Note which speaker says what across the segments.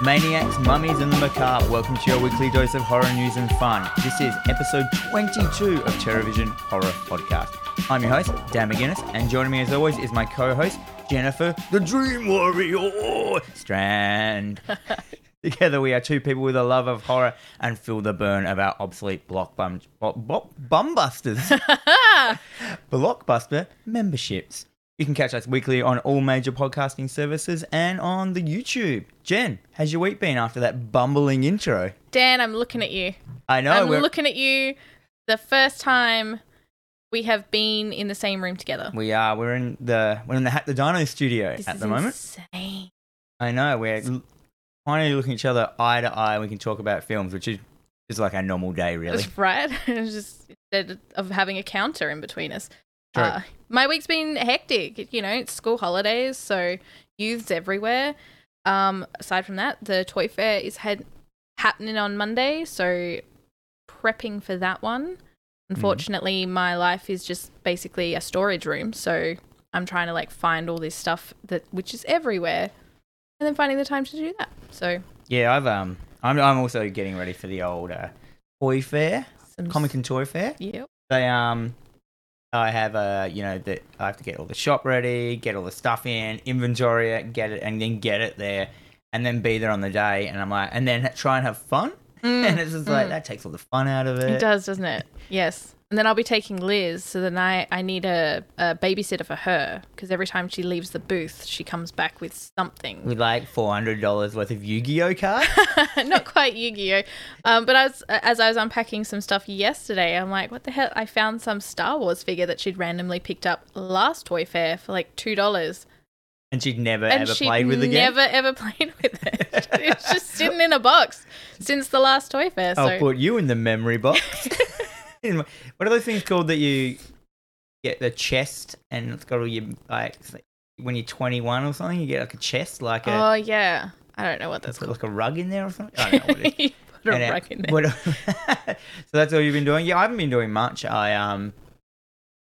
Speaker 1: Maniacs, Mummies, and the Macabre, welcome to your weekly dose of horror news and fun. This is episode 22 of TerrorVision Horror Podcast. I'm your host, Dan McGuinness, and joining me as always is my co host, Jennifer, the Dream Warrior Strand. Together, we are two people with a love of horror and feel the burn of our obsolete block bum, bum, bum, bumbusters. blockbuster memberships. You can catch us weekly on all major podcasting services and on the YouTube. Jen, how's your week been after that bumbling intro?
Speaker 2: Dan, I'm looking at you.
Speaker 1: I know
Speaker 2: I'm
Speaker 1: we're,
Speaker 2: looking at you. The first time we have been in the same room together.
Speaker 1: we are we're in the we're in the Hat the Dino studio
Speaker 2: This
Speaker 1: at
Speaker 2: is
Speaker 1: the moment.
Speaker 2: Insane.
Speaker 1: I know we're l- finally looking each other eye to eye. We can talk about films, which is is like a normal day, really.
Speaker 2: That's right. It's just instead of having a counter in between us.
Speaker 1: True.
Speaker 2: Uh, my week's been hectic. You know, it's school holidays, so youths everywhere. Um, aside from that, the toy fair is had happening on Monday, so prepping for that
Speaker 1: Mm-hmm.
Speaker 2: one. Unfortunately, my life is just basically a storage room, so I'm trying to like find all this stuff that which is everywhere, and then finding the time to do that. So
Speaker 1: Yeah, I've um, I'm I'm also getting ready for the old uh, toy fair,
Speaker 2: some
Speaker 1: Comic and Toy Fair.
Speaker 2: yeah,
Speaker 1: they um I have a you know that I have to get all the shop ready, get all the stuff in, inventory it, get it, and then get it there, and then be there on the day. And I'm like, and then try and have fun. and it's just like that takes all the fun out of
Speaker 2: Mm, It
Speaker 1: it.
Speaker 2: does, doesn't it? Yes. And then I'll be taking Liz, so then I, I need a, a babysitter for her because every time she leaves the booth, she comes back with something.
Speaker 1: With like four hundred dollars worth of Yu-Gi-Oh cards.
Speaker 2: Not quite Yu Gi Oh! Um, but I was, as I was unpacking some stuff yesterday, I'm like, what the hell? I found some Star Wars figure that she'd randomly picked up last Toy Fair for like $2.
Speaker 1: and she'd never
Speaker 2: And
Speaker 1: ever
Speaker 2: she'd
Speaker 1: played with again.
Speaker 2: never ever played with it. it's just sitting in a box since the last Toy Fair. So
Speaker 1: I'll put you in the memory box. In my- what are those things called that you get the chest and it's got all your like it's like when you're 21 or something you get like a chest like a
Speaker 2: Oh, yeah. I don't know what that's
Speaker 1: It's got like
Speaker 2: called.
Speaker 1: a rug in there or something. I don't know what it is.
Speaker 2: You put a
Speaker 1: And, uh,
Speaker 2: rug in there.
Speaker 1: what- so that's all you've been doing. Yeah, I haven't been doing much. I um,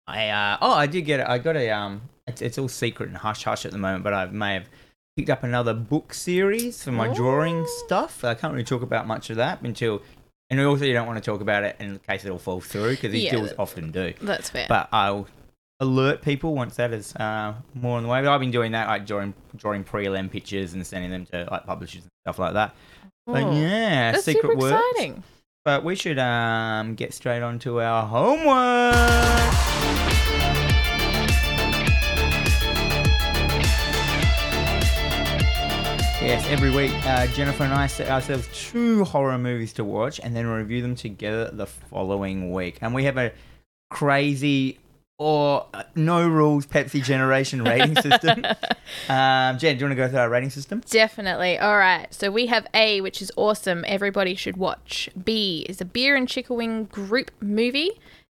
Speaker 1: I uh, oh, I did get I got a um, it's, it's all secret and hush hush at the moment, but I may have picked up another book series for my drawing
Speaker 2: Ooh.
Speaker 1: stuff. I can't really talk about much of that until, and also you don't want to talk about it in case it all falls through because these
Speaker 2: Yeah.
Speaker 1: deals often do.
Speaker 2: That's fair.
Speaker 1: But I'll alert people once that is uh, more on the way. But I've been doing that, like drawing drawing prelim pictures and sending them to like publishers and stuff like that. But
Speaker 2: Oh,
Speaker 1: yeah,
Speaker 2: that's
Speaker 1: secret
Speaker 2: super
Speaker 1: works.
Speaker 2: exciting.
Speaker 1: But we should um, get straight on to our homework. Yes, every week uh, Jennifer and I set ourselves two horror movies to watch and then review them together the following week. And we have a crazy or uh, no rules Pepsi generation rating system. um, Jen, do you want to go through our rating system?
Speaker 2: Definitely. All right. So we have A, which is awesome. Everybody should watch. B is a beer and chicken wing group movie.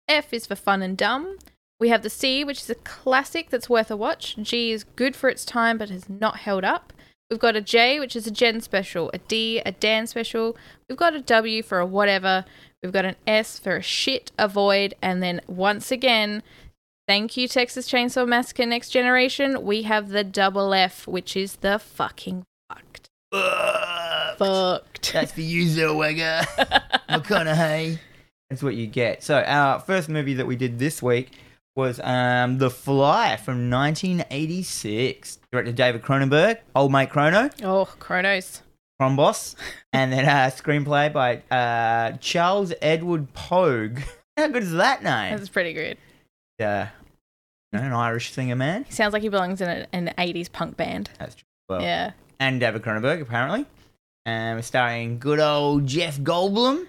Speaker 2: F is for fun and dumb. We have the C, which is a classic that's worth a watch. G is good for its time but has not held up. We've got a J, which is a Jen special. A D, a Dan special. We've got a W for a whatever. We've got an S for a shit, avoid. And then once again, Thank you, Texas Chainsaw Massacre Next Generation. We have the double F, which is the fucking fucked. Fucked.
Speaker 1: That's for you, Zellweger. McConaughey. That's what you get. So our first movie that we did this week was um, The Fly from 1986. Director David Cronenberg, old mate Crono,
Speaker 2: Oh, Chronos.
Speaker 1: Cronboss, and then uh, screenplay by uh, Charles Edward Pogue. How good is that name?
Speaker 2: That's pretty good.
Speaker 1: Yeah, an Irish singer man.
Speaker 2: He sounds like he belongs in a, an 80s punk band.
Speaker 1: That's true. as Well,
Speaker 2: Yeah.
Speaker 1: and David Cronenberg, apparently. Um, starring good old Jeff Goldblum.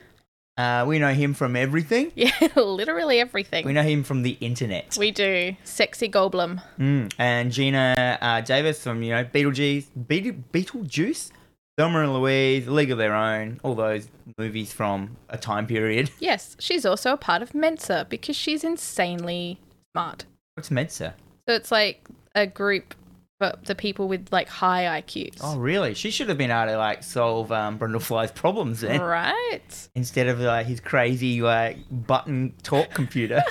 Speaker 1: Uh, we know him from everything.
Speaker 2: Yeah, literally everything.
Speaker 1: We
Speaker 2: We,
Speaker 1: know him from the internet.
Speaker 2: do. Sexy Goldblum.
Speaker 1: Mm. And Gina uh, Davis from, you know, Beetlejuice, Beetle, Beetlejuice, Thelma and Louise, League of Their Own, all those movies from a time period.
Speaker 2: Yes, she's also a part of Mensa because she's insanely smart.
Speaker 1: What's Mensa?
Speaker 2: So it's like a group, but the people with like high IQs.
Speaker 1: Oh, really? She should have been able to, like, solve um, Brundlefly's problems then,
Speaker 2: right?
Speaker 1: instead of, uh, like, his crazy, like, button talk computer.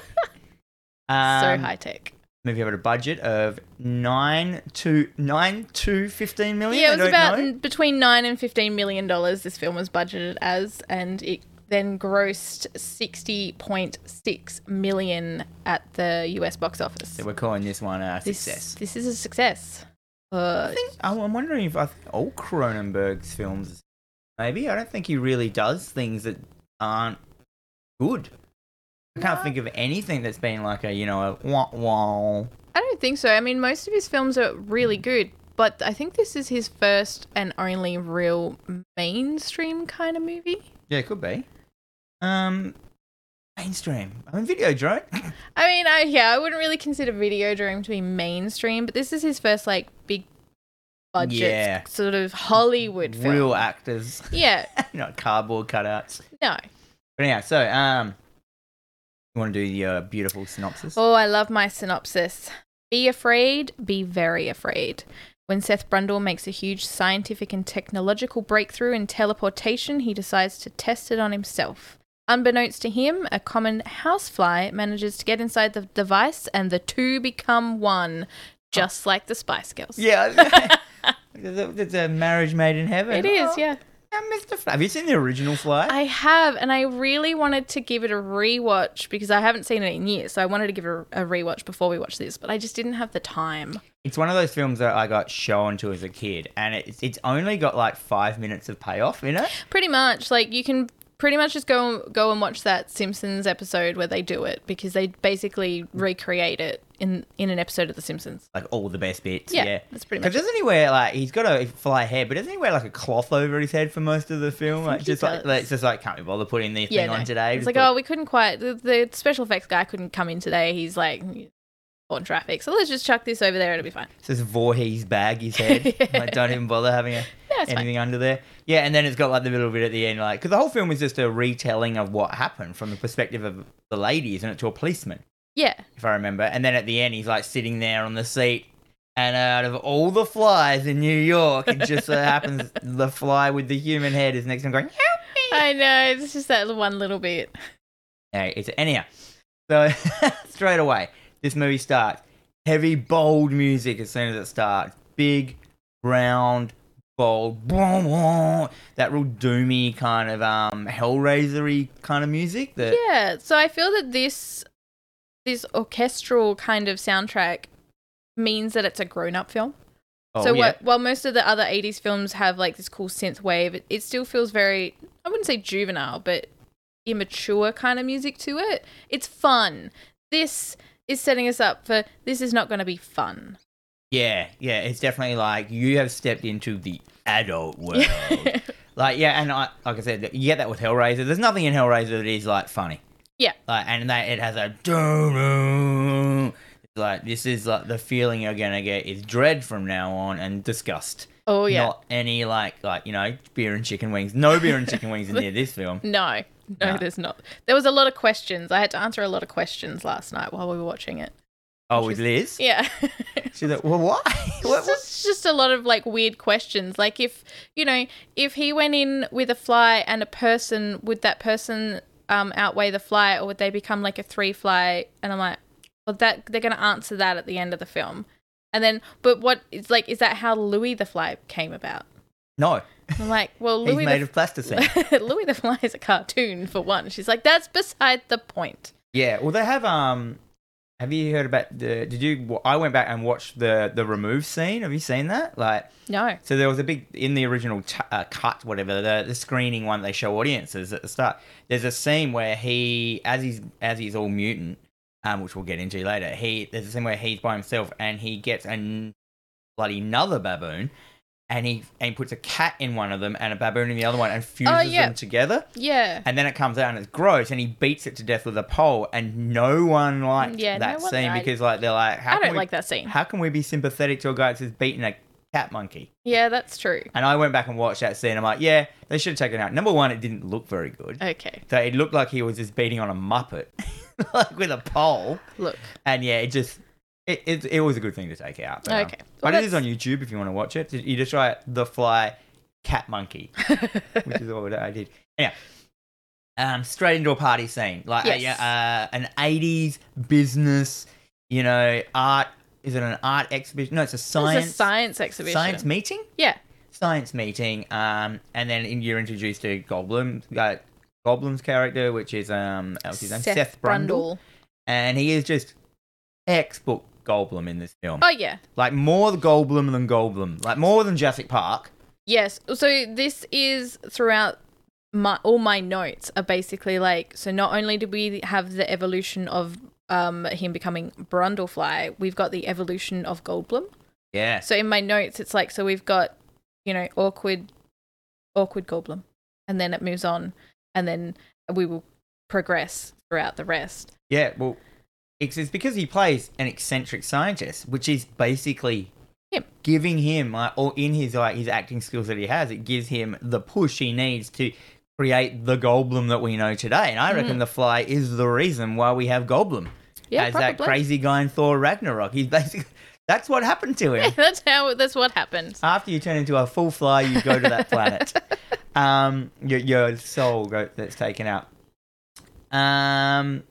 Speaker 1: um,
Speaker 2: so high tech.
Speaker 1: Movie had a budget of nine to nine to fifteen million. I
Speaker 2: Yeah, it was
Speaker 1: don't
Speaker 2: about
Speaker 1: know.
Speaker 2: n- between nine and fifteen million dollars. This film was budgeted as, and it then grossed sixty point six million at the U.S. box office.
Speaker 1: So we're calling this one a
Speaker 2: This,
Speaker 1: success.
Speaker 2: This is a success. Uh,
Speaker 1: I think oh, I'm wondering if I think all Cronenberg's films, maybe I don't think he really does things that aren't good. I can't think of anything that's been like a you know a wah wah.
Speaker 2: I don't think so. I mean, most of his films are really good, but I think this is his first and only real mainstream kind of movie.
Speaker 1: Yeah, it could be. Um, mainstream. I mean, video drone.
Speaker 2: I mean, I yeah, I wouldn't really consider Video Videodrome to be mainstream, but this is his first like big budget
Speaker 1: Yeah.
Speaker 2: sort of Hollywood film.
Speaker 1: Real actors,
Speaker 2: Yeah,
Speaker 1: not cardboard cutouts.
Speaker 2: no.
Speaker 1: But anyhow, so um, you want to do the uh, beautiful synopsis?
Speaker 2: Oh, I love my synopsis. Be afraid, be very afraid. When Seth Brundle makes a huge scientific and technological breakthrough in teleportation, he decides to test it on himself. Unbeknownst to him, a common housefly manages to get inside the device and the two become one, just like the Spice Girls.
Speaker 1: Yeah, it's a marriage made in heaven.
Speaker 2: It is,
Speaker 1: Oh,
Speaker 2: yeah.
Speaker 1: yeah, Mr. Fly. Have you seen the original Fly?
Speaker 2: I have, and I really wanted to give it a rewatch because I haven't seen it in years. So I wanted to give it a, a rewatch before we watched this, but I just didn't have the time.
Speaker 1: It's one of those films that I got shown to as a kid, and it's it's only got like five minutes of payoff in it.
Speaker 2: Pretty much, like you can pretty much just go go and watch that Simpsons episode where they do it because they basically recreate it in in an episode of The Simpsons.
Speaker 1: Like all the best bits.
Speaker 2: Yeah,
Speaker 1: Yeah,
Speaker 2: that's pretty
Speaker 1: 'Cause
Speaker 2: much it.
Speaker 1: doesn't he wear like he's got a fly hair, but doesn't he wear like a cloth over his head for most of the film? Like
Speaker 2: he
Speaker 1: just like,
Speaker 2: does.
Speaker 1: like it's just like can't be bothered putting this
Speaker 2: Yeah,
Speaker 1: thing
Speaker 2: no.
Speaker 1: on today.
Speaker 2: it's
Speaker 1: Just
Speaker 2: like
Speaker 1: put-
Speaker 2: oh, we couldn't quite. The, the special effects guy couldn't come in today. He's like on traffic, so let's just chuck this over there. It'll be fine.
Speaker 1: It's this Voorhees bag his head. Like, don't even bother having a,
Speaker 2: it's fine.
Speaker 1: anything under there. Yeah, and then it's got like the little bit at the end, like because the whole film is just a retelling of what happened from the perspective of the lady, isn't it, to a policeman,
Speaker 2: Yeah,
Speaker 1: if I remember. And then at the end, he's like sitting there on the seat, and out of all the flies in New York, it just so happens the fly with the human head is next to him going.
Speaker 2: I know. It's just that one little bit.
Speaker 1: No, it's anyhow. So straight away, this movie starts heavy, bold music as soon as it starts. Big, round, bold, boom, boom. that real doomy kind of um Hellraisery kind of music. That
Speaker 2: yeah so i feel that this this orchestral kind of soundtrack means that it's a grown-up film
Speaker 1: oh,
Speaker 2: so
Speaker 1: yeah.
Speaker 2: what, while most of the other 80s films have like this cool synth wave it, it still feels very i wouldn't say juvenile but immature kind of music to it it's fun this is setting us up for this is not going to be fun
Speaker 1: Yeah, yeah, it's definitely like you have stepped into the adult world. like, yeah, and I, like I said, you get that with Hellraiser. There's nothing in Hellraiser that is like funny.
Speaker 2: Yeah.
Speaker 1: Like, and that it has a doo Like, this is like the feeling you're gonna get is dread from now on and disgust.
Speaker 2: oh yeah
Speaker 1: Not any like like you know beer and chicken wings. No beer and chicken wings in near this film.
Speaker 2: no no
Speaker 1: Nah.
Speaker 2: there's not there was a lot of questions i had to answer a lot of questions last night while we were watching it
Speaker 1: Oh, with Liz,
Speaker 2: yeah
Speaker 1: she's like, well, why? what,
Speaker 2: It's just, just a lot of like weird questions. Like if you know, if he went in with a fly and a person, would that person um, outweigh the fly, or would they become like a three fly? And I'm like, well, that they're going to answer that at the end of the film. And then, but what is like, is that how Louis the Fly came about?
Speaker 1: No,
Speaker 2: I'm like, well,
Speaker 1: he's
Speaker 2: Louis
Speaker 1: made
Speaker 2: the
Speaker 1: of plasticine.
Speaker 2: Louis the Fly is a cartoon for one. She's like, that's beside the point.
Speaker 1: Yeah, well, they have. Um, have you heard about the? Did you? wa- I went back and watched the the remove scene. Have you seen that? Like,
Speaker 2: No.
Speaker 1: so there was a big in the original t- uh, cut, whatever the, the screening one they show audiences at the start. There's a scene where he, as he's as he's all mutant, um, which we'll get into later. He there's a scene where he's by himself and he gets an bloody another baboon, and he and he puts a cat in one of them and a baboon in the other one and fuses
Speaker 2: yeah.
Speaker 1: them together
Speaker 2: Yeah.
Speaker 1: and then it comes out and it's gross and he beats it to death with a pole and no one liked
Speaker 2: Yeah,
Speaker 1: that
Speaker 2: no one
Speaker 1: scene
Speaker 2: liked-
Speaker 1: because like they're like how
Speaker 2: I
Speaker 1: can
Speaker 2: don't
Speaker 1: we,
Speaker 2: like that scene.
Speaker 1: how can we be sympathetic to a guy that's just beating a cat monkey
Speaker 2: Yeah, that's true.
Speaker 1: and i went back and watched that scene i'm like yeah they should have taken it out number one it didn't look very good
Speaker 2: Okay.
Speaker 1: so it looked like he was just beating on a muppet like with a pole
Speaker 2: Look.
Speaker 1: and yeah it just it, it, it was a good thing to take out but, um,
Speaker 2: Okay. Well,
Speaker 1: but it is
Speaker 2: that's-
Speaker 1: on youtube if you want to watch it you just try the fly cat monkey which is all that I did. Anyhow, um, straight into a party scene, like uh,
Speaker 2: Yes.
Speaker 1: yeah, uh, an '80s business. you know, art. Is it an art exhibition? No, it's a science
Speaker 2: It's a science exhibition.
Speaker 1: science meeting.
Speaker 2: yeah.
Speaker 1: Science meeting. Um, and then in- you're introduced to Goblin, uh, Goblin's character, which is um, what's his name? Seth, Brundle, and he is just textbook Goblin in this film.
Speaker 2: Oh yeah.
Speaker 1: Like more the Goblin than Goblin. Like more than Jurassic Park.
Speaker 2: Yes. So this is throughout my all my notes are basically like so not only do we have the evolution of um him becoming Brundlefly, we've got the evolution of Goldblum.
Speaker 1: Yeah.
Speaker 2: So in my notes it's like so we've got, you know, awkward awkward Goldblum. And then it moves on and then we will progress throughout the rest.
Speaker 1: Yeah, well, it's, it's because he plays an eccentric scientist, which is basically
Speaker 2: Him.
Speaker 1: giving him, like, or in his like his acting skills that he has, it gives him the push he needs to create the Goblin that we know today. And I
Speaker 2: Mm-hmm.
Speaker 1: reckon the Fly is the reason why we have Goblin
Speaker 2: Yeah,
Speaker 1: as
Speaker 2: probably.
Speaker 1: that crazy guy in Thor Ragnarok. He's basically that's what happened to him.
Speaker 2: that's how that's what happens.
Speaker 1: After you turn into a full fly, you go to that planet. um, your, your soul go, that's taken out. Um,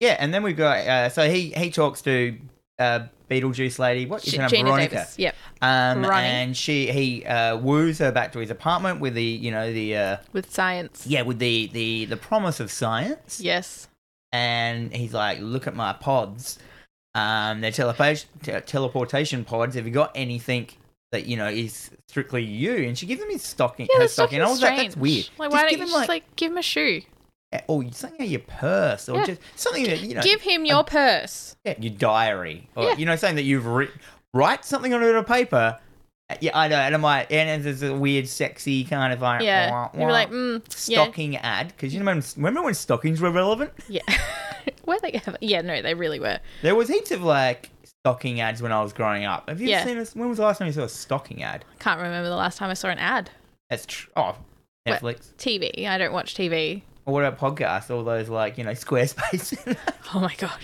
Speaker 1: yeah, and then we've got uh, so he he talks to uh, Beetlejuice lady. What is
Speaker 2: Sh-
Speaker 1: her name?
Speaker 2: Gina
Speaker 1: Veronica.
Speaker 2: Davis. Yep.
Speaker 1: Um,
Speaker 2: Ronnie.
Speaker 1: and she he uh, woos her back to his apartment with the you know the uh,
Speaker 2: With science.
Speaker 1: yeah with the the the promise of science.
Speaker 2: Yes.
Speaker 1: And he's like, look at my pods. Um, they're teleportation te- teleportation pods. Have you got anything that you know is strictly you? And she gives him his stocking.
Speaker 2: Yeah,
Speaker 1: her
Speaker 2: that's
Speaker 1: stocking. I
Speaker 2: fucking
Speaker 1: was like, that's
Speaker 2: strange.
Speaker 1: weird.
Speaker 2: Like,
Speaker 1: Just
Speaker 2: why
Speaker 1: give
Speaker 2: don't you
Speaker 1: him,
Speaker 2: just like give him a shoe?
Speaker 1: or something out of your purse, or
Speaker 2: Yeah.
Speaker 1: just something that you know,
Speaker 2: give him your purse.
Speaker 1: yeah, your diary, or
Speaker 2: Yeah.
Speaker 1: you know, something that you've writ write something on a bit of paper. Yeah, I know, and I'm like, and there's a weird, sexy kind of like,
Speaker 2: Yeah.
Speaker 1: wah,
Speaker 2: You'd be
Speaker 1: wah,
Speaker 2: like, mm, yeah,
Speaker 1: stocking ad, because you know, when- remember when stockings were relevant?
Speaker 2: yeah. Where they have? Yeah, no, they really were.
Speaker 1: There was heaps of like stocking ads when I was growing up. Have you
Speaker 2: Yeah.
Speaker 1: seen this? When was the last time you saw a stocking ad?
Speaker 2: I can't remember the last time I saw an ad.
Speaker 1: That's tr- oh,
Speaker 2: What?
Speaker 1: Netflix.
Speaker 2: TV. I don't watch TV.
Speaker 1: Or what about podcasts? All those like you know, Squarespace.
Speaker 2: Oh my god.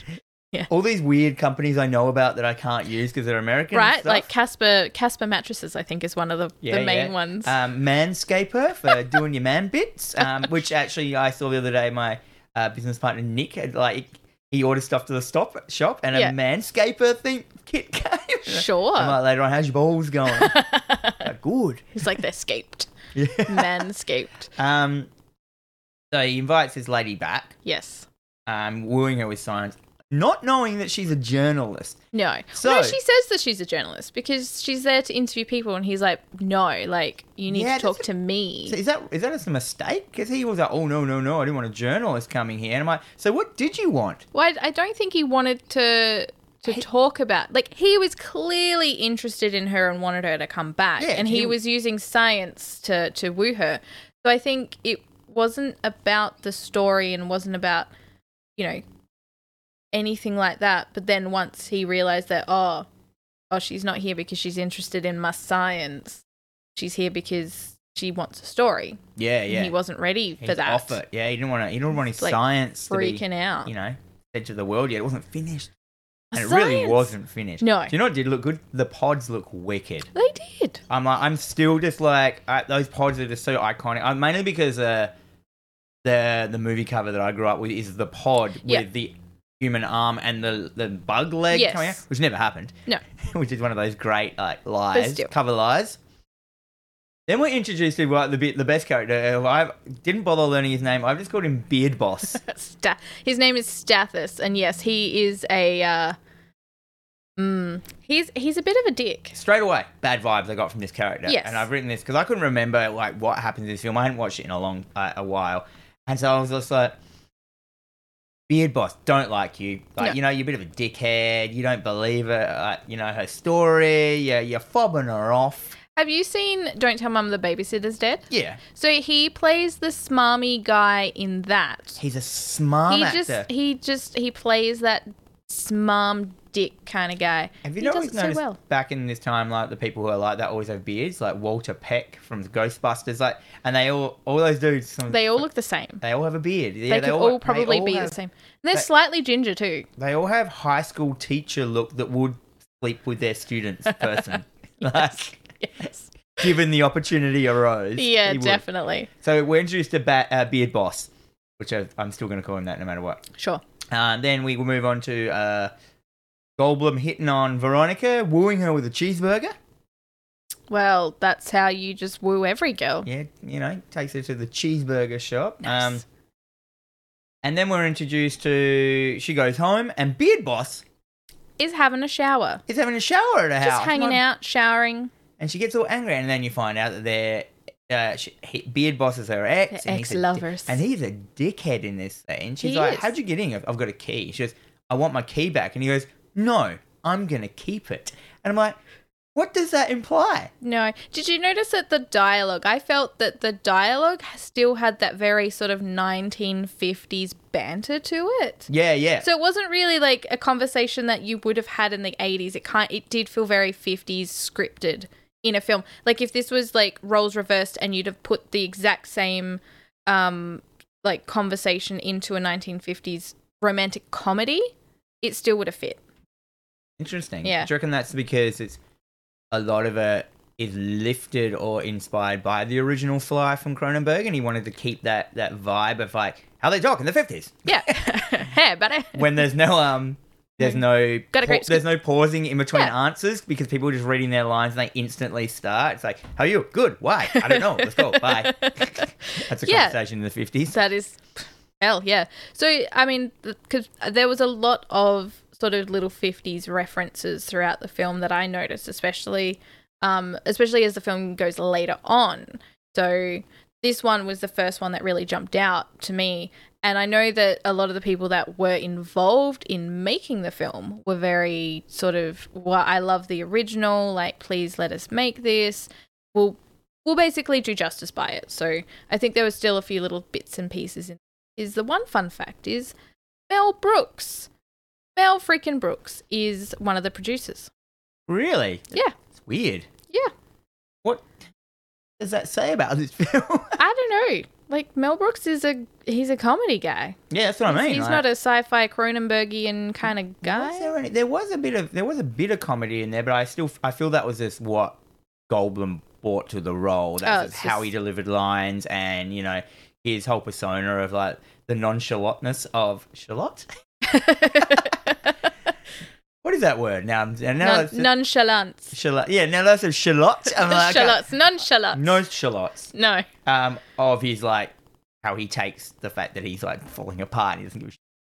Speaker 1: All these weird companies I know about that I can't use because they're American. and
Speaker 2: Right?
Speaker 1: stuff.
Speaker 2: Like Casper. Casper mattresses. I think is one of the, the main
Speaker 1: yeah.
Speaker 2: ones.
Speaker 1: Um, Manscaper for doing your man bits, um, which actually I saw the other day. My uh, business partner Nick had like he ordered stuff to the stop shop, and
Speaker 2: Yeah.
Speaker 1: a Manscaper thing kit came.
Speaker 2: Sure.
Speaker 1: I'm like later on, how's your balls going? Like, Good.
Speaker 2: It's like they're scaped.
Speaker 1: Yeah.
Speaker 2: Manscaped.
Speaker 1: Um, so he invites his lady back,
Speaker 2: Yes.
Speaker 1: um, wooing her with science, not knowing that she's a journalist.
Speaker 2: No.
Speaker 1: So-
Speaker 2: no, she says that she's a journalist because she's there to interview people, and he's like, no, like, you need
Speaker 1: Yeah,
Speaker 2: to talk
Speaker 1: that's
Speaker 2: to me.
Speaker 1: So is that is that just a mistake? Because he was like, oh no no no, I didn't want a journalist coming here. And I'm like, so what did you want?
Speaker 2: Well, I, I don't think he wanted to to talk about like he was clearly interested in her and wanted her to come back,
Speaker 1: Yeah,
Speaker 2: and he,
Speaker 1: he-
Speaker 2: was using science to to woo her. So I think it wasn't about the story and wasn't about you know anything like that. But then once he realized that oh oh she's not here because she's interested in my science, she's here because she wants a story.
Speaker 1: Yeah yeah.
Speaker 2: And he wasn't ready for
Speaker 1: He's
Speaker 2: that.
Speaker 1: off it. Yeah, he didn't want to. He didn't want his
Speaker 2: Like,
Speaker 1: science to be,
Speaker 2: Freaking out.
Speaker 1: you know, said to the world yet. It wasn't finished, and it really
Speaker 2: Science!
Speaker 1: wasn't finished.
Speaker 2: No.
Speaker 1: Do you know what did look good? The pods look wicked.
Speaker 2: They did.
Speaker 1: I'm like, I'm still just like I, those pods are just so iconic. Uh, mainly because uh, the the movie cover that I grew up with is the pod
Speaker 2: Yeah.
Speaker 1: with the human arm and the the bug leg
Speaker 2: Yes.
Speaker 1: coming out, which never happened.
Speaker 2: No.
Speaker 1: which is one of those great like lies,
Speaker 2: still.
Speaker 1: cover lies. Then we're introduced to like, the bit the best character. who I didn't bother learning his name. I've just called him Beard Boss.
Speaker 2: Sta- his name is Stathis, and yes, he is a. Uh, mm, he's he's a bit of a dick.
Speaker 1: Straight away, bad vibes I got from this character.
Speaker 2: Yes.
Speaker 1: And I've written this because I couldn't remember like what happens in this film. I hadn't watched it in a long uh, a while, and so I was just like, Beard Boss don't like you. Like
Speaker 2: No.
Speaker 1: you know, you're a bit of a dickhead. You don't believe her. Like, you know her story. Yeah, you're fobbing her off.
Speaker 2: Have you seen Don't Tell Mum the Babysitter's Dead?
Speaker 1: Yeah,
Speaker 2: So he plays the smarmy guy in that.
Speaker 1: he's a smart
Speaker 2: he
Speaker 1: actor.
Speaker 2: just he just he plays that smarm dick kind of guy.
Speaker 1: Have you
Speaker 2: he does
Speaker 1: always
Speaker 2: it so
Speaker 1: noticed
Speaker 2: well.
Speaker 1: back in this time, like the people who are like that always have beards, like Walter Peck from the Ghostbusters, like, and they all, all those dudes, some, they,
Speaker 2: They all look the same.
Speaker 1: all have a beard. Uh, Yeah,
Speaker 2: they could all,
Speaker 1: they
Speaker 2: probably
Speaker 1: all
Speaker 2: be
Speaker 1: have-
Speaker 2: the same. And they're
Speaker 1: they-
Speaker 2: slightly ginger too.
Speaker 1: They all have high school teacher look that would sleep with their students person. Like,
Speaker 2: Yes.
Speaker 1: given the opportunity arose.
Speaker 2: Yeah,
Speaker 1: he would.
Speaker 2: definitely.
Speaker 1: So we're introduced to ba- uh, Beard Boss, which I, I'm still going to call him that no matter what.
Speaker 2: Sure.
Speaker 1: Uh, then we will move on to uh, Goldblum hitting on Veronica, wooing her with a cheeseburger.
Speaker 2: Well, that's how you just woo every girl.
Speaker 1: Yeah, you know, takes her to the cheeseburger shop. Um,
Speaker 2: Nice.
Speaker 1: and then we're introduced to she goes home and Beard Boss
Speaker 2: Is having a shower.
Speaker 1: is having a shower at her house.
Speaker 2: Just hanging
Speaker 1: Like,
Speaker 2: out, showering.
Speaker 1: And she gets all angry, and then you find out that they're. Uh, she, he, Beard Boss is her ex.
Speaker 2: They're
Speaker 1: and he's a di-
Speaker 2: ex-lovers.
Speaker 1: and he's a dickhead in this thing. And she's
Speaker 2: He
Speaker 1: like,
Speaker 2: is.
Speaker 1: How'd you get in? I've, I've got a key. She goes, I want my key back. And he goes, No, I'm going to keep it. And I'm like, What does that imply?
Speaker 2: No. Did you notice that the dialogue? I felt that the dialogue still had that very sort of 1950s banter to it.
Speaker 1: Yeah, yeah.
Speaker 2: So it wasn't really like a conversation that you would have had in the 80s. It kind it did feel very 50s scripted in a film. Like if this was like roles reversed and you'd have put the exact same um like conversation into a 1950s romantic comedy, it still would have fit.
Speaker 1: Interesting.
Speaker 2: Yeah.
Speaker 1: Do you reckon that's because it's a lot of it is lifted or inspired by the original Fly from Cronenberg, and he wanted to keep that that vibe of like how they talk in the fifties
Speaker 2: Yeah. hey, buddy.
Speaker 1: when there's no um. There's no
Speaker 2: Mm. Got a great
Speaker 1: there's no pausing in between
Speaker 2: Yeah.
Speaker 1: answers because people are just reading their lines and they instantly start. It's like, how are you? Good. Why? I don't know. Let's go. Bye. That's a
Speaker 2: Yeah.
Speaker 1: conversation in the fifties.
Speaker 2: That is hell, yeah. So I mean, because there was a lot of sort of little fifties references throughout the film that I noticed, especially, um, especially as the film goes later on. So this one was the first one that really jumped out to me, and I know that a lot of the people that were involved in making the film were very sort of, well, I love the original. Like, please let us make this. We'll will basically do justice by it. So I think there was still a few little bits and pieces in. Is the one fun fact is Mel Brooks. Mel freaking Brooks is one of the producers.
Speaker 1: Really?
Speaker 2: Yeah,
Speaker 1: It's weird.
Speaker 2: yeah.
Speaker 1: What does that say about this film?
Speaker 2: I don't know. Like Mel Brooks is a he's a comedy guy.
Speaker 1: yeah, that's what I mean.
Speaker 2: he's
Speaker 1: like-
Speaker 2: not a sci-fi Cronenbergian kind of
Speaker 1: Was
Speaker 2: guy.
Speaker 1: there, any, there was a bit of there was a bit of comedy in there, but I still I feel that was just what Goldblum brought to the role. That's
Speaker 2: Oh,
Speaker 1: just
Speaker 2: it's
Speaker 1: how
Speaker 2: just-
Speaker 1: he delivered lines, and you know his whole persona of like the nonchalantness of Charlotte. What is that word now? I'm- and now
Speaker 2: Nun-
Speaker 1: that's
Speaker 2: nonchalance.
Speaker 1: Charlotte. Yeah, now that's a Charlotte. I'm like, Oh, okay.
Speaker 2: Shallots. Nonchalance.
Speaker 1: No Charlottes.
Speaker 2: No.
Speaker 1: Um, of his like how he takes the fact that he's like falling apart. He doesn't give a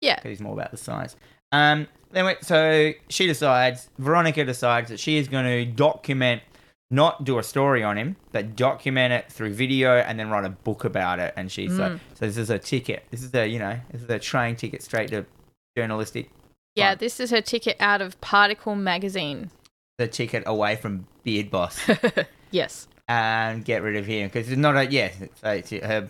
Speaker 2: Yeah.
Speaker 1: because he's more about the science. Um, then wait, so she decides, Veronica decides that she is going to document, not do a story on him, but document it through video and then write a book about it. And she's like, so this is her ticket. This is her, you know, this is her train ticket straight to journalistic.
Speaker 2: Yeah,
Speaker 1: Fine.
Speaker 2: this is her ticket out of Particle magazine.
Speaker 1: The ticket away from Beard Boss
Speaker 2: yes.
Speaker 1: and get rid of him because it's not a yeah. So it's her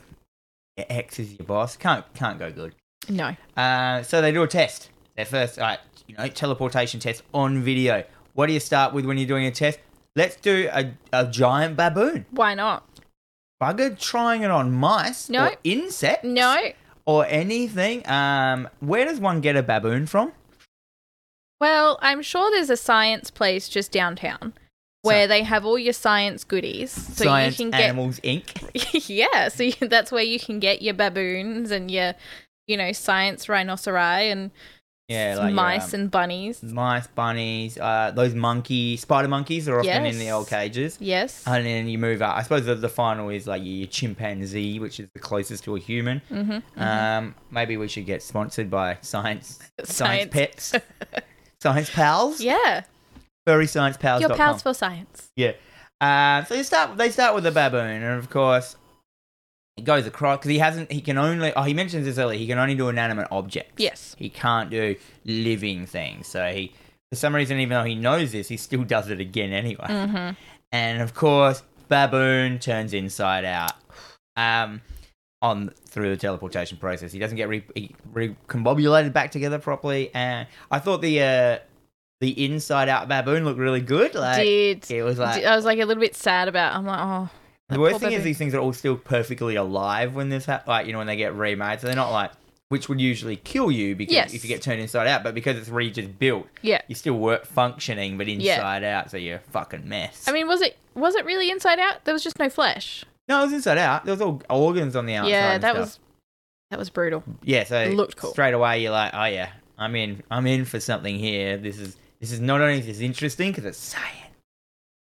Speaker 1: your ex is your boss. Can't can't go good.
Speaker 2: No.
Speaker 1: Uh, so they do a test. Their first, all right, you know, teleportation test on video. What do you start with when you're doing a test? Let's do a, a giant baboon.
Speaker 2: Why not?
Speaker 1: Bugger trying it on mice
Speaker 2: No.
Speaker 1: or insects
Speaker 2: No.
Speaker 1: or anything. Um, where does one get a baboon from?
Speaker 2: Well, I'm sure there's a science place just downtown where they have all your science goodies. So
Speaker 1: Science
Speaker 2: you can get
Speaker 1: Animals Inc.
Speaker 2: Yeah, so you, that's where you can get your baboons and your you know, science rhinoceri and
Speaker 1: Yeah, like your,
Speaker 2: mice
Speaker 1: um,
Speaker 2: and bunnies.
Speaker 1: mice, bunnies, uh, those monkey spider monkeys are often in the
Speaker 2: Yes.
Speaker 1: old cages.
Speaker 2: Yes.
Speaker 1: And then you move out. I suppose the, the final is like your chimpanzee, which is the closest to a human.
Speaker 2: mm-hmm.
Speaker 1: Um, maybe we should get sponsored by science science,
Speaker 2: Science.
Speaker 1: pets, science pals,
Speaker 2: Yeah.
Speaker 1: furry science pals.
Speaker 2: Your pals for science.
Speaker 1: yeah. Uh, so they start. They start with a baboon, and of course, it goes across because he hasn't. He can only. Oh, he mentions this earlier. He can only do inanimate objects.
Speaker 2: Yes.
Speaker 1: He can't do living things. So he, for some reason, even though he knows this, he still does it again anyway.
Speaker 2: Mhm.
Speaker 1: And of course, baboon turns inside out. Um, on through the teleportation process, he doesn't get re- he- recombobulated back together properly. And I thought the uh, the inside out baboon looked really good. Like
Speaker 2: Did
Speaker 1: it was like
Speaker 2: I was like a little bit sad about. I'm like, oh,
Speaker 1: the worst
Speaker 2: poor
Speaker 1: thing is
Speaker 2: baboon.
Speaker 1: these things are all still perfectly alive when this hap like you know when they get remade. So they're not like which would usually kill you because
Speaker 2: Yes.
Speaker 1: if you get turned inside out, but because it's re just built,
Speaker 2: yeah.
Speaker 1: you still work functioning but inside out, so you're a fucking mess.
Speaker 2: I mean, was it was it really inside out? There was just no flesh.
Speaker 1: No, it was inside out. There was all organs on the outside.
Speaker 2: yeah,
Speaker 1: and
Speaker 2: that
Speaker 1: stuff.
Speaker 2: was that was brutal.
Speaker 1: Yeah, so
Speaker 2: It looked cool.
Speaker 1: Straight away, you're like, oh yeah, I'm in. I'm in for something here. This is This is not only is interesting because it's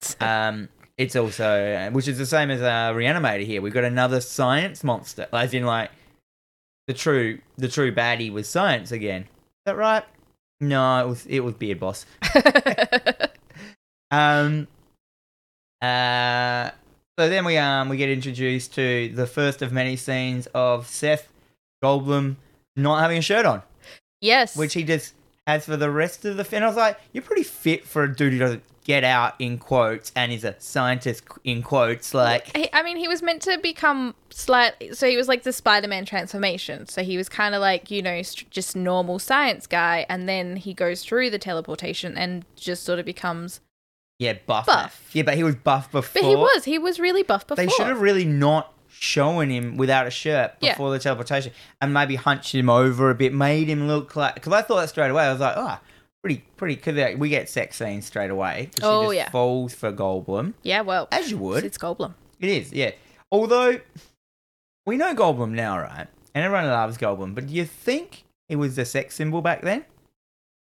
Speaker 1: science. Um, it's also which is the same as uh, Reanimator here. We've got another science monster, as in like the true the true baddie was science again. Is that right? No, it was it was Beard Boss. Um, uh, so then we um we get introduced to the first of many scenes of Seth Goldblum not having a shirt on,
Speaker 2: yes.
Speaker 1: which he just has for the rest of the film. I was like, you're pretty fit for a dude who doesn't get out in quotes and is a scientist in quotes. Like,
Speaker 2: He, I mean, he was meant to become slightly. So he was like the Spider Man transformation. So he was kind of like, you know, st- just normal science guy. And then he goes through the teleportation and just sort of becomes.
Speaker 1: yeah, buff.
Speaker 2: Buff.
Speaker 1: Yeah, but he was buff before.
Speaker 2: But he was. He was really buff before.
Speaker 1: They should have really not shown him without a shirt
Speaker 2: Yeah.
Speaker 1: before the teleportation and maybe hunched him over a bit, made him look like. Because I thought that straight away. I was like, oh, pretty, pretty. Because like, we get sex scenes straight away. 'cause
Speaker 2: Oh,
Speaker 1: she just
Speaker 2: yeah.
Speaker 1: Falls for Goldblum.
Speaker 2: Yeah, well.
Speaker 1: As you would.
Speaker 2: It's Goldblum.
Speaker 1: It is, yeah. Although, we know Goldblum now, right? And everyone loves Goldblum. But do you think he was a sex symbol back then?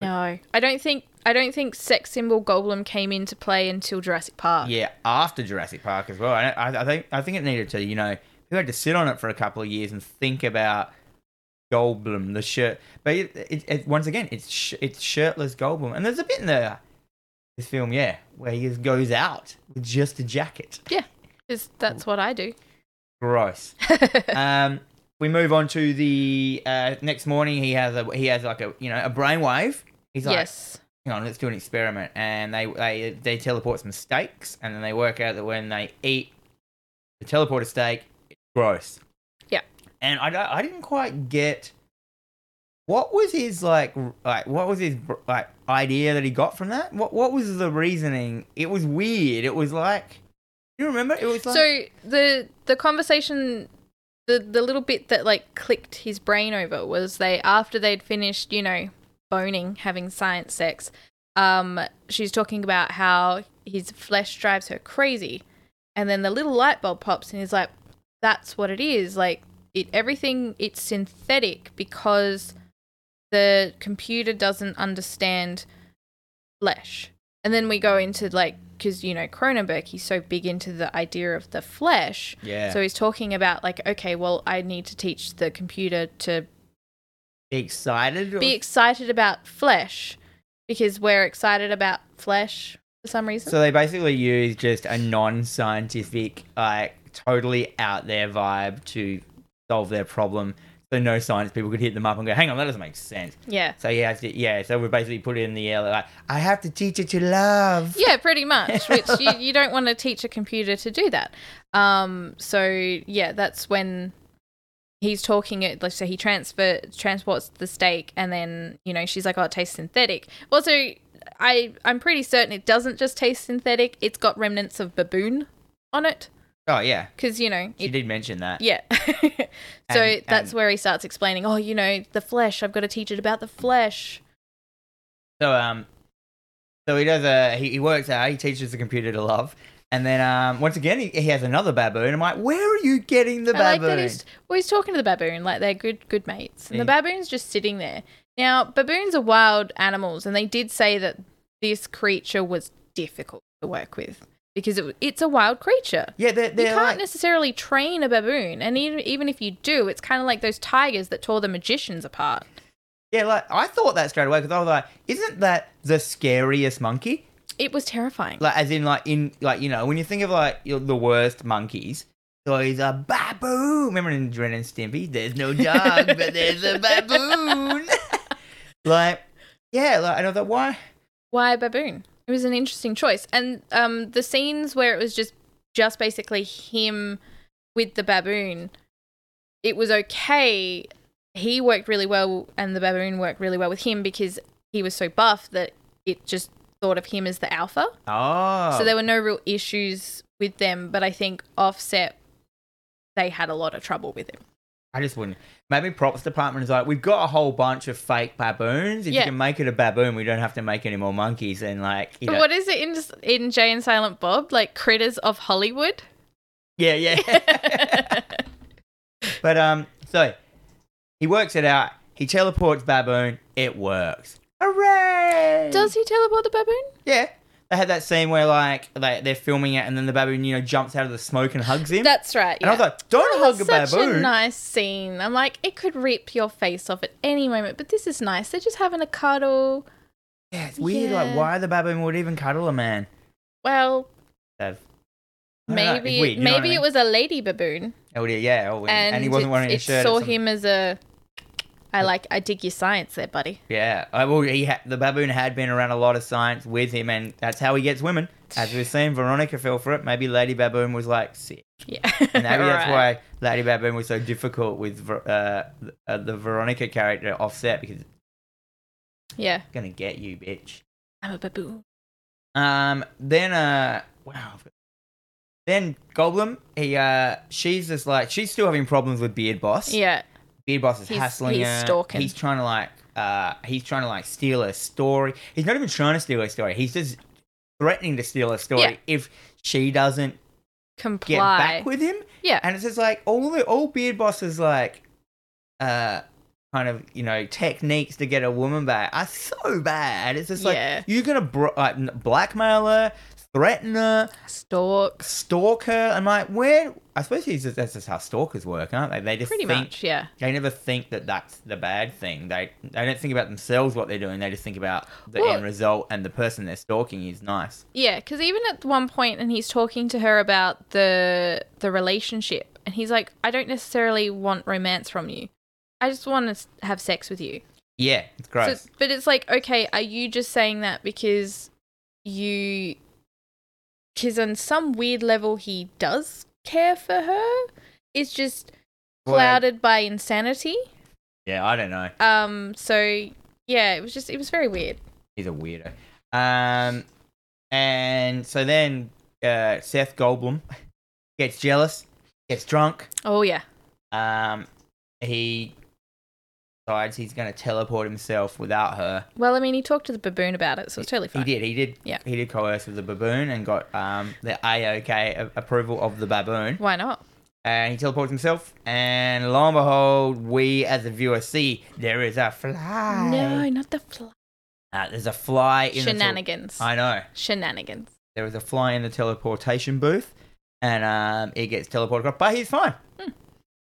Speaker 2: No. I don't think. I don't think sex symbol Goldblum came into play until Jurassic Park.
Speaker 1: Uh, Yeah, after Jurassic Park as well. I, I, I think I think it needed to, you know, we had to sit on it for a couple of years and think about Goldblum, the shirt. But it, it, it, once again, it's sh- it's shirtless Goldblum, and there's a bit in the this film, yeah, where he just goes out with just a jacket.
Speaker 2: Yeah. 'cause that's what I do.
Speaker 1: Gross. um, we move on to the uh, next morning. He has a he has like a you know a brainwave. He's like,
Speaker 2: yes.
Speaker 1: hang on, let's do an experiment. And they they they teleport some steaks, and then they work out that when they eat the teleporter steak, it's gross.
Speaker 2: Yeah.
Speaker 1: And I don't- I didn't quite get what was his like r- like what was his br- like idea that he got from that? What what was the reasoning? It was weird. It was like you remember? It was like
Speaker 2: so the the conversation the the little bit that like clicked his brain over was they after they'd finished you know boning having science sex um she's talking about how his flesh drives her crazy and then the little light bulb pops and he's like that's what it is like it everything it's synthetic because the computer doesn't understand flesh. And then we go into like, because you know, Cronenberg, he's so big into the idea of the flesh.
Speaker 1: yeah,
Speaker 2: So he's talking about like, okay, well, I need to teach the computer to
Speaker 1: be excited. or-
Speaker 2: be excited about flesh because we're excited about flesh for some reason.
Speaker 1: so they basically use just a non-scientific, like totally out there vibe to solve their problem. So no science people could hit them up and go, "Hang on, that doesn't make sense."
Speaker 2: yeah.
Speaker 1: So yeah, so, yeah. So we basically put it in the air like, "I have to teach it to love."
Speaker 2: Yeah, pretty much. Which you, you don't want to teach a computer to do that. Um, so yeah, that's when he's talking it. Like, so he transfer transports the steak, and then you know she's like, "Oh, it tastes synthetic." Also, I I'm pretty certain it doesn't just taste synthetic. It's got remnants of baboon on it
Speaker 1: Oh yeah,
Speaker 2: because you know
Speaker 1: she
Speaker 2: it.
Speaker 1: did mention that.
Speaker 2: Yeah. so
Speaker 1: And-
Speaker 2: that's
Speaker 1: and-
Speaker 2: where he starts explaining, oh, you know, the flesh, I've got to teach it about the flesh.
Speaker 1: So um, so he does a he, he works out. He teaches the computer to love, and then um, once again he, he has another baboon. I'm like, "Where are you getting the
Speaker 2: I like
Speaker 1: baboon?"
Speaker 2: that he's well, he's talking to the baboon like they're good good mates, and the
Speaker 1: Yeah.
Speaker 2: baboon's just sitting there. Now, baboons are wild animals, and they did say that this creature was difficult to work with because it, it's a wild creature.
Speaker 1: yeah, they're,
Speaker 2: You
Speaker 1: they're
Speaker 2: can't
Speaker 1: like,
Speaker 2: necessarily train a baboon, and even, even if you do, it's kind of like those tigers that tore the magicians apart.
Speaker 1: Yeah, like I thought that straight away because I was like, isn't that the scariest monkey?
Speaker 2: It was terrifying.
Speaker 1: Like, as in, like in like you know when you think of like you know, the worst monkeys. So he's a baboon. Remember in Dren and Stimpy? There's no dog, but there's a baboon. like, yeah, like and I thought, why?
Speaker 2: why baboon it was an interesting choice and um the scenes where it was just just basically him with the baboon it was okay he worked really well and the baboon worked really well with him because he was so buff that it just thought of him as the alpha
Speaker 1: Oh,
Speaker 2: so there were no real issues with them but i think offset they had a lot of trouble with him
Speaker 1: I just wouldn't. Maybe props department is like, we've got a whole bunch of fake baboons. If
Speaker 2: Yeah.
Speaker 1: you can make it a baboon, we don't have to make any more monkeys. And like, you
Speaker 2: but
Speaker 1: know,
Speaker 2: what is it in in jay and silent bob like critters of hollywood
Speaker 1: yeah, yeah. But um, so he works it out. He teleports baboon. It works. Hooray! Yay!
Speaker 2: Does he teleport the baboon?
Speaker 1: Yeah. They had that scene where like they they're filming it and then the baboon, you know, jumps out of the smoke and hugs him.
Speaker 2: That's right.
Speaker 1: and I was
Speaker 2: yeah.
Speaker 1: like, don't
Speaker 2: That was
Speaker 1: hug a
Speaker 2: such
Speaker 1: baboon.
Speaker 2: a nice scene. I'm like, it could rip your face off at any moment, but this is nice. They're just having a cuddle.
Speaker 1: yeah, it's weird. Like,
Speaker 2: Yeah.
Speaker 1: why the baboon would even cuddle a man?
Speaker 2: well,
Speaker 1: Dev. I don't know, it's
Speaker 2: maybe
Speaker 1: weird, you know what I
Speaker 2: maybe
Speaker 1: mean?
Speaker 2: it was a lady baboon,
Speaker 1: Oh, yeah, yeah. Oh, and,
Speaker 2: and,
Speaker 1: and he wasn't
Speaker 2: it-
Speaker 1: wearing a
Speaker 2: it
Speaker 1: shirt. or
Speaker 2: saw
Speaker 1: something.
Speaker 2: him as a. I like. I dig your science there, buddy.
Speaker 1: Yeah. I, well, he ha- the baboon had been around a lot of science with him, and that's how he gets women. As we've seen, Veronica fell for it. Maybe Lady Baboon was like sick.
Speaker 2: Yeah.
Speaker 1: And maybe that's
Speaker 2: Right.
Speaker 1: why Lady Baboon was so difficult with Ver- uh, th- uh, the Veronica character offset because it's
Speaker 2: Yeah,
Speaker 1: gonna get you, bitch.
Speaker 2: I'm a baboon.
Speaker 1: Um. Then uh. Wow. I've got- Then Goblin, he uh, she's just like she's still having problems with Beard Boss.
Speaker 2: Yeah.
Speaker 1: Beard Boss is
Speaker 2: He's-
Speaker 1: hassling
Speaker 2: he's
Speaker 1: her.
Speaker 2: stalking.
Speaker 1: He's trying to like, uh, he's trying to like steal her story. He's not even trying to steal her story. He's just threatening to steal her story
Speaker 2: Yeah.
Speaker 1: if she doesn't
Speaker 2: Comply.
Speaker 1: get back with him.
Speaker 2: yeah.
Speaker 1: And it's just like all the all Beard Boss's like, uh, kind of you know techniques to get a woman back are so bad. It's just like
Speaker 2: Yeah.
Speaker 1: you're gonna bro- like, n- blackmail her, threaten her,
Speaker 2: Stalks.
Speaker 1: stalk her. I'm like, where? I suppose he's just, that's just how stalkers work, aren't they? They just
Speaker 2: Pretty
Speaker 1: think
Speaker 2: much. Yeah.
Speaker 1: they never think that that's the bad thing. They they don't think about themselves what they're doing. They just think about the
Speaker 2: Well-
Speaker 1: end result and the person they're stalking is nice.
Speaker 2: Yeah, because even at one point, and he's talking to her about the the relationship, and he's like, "I don't necessarily want romance from you. I just want to have sex with you."
Speaker 1: Yeah, it's
Speaker 2: So-
Speaker 1: gross.
Speaker 2: but it's like, okay, are you just saying that because you? Because on some weird level, he does care for her. It's just
Speaker 1: Well,
Speaker 2: clouded by insanity.
Speaker 1: yeah, I don't know.
Speaker 2: Um. So yeah, it was just it was very weird.
Speaker 1: He's a weirdo. Um, and so then uh, Seth Goldblum gets jealous, gets drunk.
Speaker 2: Oh yeah.
Speaker 1: Um, he decides he's going to teleport himself without her.
Speaker 2: Well, I mean, he talked to the baboon about it, so it's totally
Speaker 1: He
Speaker 2: fine.
Speaker 1: did. He did.
Speaker 2: Yeah.
Speaker 1: He did coerce with the baboon and got um, the AOK a- approval of the baboon.
Speaker 2: Why not?
Speaker 1: and he teleports himself. And lo and behold, we as a viewer see there is a fly.
Speaker 2: No, not the fly.
Speaker 1: Uh, there's a fly in
Speaker 2: Shenanigans.
Speaker 1: The tel- I know.
Speaker 2: Shenanigans.
Speaker 1: There is a fly in the teleportation booth, and um, it gets teleported across, but he's fine.
Speaker 2: Hmm.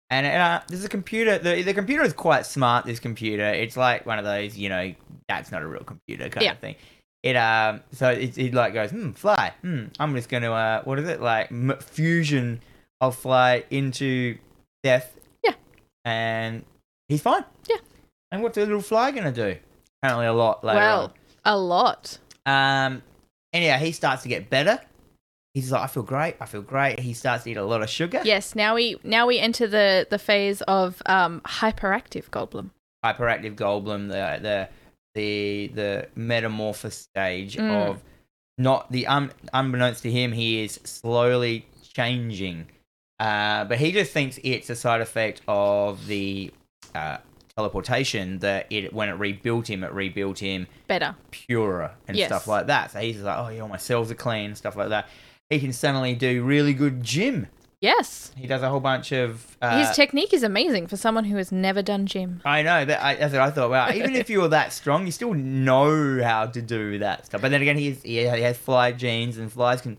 Speaker 1: And uh, there's a computer. The, the computer is quite smart. This computer, it's like one of those, you know, that's not a real computer kind
Speaker 2: Yeah.
Speaker 1: of thing. It um, so it, it like goes, hmm, fly. Hmm, I'm just gonna uh, what is it like m- fusion of fly into death.
Speaker 2: Yeah.
Speaker 1: And he's fine.
Speaker 2: Yeah.
Speaker 1: And what's the little fly gonna do? Apparently, a lot later. on.
Speaker 2: well, a lot.
Speaker 1: Um, anyhow, he starts to get better. He's like, I feel great. I feel great. He starts to eat a lot of sugar.
Speaker 2: Yes. Now we now we enter the the phase of um hyperactive goblin.
Speaker 1: Hyperactive Goldblum, the the the the metamorphosis stage
Speaker 2: Mm.
Speaker 1: of not the un, unbeknownst to him, he is slowly changing. Uh, but he just thinks it's a side effect of the uh, teleportation that it when it rebuilt him, it rebuilt him
Speaker 2: Better.
Speaker 1: purer and
Speaker 2: Yes.
Speaker 1: stuff like that. So he's like, oh, yeah, all my cells are clean and stuff like that. He can suddenly do really good gym.
Speaker 2: Yes.
Speaker 1: He does a whole bunch of. Uh,
Speaker 2: His technique is amazing for someone who has never done gym.
Speaker 1: I know that. I, that's what I thought. Wow, even if you were that strong, you still know how to do that stuff. But then again, he, is, he he has fly genes, and flies can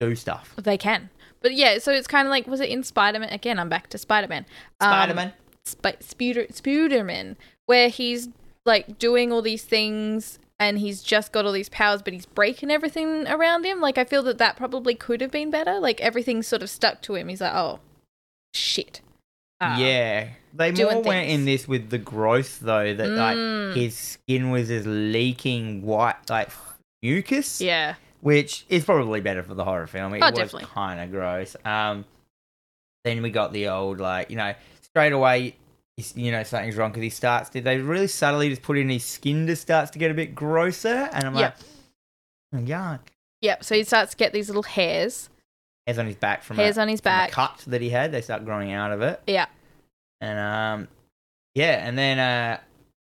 Speaker 1: do stuff.
Speaker 2: They can. But yeah, so it's kind of like was it in Spider Man again? I'm back to Spider Man.
Speaker 1: Spider Man.
Speaker 2: Sp- Spuder- Spuderman, where he's like doing all these things and he's just got all these powers, but he's breaking everything around him. Like, I feel that that probably could have been better. Like, everything's sort of stuck to him. He's like, oh, shit. Uh,
Speaker 1: yeah, they more
Speaker 2: doing
Speaker 1: went in
Speaker 2: things.
Speaker 1: this with the growth though. That like
Speaker 2: Mm.
Speaker 1: his skin was just leaking white, like mucus.
Speaker 2: Yeah.
Speaker 1: which is probably better for the horror film. It
Speaker 2: Oh,
Speaker 1: was
Speaker 2: definitely.
Speaker 1: kind of gross. Um, then we got the old like you know straight away, he's- you know something's wrong because he starts to they really subtly just put in his skin just starts to get a bit grosser, and I'm like, oh, yuck.
Speaker 2: Yep. So he starts to get these little hairs.
Speaker 1: Hairs on his back from
Speaker 2: Hairs
Speaker 1: a,
Speaker 2: on his
Speaker 1: from a
Speaker 2: back.
Speaker 1: cut that he had. They start growing out of it,
Speaker 2: Yeah.
Speaker 1: and um, yeah, and then uh.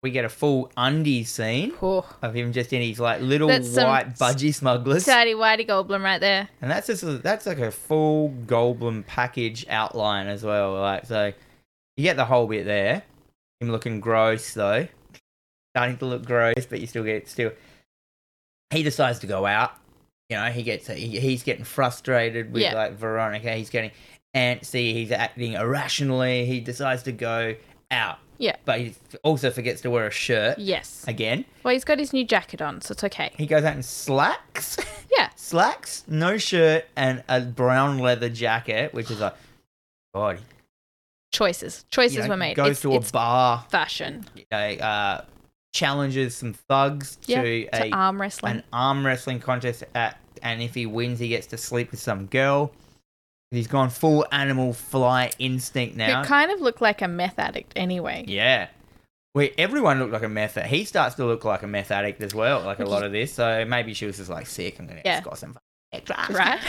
Speaker 1: We get a full undie scene
Speaker 2: Oh,
Speaker 1: of him just in his like little
Speaker 2: That's some
Speaker 1: white budgie smugglers.
Speaker 2: tidy whitey goblin right there.
Speaker 1: And that's just a, that's like a full Goldblum package outline as well. Like so, you get the whole bit there. Him looking gross though. starting to look gross, but you still get still. He decides to go out. You know, he gets he, he's getting frustrated with
Speaker 2: Yeah.
Speaker 1: like Veronica. He's getting antsy. He's acting irrationally. He decides to go out,
Speaker 2: Yeah.
Speaker 1: but he also forgets to wear a shirt
Speaker 2: Yes.
Speaker 1: again.
Speaker 2: Well, he's got his new jacket on, so it's okay.
Speaker 1: He goes out in slacks,
Speaker 2: Yeah.
Speaker 1: slacks, no shirt, and a brown leather jacket, which is like, God, he,
Speaker 2: Choices.
Speaker 1: you
Speaker 2: Choices
Speaker 1: know,
Speaker 2: were made.
Speaker 1: goes
Speaker 2: it's,
Speaker 1: to a
Speaker 2: it's
Speaker 1: bar,
Speaker 2: fashion.
Speaker 1: you know, uh, challenges some thugs
Speaker 2: Yeah.
Speaker 1: to
Speaker 2: To
Speaker 1: a
Speaker 2: arm wrestling.
Speaker 1: an arm wrestling contest at, and if he wins, he gets to sleep with some girl. He's gone full animal fly instinct now.
Speaker 2: Who kind of looked like a meth addict anyway.
Speaker 1: yeah. Wait, everyone looked like a meth addict. He starts to look like a meth addict as well, like a lot of this. So maybe she was just like sick. I'm going to
Speaker 2: Yeah.
Speaker 1: score some fucking drugs.
Speaker 2: Right?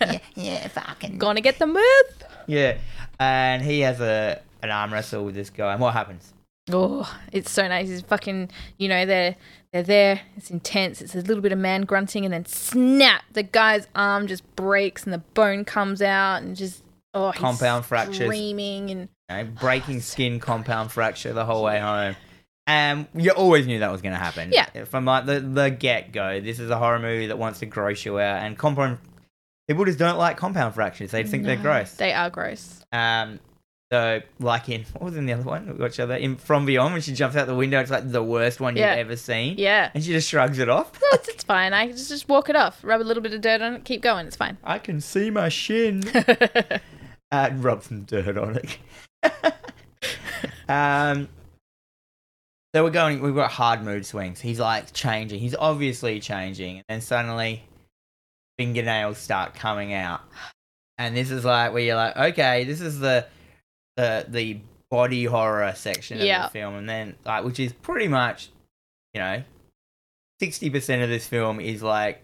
Speaker 1: Yeah, yeah, fucking.
Speaker 2: Gonna get the meth.
Speaker 1: Yeah. And he has a an arm wrestle with this guy. And what happens?
Speaker 2: Oh, it's so nice. It's fucking, you know, they're they're there. It's intense. It's a little bit of man grunting, and then snap, the guy's arm just breaks, and the bone comes out, and just oh, he's
Speaker 1: Compound fractures.
Speaker 2: screaming, and
Speaker 1: You know, breaking skin compound fracture the whole way home. And you always knew that was going to happen.
Speaker 2: Yeah.
Speaker 1: From like the, the get go, this is a horror movie that wants to gross you out. And compound people just don't like compound fractures. They think they're
Speaker 2: No,
Speaker 1: gross.
Speaker 2: They are gross.
Speaker 1: Um, so like in what was in the other one? We watched the other in From Beyond when she jumps out the window. It's like the worst one
Speaker 2: Yeah.
Speaker 1: you've ever seen.
Speaker 2: Yeah,
Speaker 1: And she just shrugs it off.
Speaker 2: no, it's, it's fine. I just just walk it off, rub a little bit of dirt on it, keep going. It's fine.
Speaker 1: I can see my shin. uh, rub some dirt on it. um, so we're going. We've got hard mood swings. He's like changing. He's obviously changing, and then suddenly fingernails start coming out, and this is like where you're like, okay, this is the the the body horror section of
Speaker 2: Yeah.
Speaker 1: the film, and then like which is pretty much, you know, sixty percent of this film is like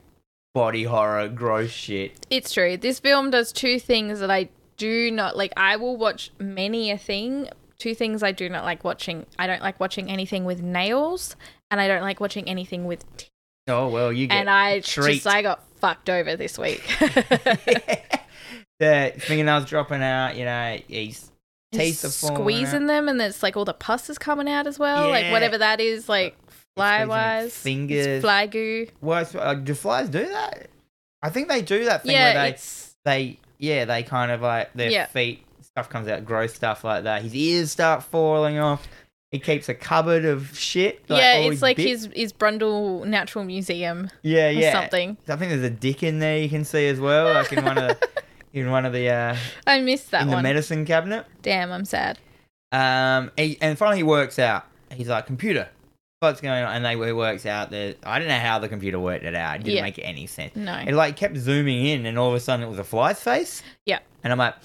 Speaker 1: body horror, gross shit.
Speaker 2: It's true. This film does two things that I do not like. I will watch many a thing. Two things I do not like watching. I don't like watching anything with nails, and I don't like watching anything with. Teeth.
Speaker 1: Oh well, you get
Speaker 2: And I
Speaker 1: treat.
Speaker 2: just I got fucked over this week.
Speaker 1: the fingernails dropping out. You know, he's teeth are falling out.
Speaker 2: Squeezing them, and it's like all the pus is coming out as well. Like
Speaker 1: Yeah.
Speaker 2: whatever that is, like fly
Speaker 1: Squeezing
Speaker 2: wise, it's
Speaker 1: fingers.
Speaker 2: fly goo.
Speaker 1: Well, it's- uh, do flies do that? I think they do that thing
Speaker 2: Yeah,
Speaker 1: where they,
Speaker 2: it's
Speaker 1: they, yeah, they kind of like their
Speaker 2: Yeah.
Speaker 1: feet stuff comes out, gross stuff like that. His ears start falling off. He keeps a cupboard of shit. Like, oh,
Speaker 2: yeah,
Speaker 1: all
Speaker 2: it's like
Speaker 1: bits.
Speaker 2: his his Brundle Natural Museum
Speaker 1: yeah,
Speaker 2: or
Speaker 1: yeah.
Speaker 2: something.
Speaker 1: I think there's a dick in there you can see as well, like in one of the, in one of the, uh,
Speaker 2: I missed that
Speaker 1: in the
Speaker 2: one.
Speaker 1: medicine cabinet.
Speaker 2: Damn, I'm sad.
Speaker 1: Um, he, and finally he works out. He's like, computer, what's going on? And they he works out that I don't know how the computer worked it out. It didn't
Speaker 2: Yeah.
Speaker 1: make any sense.
Speaker 2: No.
Speaker 1: It like kept zooming in, and all of a sudden it was a fly's face.
Speaker 2: Yeah.
Speaker 1: And I'm like,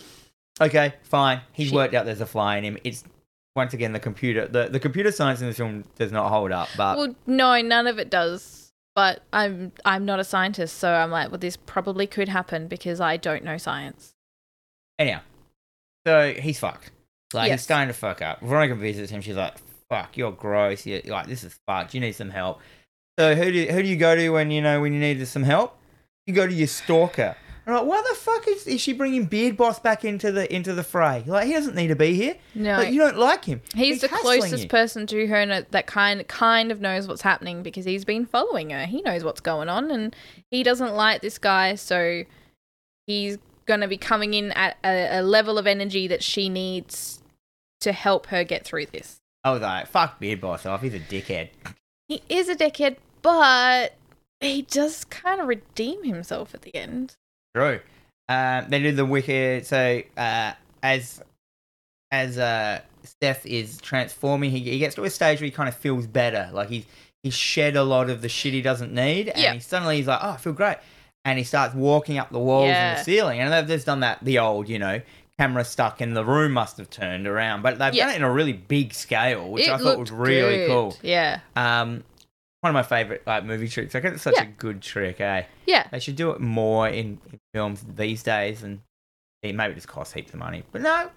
Speaker 1: okay, fine. He's
Speaker 2: Shit.
Speaker 1: worked out there's a fly in him. It's once again the computer. The the computer science in this film does not hold up. But
Speaker 2: Well, no, none of it does. But I'm I'm not a scientist, so I'm like, well, this probably could happen because I don't know science.
Speaker 1: anyhow, so he's fucked. Like he's
Speaker 2: Yes.
Speaker 1: starting to fuck up. Veronica visits him. She's like, "Fuck, you're gross. You're like this is fucked. You need some help." So who do who do you go to when you know when you need some help? You go to your stalker. I'm like, why the fuck is, is she bringing Beard Boss back into the into the fray? Like he doesn't need to be here.
Speaker 2: No,
Speaker 1: Like you don't like him.
Speaker 2: he's the
Speaker 1: hassling
Speaker 2: closest
Speaker 1: you.
Speaker 2: person to her and uh, that kind kind of knows what's happening because he's been following her. He knows what's going on, and he doesn't like this guy, so he's gonna be coming in at a, a level of energy that she needs to help her get through this.
Speaker 1: I was like, fuck Beard Boss off. He's a dickhead.
Speaker 2: He is a dickhead, but he does kind of redeem himself at the end.
Speaker 1: True. Um, they do the wicked. So uh, as as uh, Steph is transforming, he, he gets to a stage where he kind of feels better. Like he's he's shed a lot of the shit he doesn't need, and
Speaker 2: Yeah.
Speaker 1: he, suddenly he's like, "Oh, I feel great," and he starts walking up the walls and
Speaker 2: Yeah.
Speaker 1: the ceiling. And they've just done that the old, you know. Camera stuck and the room must have turned around, but they've
Speaker 2: Yeah.
Speaker 1: done it in a really big scale, which
Speaker 2: It
Speaker 1: I thought was
Speaker 2: looked
Speaker 1: really
Speaker 2: good.
Speaker 1: cool.
Speaker 2: Yeah.
Speaker 1: Um, one of my favorite like movie tricks. I think it's such
Speaker 2: Yeah.
Speaker 1: a good trick, eh?
Speaker 2: Yeah.
Speaker 1: They should do it more in, in films these days, and it maybe just costs heaps of money. But no,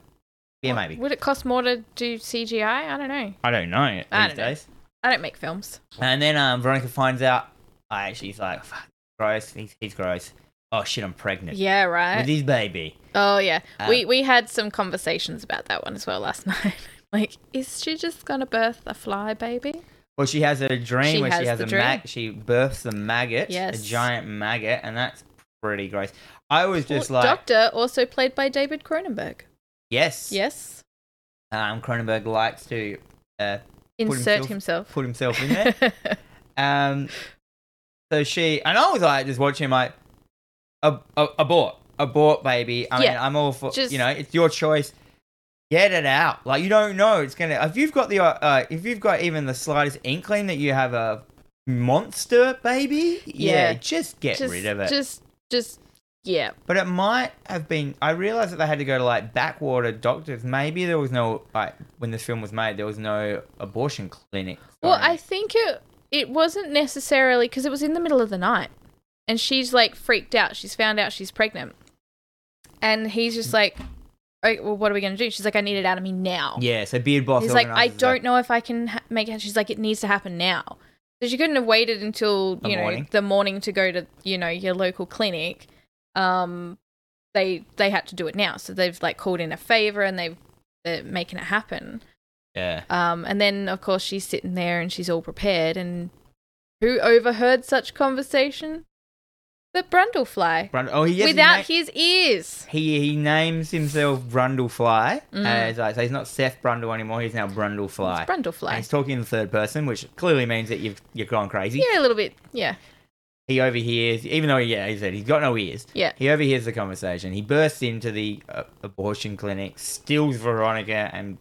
Speaker 1: yeah, maybe.
Speaker 2: Would it cost more to do CGI? I don't know.
Speaker 1: I don't know these
Speaker 2: I don't know.
Speaker 1: days.
Speaker 2: I don't make films.
Speaker 1: And then um, Veronica finds out. I she's like, Fuck, gross. He's, he's gross. Oh shit, I'm pregnant
Speaker 2: Yeah,
Speaker 1: with
Speaker 2: right.
Speaker 1: his baby.
Speaker 2: Oh yeah.
Speaker 1: Uh,
Speaker 2: we we had some conversations about that one as well last night. like, is she just gonna birth a fly baby?
Speaker 1: Well, she has a dream
Speaker 2: She
Speaker 1: where she
Speaker 2: has
Speaker 1: has
Speaker 2: the
Speaker 1: a
Speaker 2: dream.
Speaker 1: mag. She births a maggot,
Speaker 2: Yes.
Speaker 1: a giant maggot, and that's pretty gross. I was just
Speaker 2: Well,
Speaker 1: like,
Speaker 2: Doctor, also played by David Cronenberg.
Speaker 1: yes,
Speaker 2: Yes.
Speaker 1: Um, Cronenberg likes to uh,
Speaker 2: Insert himself.
Speaker 1: himself- put himself in there. um, so she and I was like, just watching, like, ab- ab- abort, abort, baby. I mean,
Speaker 2: Yeah,
Speaker 1: I'm all for
Speaker 2: just-
Speaker 1: you know, it's your choice. Get it out. Like you don't know, it's gonna. If you've got the, uh, uh, if you've got even the slightest inkling that you have a monster baby, yeah,
Speaker 2: Yeah.
Speaker 1: just get
Speaker 2: just,
Speaker 1: rid of it.
Speaker 2: Just, just, yeah.
Speaker 1: But it might have been. I realized that they had to go to like backwater doctors. Maybe there was no like when this film was made, there was no abortion clinic.
Speaker 2: Well, I think it it wasn't necessarily because it was in the middle of the night, and she's like freaked out. She's found out she's pregnant, and he's just like, "Okay, well, what are we gonna do?" She's like, "I need it out of me now."
Speaker 1: yeah. So Beard Boss.
Speaker 2: He's like, "I
Speaker 1: organises
Speaker 2: don't know if I can ha- make it." She's like, "It needs to happen now." So she couldn't have waited until
Speaker 1: The
Speaker 2: you know
Speaker 1: morning.
Speaker 2: the morning to go to you know your local clinic. Um, they they had to do it now, so they've like called in a favor and they've they're making it happen.
Speaker 1: a- Yeah.
Speaker 2: Um, and then, of course, she's sitting there and she's all prepared. And who overheard such conversation? The Brundlefly,
Speaker 1: Brund- oh, he yes, he
Speaker 2: without
Speaker 1: na-
Speaker 2: his ears.
Speaker 1: He, he names himself Brundlefly.
Speaker 2: Mm.
Speaker 1: As I say, he's not Seth Brundle anymore. He's now Brundlefly.
Speaker 2: It's Brundlefly.
Speaker 1: And he's talking in the third person, which clearly means that you've you've gone crazy.
Speaker 2: yeah, a little bit. Yeah,
Speaker 1: He overhears, even though yeah, he said he's got no ears.
Speaker 2: yeah.
Speaker 1: He overhears the conversation. He bursts into the uh, abortion clinic, steals Veronica, and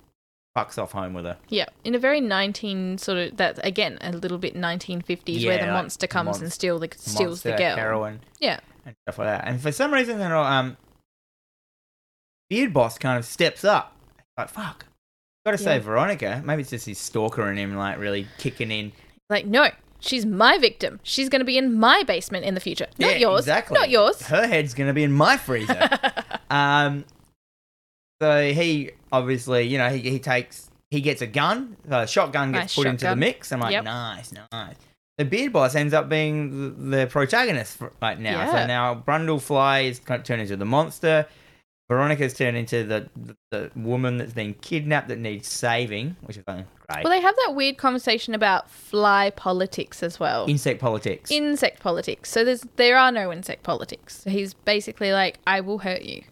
Speaker 1: fucks off home with her.
Speaker 2: Yeah, in a very 19 sort of that again a little bit 1950s where
Speaker 1: Yeah,
Speaker 2: the
Speaker 1: like
Speaker 2: monster comes
Speaker 1: monst-
Speaker 2: and steal the steals the
Speaker 1: Monster,
Speaker 2: girl.
Speaker 1: heroin,
Speaker 2: Yeah.
Speaker 1: and stuff like that. And for some reason, they're all, um, Beard Boss kind of steps up, like fuck. Got to
Speaker 2: Yeah.
Speaker 1: save Veronica. Maybe it's just his stalker and him like really kicking in.
Speaker 2: Like no, she's my victim. She's going to be in my basement in the future, not
Speaker 1: Yeah,
Speaker 2: yours.
Speaker 1: Exactly.
Speaker 2: Not yours.
Speaker 1: Her head's gonna be in my freezer. um, so he obviously, you know, he, he takes he gets a gun. The shotgun gets
Speaker 2: Nice
Speaker 1: put into the
Speaker 2: shotgun.
Speaker 1: mix. I'm like,
Speaker 2: Yep.
Speaker 1: nice, nice. The beard boss ends up being the, the protagonist for, right now. So
Speaker 2: Yeah.
Speaker 1: now Brundlefly is kind of turned into the monster. Veronica's turned into the, the the woman that's been kidnapped that needs saving, which is uh, great.
Speaker 2: Well, they have that weird conversation about fly politics as well.
Speaker 1: Insect politics.
Speaker 2: insect politics. So there's there are no insect politics. So he's basically like, I will hurt you.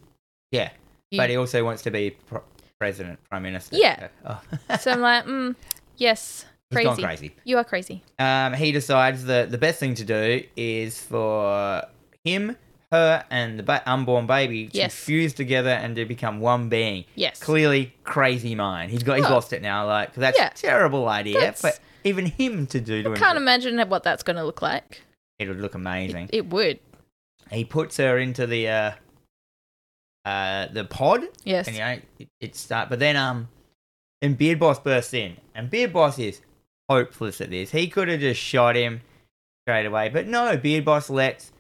Speaker 1: yeah,
Speaker 2: You-
Speaker 1: but he also wants to be pro- president, prime minister. Uh, oh.
Speaker 2: Yeah.
Speaker 1: So-
Speaker 2: So I'm like, mm, yes,
Speaker 1: He's
Speaker 2: crazy.
Speaker 1: gone crazy.
Speaker 2: You are crazy.
Speaker 1: um, he decides that the best thing to do is for him, her, and the ba- unborn baby to
Speaker 2: Yes.
Speaker 1: fuse together and to become one being.
Speaker 2: Yes.
Speaker 1: Clearly, crazy mind. He's got he's
Speaker 2: Oh.
Speaker 1: lost it now. Like 'cause that's
Speaker 2: Yeah.
Speaker 1: a terrible idea.
Speaker 2: That's-
Speaker 1: But even him to do to him,
Speaker 2: Can't imagine what that's going to look like.
Speaker 1: it would look amazing.
Speaker 2: It would.
Speaker 1: he puts her into the uh, uh, the pod,
Speaker 2: Yes.
Speaker 1: and you know it, it start. But then um, and Beard Boss bursts in, and Beard Boss is hopeless at this. He could have just shot him straight away, but no. Beard Boss lets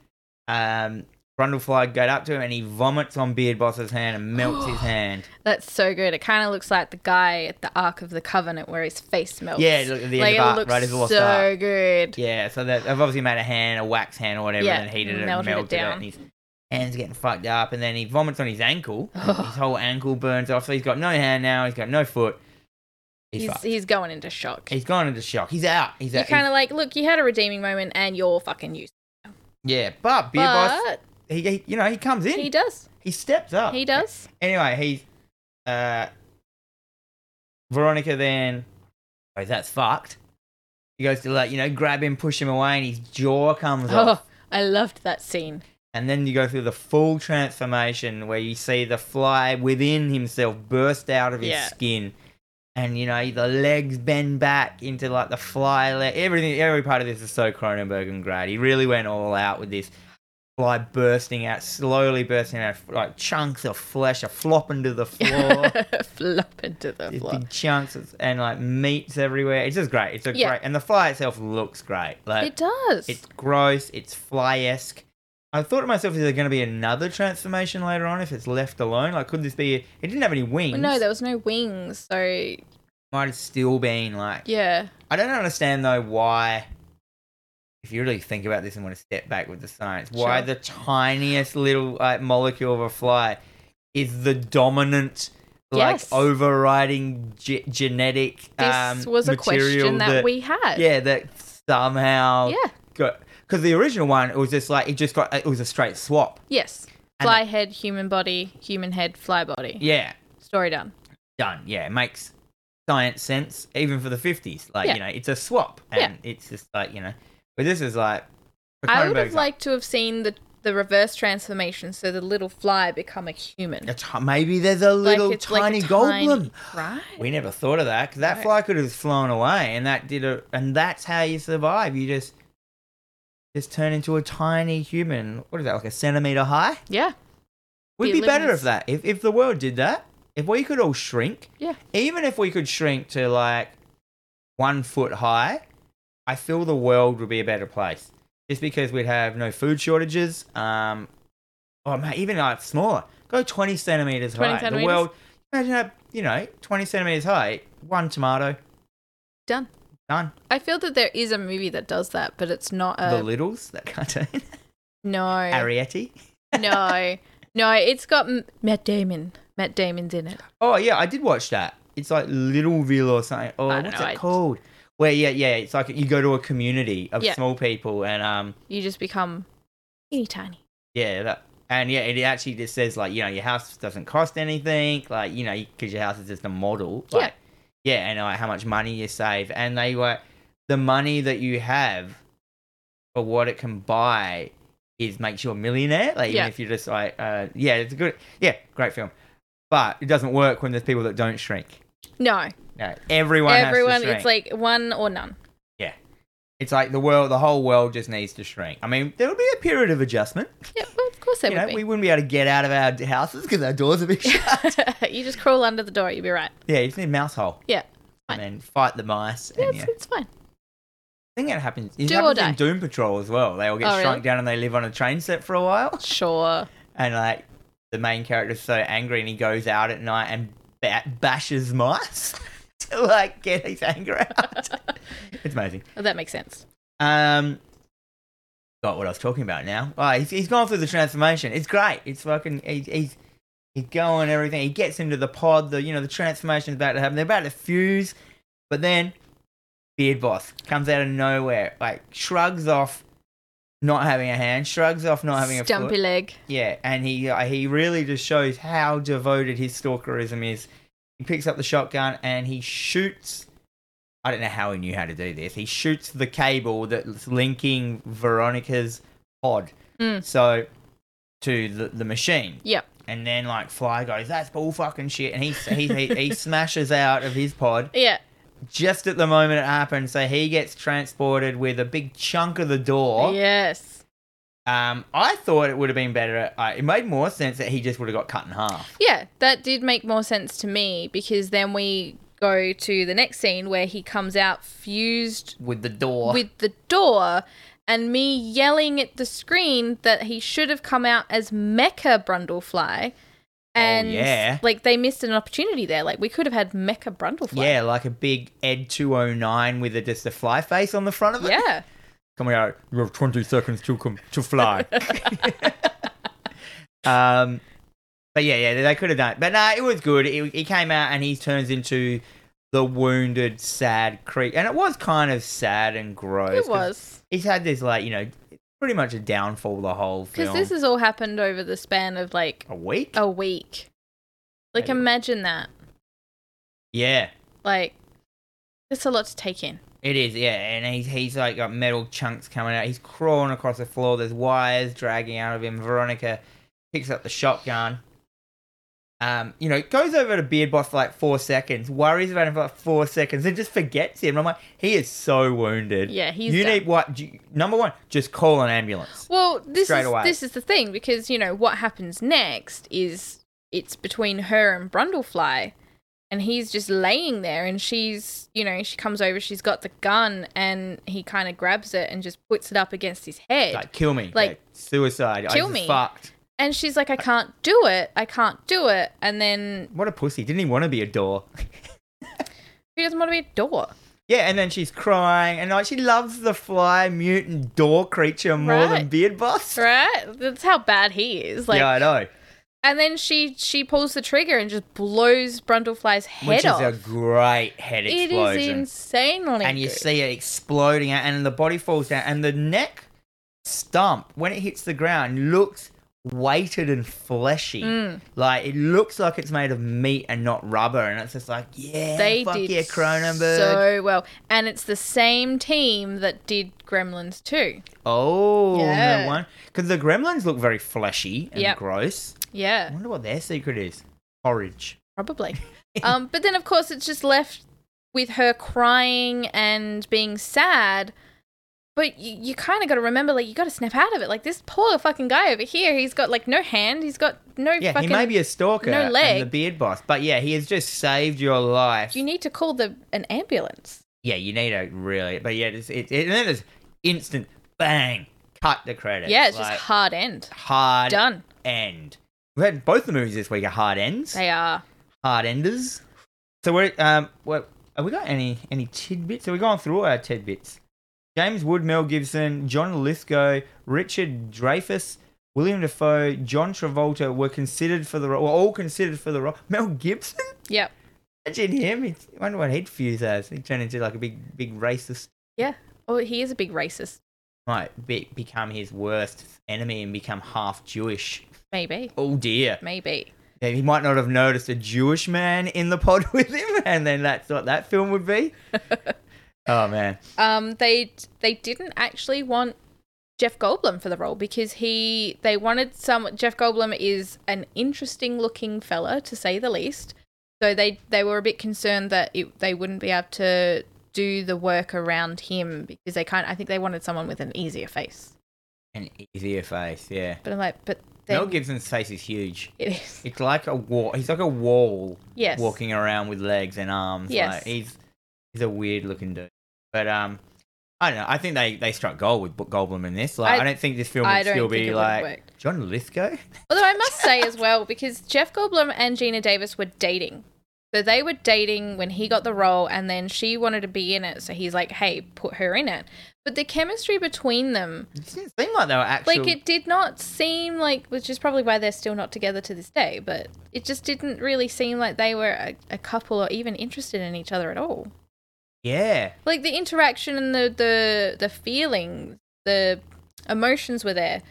Speaker 1: um Brundlefly get up to him, and he vomits on Beard Boss's hand and melts his hand.
Speaker 2: That's so good. It kind of looks like the guy at the Ark of the Covenant where his face melts.
Speaker 1: Yeah, look at the
Speaker 2: like
Speaker 1: end of
Speaker 2: it
Speaker 1: art,
Speaker 2: looks
Speaker 1: right as the lost
Speaker 2: so
Speaker 1: art.
Speaker 2: good.
Speaker 1: Yeah, so that I've obviously made a hand, a wax hand or whatever,
Speaker 2: Yeah,
Speaker 1: and heated it, and
Speaker 2: melted it
Speaker 1: melted it,
Speaker 2: down.
Speaker 1: and his hands getting fucked up, and then he vomits on his ankle. and
Speaker 2: Ugh.
Speaker 1: his whole ankle burns off, so he's got no hand now. He's got no foot. He's
Speaker 2: He's
Speaker 1: fucked.
Speaker 2: he's going into shock.
Speaker 1: he's gone into shock. He's out. He's
Speaker 2: You're
Speaker 1: out.
Speaker 2: kind of like, look, you had a redeeming moment and you're fucking useless.
Speaker 1: Yeah, but Beard Boss, Oh,
Speaker 2: But
Speaker 1: he, he you know he comes in,
Speaker 2: he
Speaker 1: he,
Speaker 2: does.
Speaker 1: steps up.
Speaker 2: He does.
Speaker 1: Anyway, he, uh, Veronica then, oh, that's fucked. He goes to like you know grab him, push him away, and his jaw comes
Speaker 2: Oh,
Speaker 1: off.
Speaker 2: I loved that scene.
Speaker 1: And then you go through the full transformation where you see the fly within himself burst out of his
Speaker 2: Yeah.
Speaker 1: skin. And you know the legs bend back into like the fly. Le- everything, every part of this is so Cronenberg and great. He really went all out with this fly bursting out, slowly bursting out, like chunks of flesh are flopping to the floor.
Speaker 2: Flop into the
Speaker 1: These
Speaker 2: floor.
Speaker 1: big chunks of- and like meats everywhere. It's just great. It's a
Speaker 2: Yeah.
Speaker 1: great, and the fly itself looks great. Like
Speaker 2: It does.
Speaker 1: it's gross. It's fly esque. I thought to myself, is there going to be another transformation later on if it's left alone? Like, could this be? It didn't have any wings.
Speaker 2: Well, no, there was no wings, so
Speaker 1: might have still been like.
Speaker 2: yeah.
Speaker 1: I don't understand though why. If you really think about this and want to step back with the science, why
Speaker 2: Sure.
Speaker 1: the tiniest little like, molecule of a fly is the dominant
Speaker 2: Yes.
Speaker 1: like overriding ge- genetic um,
Speaker 2: This was a
Speaker 1: material
Speaker 2: question that, we had.
Speaker 1: yeah that somehow
Speaker 2: Yeah.
Speaker 1: got because the original one it was just like it just got it was a straight swap
Speaker 2: Yes.
Speaker 1: And-
Speaker 2: Fly head, human body, human head, fly body.
Speaker 1: yeah
Speaker 2: Story done.
Speaker 1: done yeah it makes science sense even for the 50s like
Speaker 2: Yeah.
Speaker 1: you know it's a swap
Speaker 2: Yeah.
Speaker 1: and it's just like you know but this is like
Speaker 2: I would
Speaker 1: Cronenberg's
Speaker 2: have liked to have seen the the reverse transformation, so the little fly become a human.
Speaker 1: a ti- maybe there's a little
Speaker 2: it's like a
Speaker 1: tiny
Speaker 2: tiny-
Speaker 1: goblin
Speaker 2: right?
Speaker 1: We never thought of that because that
Speaker 2: Right.
Speaker 1: fly could have flown away, and that did a, and that's how you survive. You just just turn into a tiny human. What is that? Like a centimeter high?
Speaker 2: Yeah.
Speaker 1: We'd
Speaker 2: It
Speaker 1: be better
Speaker 2: lives-
Speaker 1: if that. If if the world did that, if we could all shrink,
Speaker 2: Yeah.
Speaker 1: even if we could shrink to like one foot high, I feel the world would be a better place. Just because we'd have no food shortages. Um, oh man, even like smaller. Go twenty centimeters
Speaker 2: 20
Speaker 1: high.
Speaker 2: centimeters?
Speaker 1: The world. Imagine that. You know, twenty centimeters high. One tomato.
Speaker 2: Done.
Speaker 1: Done.
Speaker 2: I feel that there is a movie that does that, but it's not a
Speaker 1: the Littles. That cartoon.
Speaker 2: no,
Speaker 1: Arietti.
Speaker 2: no, no. It's got M- Matt Damon. Matt Damon's in it.
Speaker 1: Oh yeah, I did watch that. It's like Littleville or something. Oh,
Speaker 2: I don't
Speaker 1: what's
Speaker 2: know,
Speaker 1: it
Speaker 2: I-
Speaker 1: called? Where yeah, yeah, it's like you go to a community of
Speaker 2: Yeah.
Speaker 1: small people and um
Speaker 2: You just become teeny tiny.
Speaker 1: yeah that and yeah it actually just says like you know your house doesn't cost anything like you know because your house is just a model
Speaker 2: Yeah.
Speaker 1: like, yeah yeah and like how much money you save and they were the money that you have for what it can buy is makes you a millionaire like even
Speaker 2: Yeah.
Speaker 1: if you're just like uh yeah it's a good yeah great film but it doesn't work when there's people that don't shrink.
Speaker 2: No,
Speaker 1: No, everyone. has
Speaker 2: everyone.
Speaker 1: to shrink.
Speaker 2: It's like one or none.
Speaker 1: it's like the world, the whole world just needs to shrink. I mean, there'll be a period of adjustment.
Speaker 2: Yeah, well, of course there
Speaker 1: You know,
Speaker 2: would
Speaker 1: we
Speaker 2: be.
Speaker 1: wouldn't be able to get out of our houses because our doors are big. shut.
Speaker 2: you just crawl under the door. You'd be right.
Speaker 1: yeah, you just need a mouse hole
Speaker 2: Yeah,
Speaker 1: and then fight the mice.
Speaker 2: yeah,
Speaker 1: And,
Speaker 2: it's,
Speaker 1: yeah.
Speaker 2: it's fine.
Speaker 1: I think that happens. It
Speaker 2: Do or
Speaker 1: happens
Speaker 2: die.
Speaker 1: in Doom Patrol as well. They all get
Speaker 2: Oh, really?
Speaker 1: shrunk down and they live on a train set for a while.
Speaker 2: Sure.
Speaker 1: And like the main character's so angry and he goes out at night and ba- bashes mice to like get his anger out. it's amazing.
Speaker 2: Well, that makes sense.
Speaker 1: Um, got what I was talking about now. Oh, he's, he's gone through the transformation. It's great. It's fucking. He's he's, he's going everything. He gets into the pod. The you know the transformation's about to happen. They're about to fuse, but then Beard Boss comes out of nowhere. Like shrugs off not having a hand. Shrugs off not having a
Speaker 2: Stumpy
Speaker 1: foot.
Speaker 2: leg.
Speaker 1: Yeah, and he uh, he really just shows how devoted his stalkerism is. He picks up the shotgun and he shoots. I don't know how he knew how to do this. He shoots the cable that's linking Veronica's pod,
Speaker 2: Mm.
Speaker 1: so to the, the machine.
Speaker 2: Yep.
Speaker 1: And then like Fly goes, "That's bull fucking shit," and he he he, he smashes out of his pod
Speaker 2: Yeah.
Speaker 1: just at the moment it happens. So he gets transported with a big chunk of the door.
Speaker 2: Yes.
Speaker 1: Um, I thought it would have been better. Uh, it made more sense that he just would have got cut in half.
Speaker 2: Yeah, that did make more sense to me because then we go to the next scene where he comes out fused
Speaker 1: With the door.
Speaker 2: with the door and me yelling at the screen that he should have come out as Mecha Brundlefly. And
Speaker 1: Oh, yeah.
Speaker 2: like they missed an opportunity there. Like we could have had Mecha Brundlefly.
Speaker 1: yeah, like a big Ed 209 with a, just a fly face on the front of it.
Speaker 2: Yeah.
Speaker 1: Coming out, you have 20 seconds to come to fly. um, but yeah, yeah, they could have done it. But nah, it was good. It, he came out and he turns into the wounded, sad creep. And it was kind of sad and gross.
Speaker 2: It
Speaker 1: 'cause
Speaker 2: was.
Speaker 1: He's had this, like, you know, pretty much a downfall the whole
Speaker 2: Because
Speaker 1: film.
Speaker 2: this has all happened over the span of like
Speaker 1: a week?
Speaker 2: a week. Like
Speaker 1: Maybe.
Speaker 2: imagine that.
Speaker 1: Yeah.
Speaker 2: Like it's a lot to take in.
Speaker 1: It is, yeah, and he's he's like got metal chunks coming out. He's crawling across the floor. There's wires dragging out of him. Veronica picks up the shotgun. Um, you know, goes over to Beard Boss for like four seconds, worries about him for like four seconds, and just forgets him. I'm like, he is so wounded.
Speaker 2: Yeah, he's
Speaker 1: You
Speaker 2: done.
Speaker 1: need what? you- Number one, just call an ambulance.
Speaker 2: Well, this
Speaker 1: Straight
Speaker 2: is
Speaker 1: away.
Speaker 2: this is the thing because you know what happens next is it's between her and Brundlefly, and he's just laying there, and she's you know she comes over, she's got the gun, and he kind of grabs it and just puts it up against his head,
Speaker 1: Like, kill me.
Speaker 2: Like,
Speaker 1: suicide. I
Speaker 2: kill
Speaker 1: just
Speaker 2: me.
Speaker 1: Fucked.
Speaker 2: and she's like, I can't do it, I can't do it, and then
Speaker 1: What a pussy. Didn't he want to be a door?
Speaker 2: he doesn't want to be a door,
Speaker 1: Yeah, and then she's crying, and like she loves the fly mutant door creature more than
Speaker 2: Right.
Speaker 1: Beard Boss.
Speaker 2: right? That's how bad he is. Like,
Speaker 1: yeah, I know.
Speaker 2: And then she she pulls the trigger and just blows Brundlefly's head
Speaker 1: which
Speaker 2: off.
Speaker 1: is a great head
Speaker 2: it
Speaker 1: explosion.
Speaker 2: is insanely.
Speaker 1: and you
Speaker 2: good.
Speaker 1: see it exploding out, and the body falls down, and the neck stump when it hits the ground looks weighted and fleshy.
Speaker 2: Mm.
Speaker 1: Like it looks like it's made of meat and not rubber, and it's just like yeah,
Speaker 2: they
Speaker 1: fuck
Speaker 2: did
Speaker 1: yeah, Cronenberg.
Speaker 2: so well, and it's the same team that did Gremlins too.
Speaker 1: oh,
Speaker 2: Yeah.
Speaker 1: no one because the Gremlins look very fleshy and
Speaker 2: Yep.
Speaker 1: gross. I
Speaker 2: Yeah,
Speaker 1: wonder what their secret is. Porridge.
Speaker 2: probably. um, but then of course it's just left with her crying and being sad. But you, you kind of got to remember, like you got to snap out of it. Like this poor fucking guy over here, he's got like no hand, he's got no
Speaker 1: Yeah,
Speaker 2: fucking.
Speaker 1: he may be a stalker
Speaker 2: no
Speaker 1: and the
Speaker 2: leg.
Speaker 1: beard boss, but yeah, he has just saved your life.
Speaker 2: you need to call the an ambulance.
Speaker 1: yeah, you need a really, but yeah, it's, it, it, and then it's instant bang, cut the credits.
Speaker 2: yeah, it's
Speaker 1: like,
Speaker 2: just hard end.
Speaker 1: hard
Speaker 2: Done.
Speaker 1: end. We've had both the movies this week are hard ends,
Speaker 2: They are.
Speaker 1: hard enders. So we're um, what have we got any any tidbits? So we're going through all our tidbits. James Wood, Mel Gibson, John Lithgow, Richard Dreyfuss, William Defoe, John Travolta were considered for the role. Were all considered for the role. Mel Gibson.
Speaker 2: Yep.
Speaker 1: Imagine him. It's- I wonder what he'd fuse as. He'd turn into like a big, big racist
Speaker 2: Yeah. Oh, he is a big racist.
Speaker 1: might be, become his worst enemy and become half Jewish.
Speaker 2: Maybe.
Speaker 1: Oh dear.
Speaker 2: Maybe.
Speaker 1: Yeah, He might not have noticed a Jewish man in the pod with him, and then that's what that film would be. oh man.
Speaker 2: um, they they didn't actually want Jeff Goldblum for the role because he they wanted some Jeff Goldblum is an interesting looking fella to say the least. So they they were a bit concerned that it, they wouldn't be able to do the work around him because they kind I think they wanted someone with an easier face.
Speaker 1: An easier face, yeah.
Speaker 2: But I'm like, but
Speaker 1: Mel
Speaker 2: then
Speaker 1: Gibson's face is huge.
Speaker 2: it is
Speaker 1: It's like a wall. He's like a wall
Speaker 2: yes
Speaker 1: walking around with legs and arms.
Speaker 2: Yes.
Speaker 1: Like, he's he's a weird looking dude. But um, I don't know. I think they, they struck gold with Goldblum in this. Like I,
Speaker 2: I-
Speaker 1: don't think this film
Speaker 2: I
Speaker 1: would
Speaker 2: don't
Speaker 1: still
Speaker 2: think
Speaker 1: be
Speaker 2: it would've
Speaker 1: like
Speaker 2: worked.
Speaker 1: John Lithgow.
Speaker 2: Although I must say as well, because Jeff Goldblum and Gina Davis were dating. So they were dating when he got the role, and then she wanted to be in it. So he's like, hey, put her in it. But the chemistry between them,
Speaker 1: It didn't seem like they were actually
Speaker 2: like, it did not seem like, which is probably why they're still not together to this day, but it just didn't really seem like they were a, a couple or even interested in each other at all.
Speaker 1: Yeah.
Speaker 2: Like, the interaction and the, the, the feelings, the emotions were there.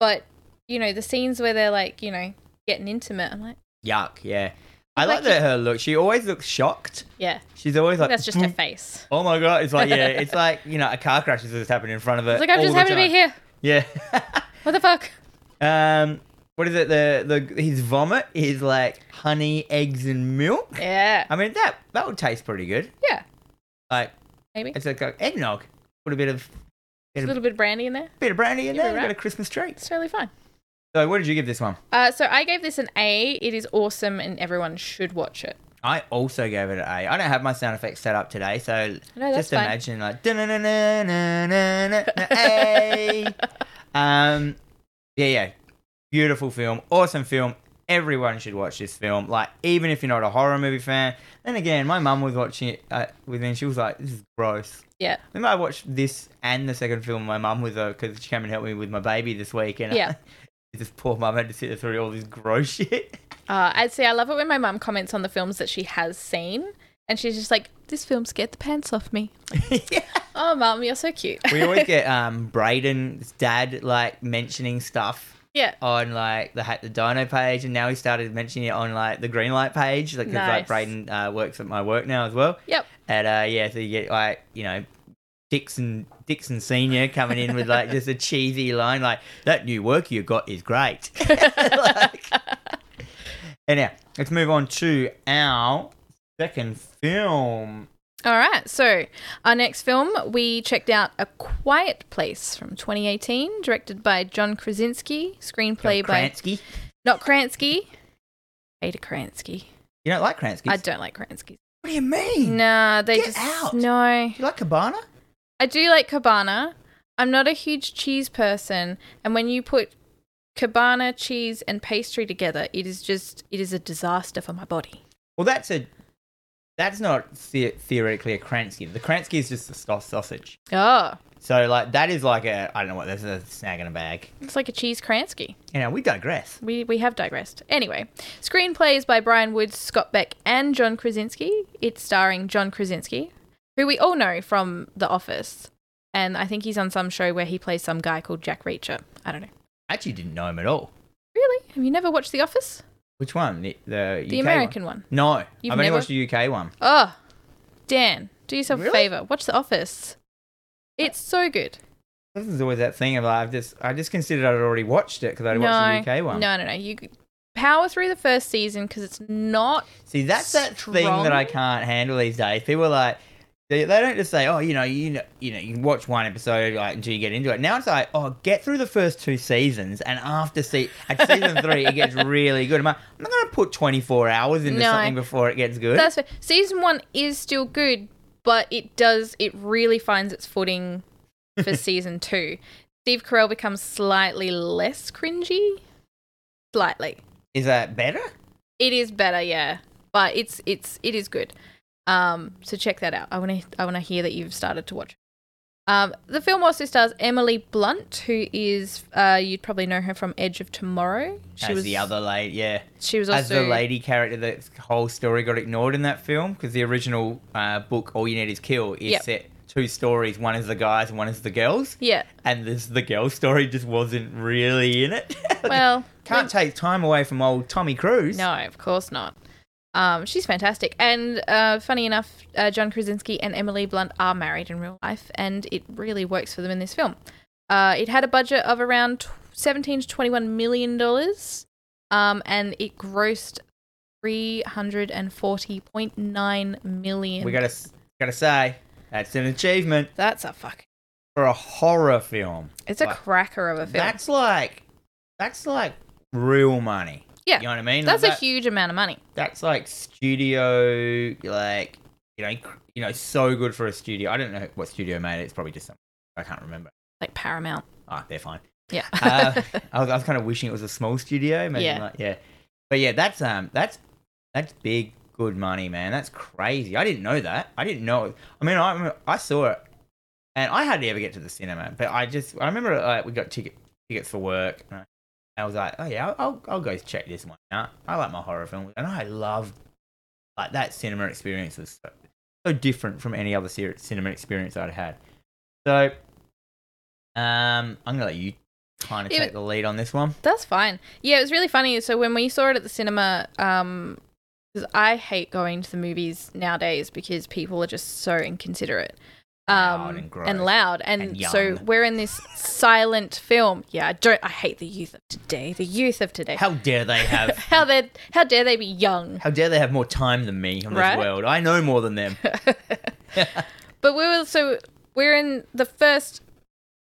Speaker 2: But, you know, the scenes where they're like, you know, getting intimate, I'm like,
Speaker 1: Yuck, yeah. I
Speaker 2: Like
Speaker 1: like that her look. She always looks shocked.
Speaker 2: Yeah,
Speaker 1: She's always like,
Speaker 2: that's just her face.
Speaker 1: Oh my god! It's like yeah, it's like you know a car crash has just happened in front of her.
Speaker 2: It's like I'm
Speaker 1: all
Speaker 2: just
Speaker 1: the
Speaker 2: happy to be
Speaker 1: time.
Speaker 2: here. What the fuck?
Speaker 1: Yeah. um, what is it? The the his vomit is like honey, eggs, and milk.
Speaker 2: Yeah,
Speaker 1: I mean that that would taste pretty good.
Speaker 2: yeah,
Speaker 1: Like
Speaker 2: maybe
Speaker 1: it's like a eggnog. Put a bit of
Speaker 2: a
Speaker 1: bit
Speaker 2: little
Speaker 1: of,
Speaker 2: bit of brandy in there.
Speaker 1: bit of brandy in
Speaker 2: You'll be
Speaker 1: there. You've got
Speaker 2: right.
Speaker 1: a Christmas treat.
Speaker 2: It's totally fine.
Speaker 1: So what did you give this one?
Speaker 2: Uh, so I gave this an A. It is awesome, and everyone should watch it.
Speaker 1: I also gave it an A. I don't have my sound effects set up today, so
Speaker 2: No,
Speaker 1: just
Speaker 2: that's fine.
Speaker 1: imagine like "Dun-dun-dun-dun-dun-dun-dun, A. um, yeah, yeah, beautiful film, awesome film. Everyone should watch this film. Like, even if you're not a horror movie fan. Then again, my mum was watching it uh, with me, and she was like, "This is gross."
Speaker 2: Yeah,
Speaker 1: I remember I watched this and the second film with my mum with her because she came and helped me with my baby this week, and
Speaker 2: Yeah.
Speaker 1: this poor mum had to sit through all this gross shit.
Speaker 2: uh, I'd say I love it when my mum comments on the films that she has seen, and she's just like, "This film scared the pants off me."
Speaker 1: yeah.
Speaker 2: Oh, mum, you're so cute.
Speaker 1: we always get um Braden's dad like mentioning stuff
Speaker 2: yeah,
Speaker 1: on like the ha- the Dino page, and now he started mentioning it on like the green light page. Like 'cause, like
Speaker 2: Nice.
Speaker 1: Braden uh, works at my work now as well.
Speaker 2: yep,
Speaker 1: And uh, yeah, so you get like you know Dixon Dixon Senior coming in with like just a cheesy line like that new work you got is great. like, and now let's move on to our second film.
Speaker 2: All right, so our next film, we checked out A Quiet Place from 2018, directed by John Krasinski, screenplay by
Speaker 1: Kransky.
Speaker 2: not Kransky, Ada Kransky.
Speaker 1: You don't like Kransky?
Speaker 2: I don't like Kransky.
Speaker 1: What do you mean?
Speaker 2: Nah, they
Speaker 1: Get
Speaker 2: just
Speaker 1: out.
Speaker 2: no.
Speaker 1: You like Cabana?
Speaker 2: I do like Cabana. I'm not a huge cheese person, and when you put Cabana cheese and pastry together, it is just it is a disaster for my body.
Speaker 1: Well, that's a that's not the- theoretically a Kransky. The Kransky is just a sauce sausage.
Speaker 2: Oh,
Speaker 1: So like that is like a I don't know what that's a snag in a bag.
Speaker 2: It's like a cheese Kransky.
Speaker 1: You know we digress.
Speaker 2: We, we have digressed. Anyway, screenplay is by Brian Woods, Scott Beck, and John Krasinski. It's starring John Krasinski, who we all know from The Office. And I think he's on some show where he plays some guy called Jack Reacher. I don't know.
Speaker 1: I actually didn't know him at all.
Speaker 2: Really? Have you never watched The Office?
Speaker 1: Which one? The the,
Speaker 2: The
Speaker 1: UK
Speaker 2: American
Speaker 1: One?
Speaker 2: one.
Speaker 1: No,
Speaker 2: You've
Speaker 1: I've only
Speaker 2: never-
Speaker 1: watched the UK one.
Speaker 2: Oh, Dan, do yourself
Speaker 1: Really?
Speaker 2: a favor. Watch The Office. It's so good.
Speaker 1: This is always that thing of like, I've just I just considered I'd already watched it because I'd watched the UK one.
Speaker 2: No, no, no. You power through the first season because it's not.
Speaker 1: See, that's that thing that I
Speaker 2: Strong?
Speaker 1: can't handle these days. People are like, they, they don't just say, oh, you know, you know, you know, you can watch one episode like until you get into it. Now it's like, oh, get through the first two seasons, and after se- at season three, it gets really good. I'm, like, I'm not going to put 24 hours into
Speaker 2: No.
Speaker 1: something before it gets good.
Speaker 2: That's season one is still good, but it does. It really finds its footing for season two. Steve Carell becomes slightly less cringy. Slightly.
Speaker 1: Is that better?
Speaker 2: It is better, yeah. But it's it's it is good. Um, so check that out. I want to I want to hear that you've started to watch. Um, the film also stars Emily Blunt, who is uh, you'd probably know her from Edge of Tomorrow. She
Speaker 1: as
Speaker 2: was
Speaker 1: the other lady, yeah.
Speaker 2: She was also
Speaker 1: As the lady character, the whole story got ignored in that film because the original uh, book, All You Need Is Kill, is
Speaker 2: Yep.
Speaker 1: set two stories. One is the guys, and one is the girls.
Speaker 2: Yeah.
Speaker 1: and this the girl story just wasn't really in it.
Speaker 2: Well,
Speaker 1: can't take time away from old Tommy Cruise.
Speaker 2: No, of course not. Um, she's fantastic. And uh, funny enough, uh, John Krasinski and Emily Blunt are married in real life, and it really works for them in this film. Uh, it had a budget of around tw- 17 to 21 million dollars, um, and it grossed 340.9 million.
Speaker 1: we gotta s- gotta say that's an achievement
Speaker 2: That's a fuck.
Speaker 1: for a horror film.
Speaker 2: It's a
Speaker 1: Like,
Speaker 2: cracker of a film.
Speaker 1: That's like that's like real money.
Speaker 2: Yeah.
Speaker 1: you know what I mean.
Speaker 2: That's
Speaker 1: like
Speaker 2: a huge amount of money.
Speaker 1: That's like studio, like you know, cr- you know, so good for a studio. I don't know what studio made it. It's probably just some. I can't remember.
Speaker 2: Like Paramount.
Speaker 1: Ah, they're fine.
Speaker 2: Yeah.
Speaker 1: Uh, I was, I was kind of wishing it was a small studio. Maybe
Speaker 2: Yeah.
Speaker 1: Like, yeah. But yeah, that's um, that's that's big, good money, man. That's crazy. I didn't know that. I didn't know. It. I mean, I I saw it, and I hardly ever get to the cinema. But I just I remember like we got ticket tickets for work. And I, I was like, oh yeah, I'll, I'll I'll go check this one out. I like my horror films, and I love like that cinema experience was so, so different from any other ser- cinema experience I'd had. So. Um, I'm gonna let you kind of
Speaker 2: Yeah,
Speaker 1: take the lead on this one.
Speaker 2: That's fine. Yeah, it was really funny. So when we saw it at the cinema, um, 'cause I hate going to the movies nowadays because people are just so inconsiderate. Um,
Speaker 1: Loud and gross.
Speaker 2: loud, and,
Speaker 1: And
Speaker 2: so
Speaker 1: young.
Speaker 2: we're in this silent film. Yeah, I don't. I hate the youth of today. The youth of today.
Speaker 1: How dare they have?
Speaker 2: how they? How dare they be young?
Speaker 1: how dare they have more time than me on
Speaker 2: Right?
Speaker 1: this world? I know more than them.
Speaker 2: But we were so we're in the first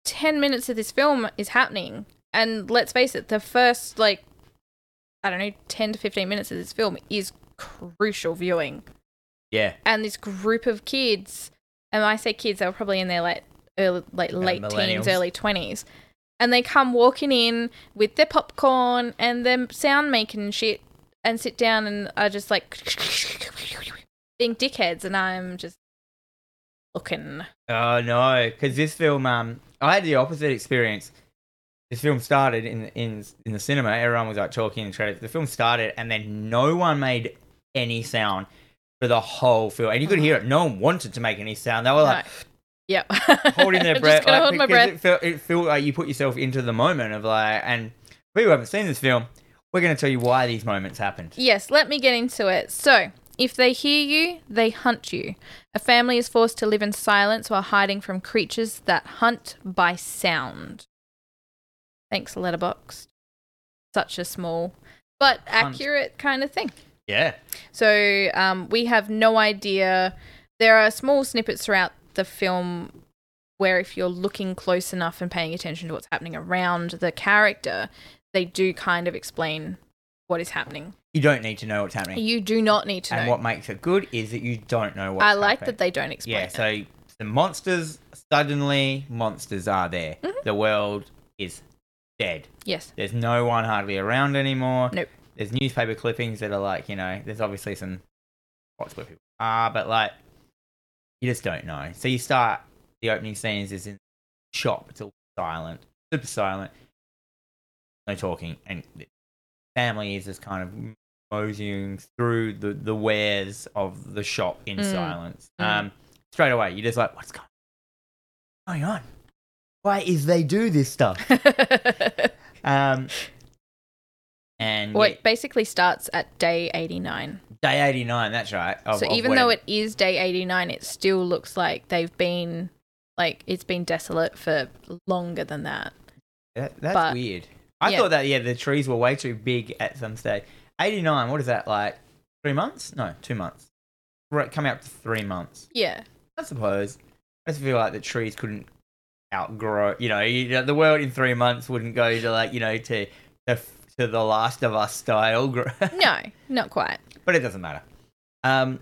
Speaker 2: ten minutes of this film is happening, and let's face it, the first like I don't know ten to fifteen minutes of this film is crucial viewing,
Speaker 1: Yeah,
Speaker 2: and this group of kids, and when I say kids, they were probably in their like early, like late teens,
Speaker 1: Uh, millennials.
Speaker 2: early twenties, and they come walking in with their popcorn and their sound making and shit, and sit down and are just like being dickheads, and I'm just looking.
Speaker 1: Oh no, because this film, um, I had the opposite experience. This film started in in in the cinema. Everyone was like talking and credits. The film started, and then no one made any sound for the whole film, and you could hear it. No one wanted to make any sound. They were like
Speaker 2: No. Yep.
Speaker 1: holding their breath.
Speaker 2: Just gonna
Speaker 1: like,
Speaker 2: hold my
Speaker 1: because
Speaker 2: breath.
Speaker 1: It felt, it felt like you put yourself into the moment of like, and people who haven't seen this film, we're going to tell you why these moments happened.
Speaker 2: Yes, let me get into it. So, if they hear you, they hunt you. A family is forced to live in silence while hiding from creatures that hunt by sound. Thanks, Letterboxd. Such a small but
Speaker 1: Hunt.
Speaker 2: accurate kind of thing.
Speaker 1: Yeah.
Speaker 2: So um, we have no idea. There are small snippets throughout the film where, if you're looking close enough and paying attention to what's happening around the character, they do kind of explain what is happening.
Speaker 1: You don't need to know what's happening.
Speaker 2: You do not need to
Speaker 1: and
Speaker 2: know.
Speaker 1: what makes it good is that you don't know what's
Speaker 2: I like
Speaker 1: happening.
Speaker 2: that they don't explain.
Speaker 1: Yeah,
Speaker 2: it.
Speaker 1: so the monsters, suddenly, monsters are there.
Speaker 2: Mm-hmm.
Speaker 1: The world is dead.
Speaker 2: Yes.
Speaker 1: There's no one hardly around anymore.
Speaker 2: Nope.
Speaker 1: There's newspaper clippings that are like, you know, there's obviously some spots where people are, but like, you just don't know. So you start the opening scenes is in shop. It's all silent, super silent, no talking, and the family is just kind of moseying through the the wares of the shop in
Speaker 2: Mm.
Speaker 1: silence.
Speaker 2: Mm.
Speaker 1: Um, straight away, you're just like, what's going going on? Why is they do this stuff? Um, and
Speaker 2: well, it basically starts at day 89.
Speaker 1: yeah, day eighty nine. That's right. of-
Speaker 2: so
Speaker 1: of
Speaker 2: even though
Speaker 1: Oh, whatever.
Speaker 2: it is day 89, it still looks like they've been, like, it's been desolate for longer than that.
Speaker 1: That, that's
Speaker 2: But-
Speaker 1: weird. I
Speaker 2: yeah.
Speaker 1: thought that yeah, the trees were way too big at some stage. Eighty nine. What is that like? Three months? No, two months. Right, coming up to three months.
Speaker 2: Yeah.
Speaker 1: I suppose. I just feel like the trees couldn't outgrow. You know, you know, the world in three months wouldn't go to like you know to to, to the Last of Us style. gr-
Speaker 2: No, not quite.
Speaker 1: but it doesn't matter. Um,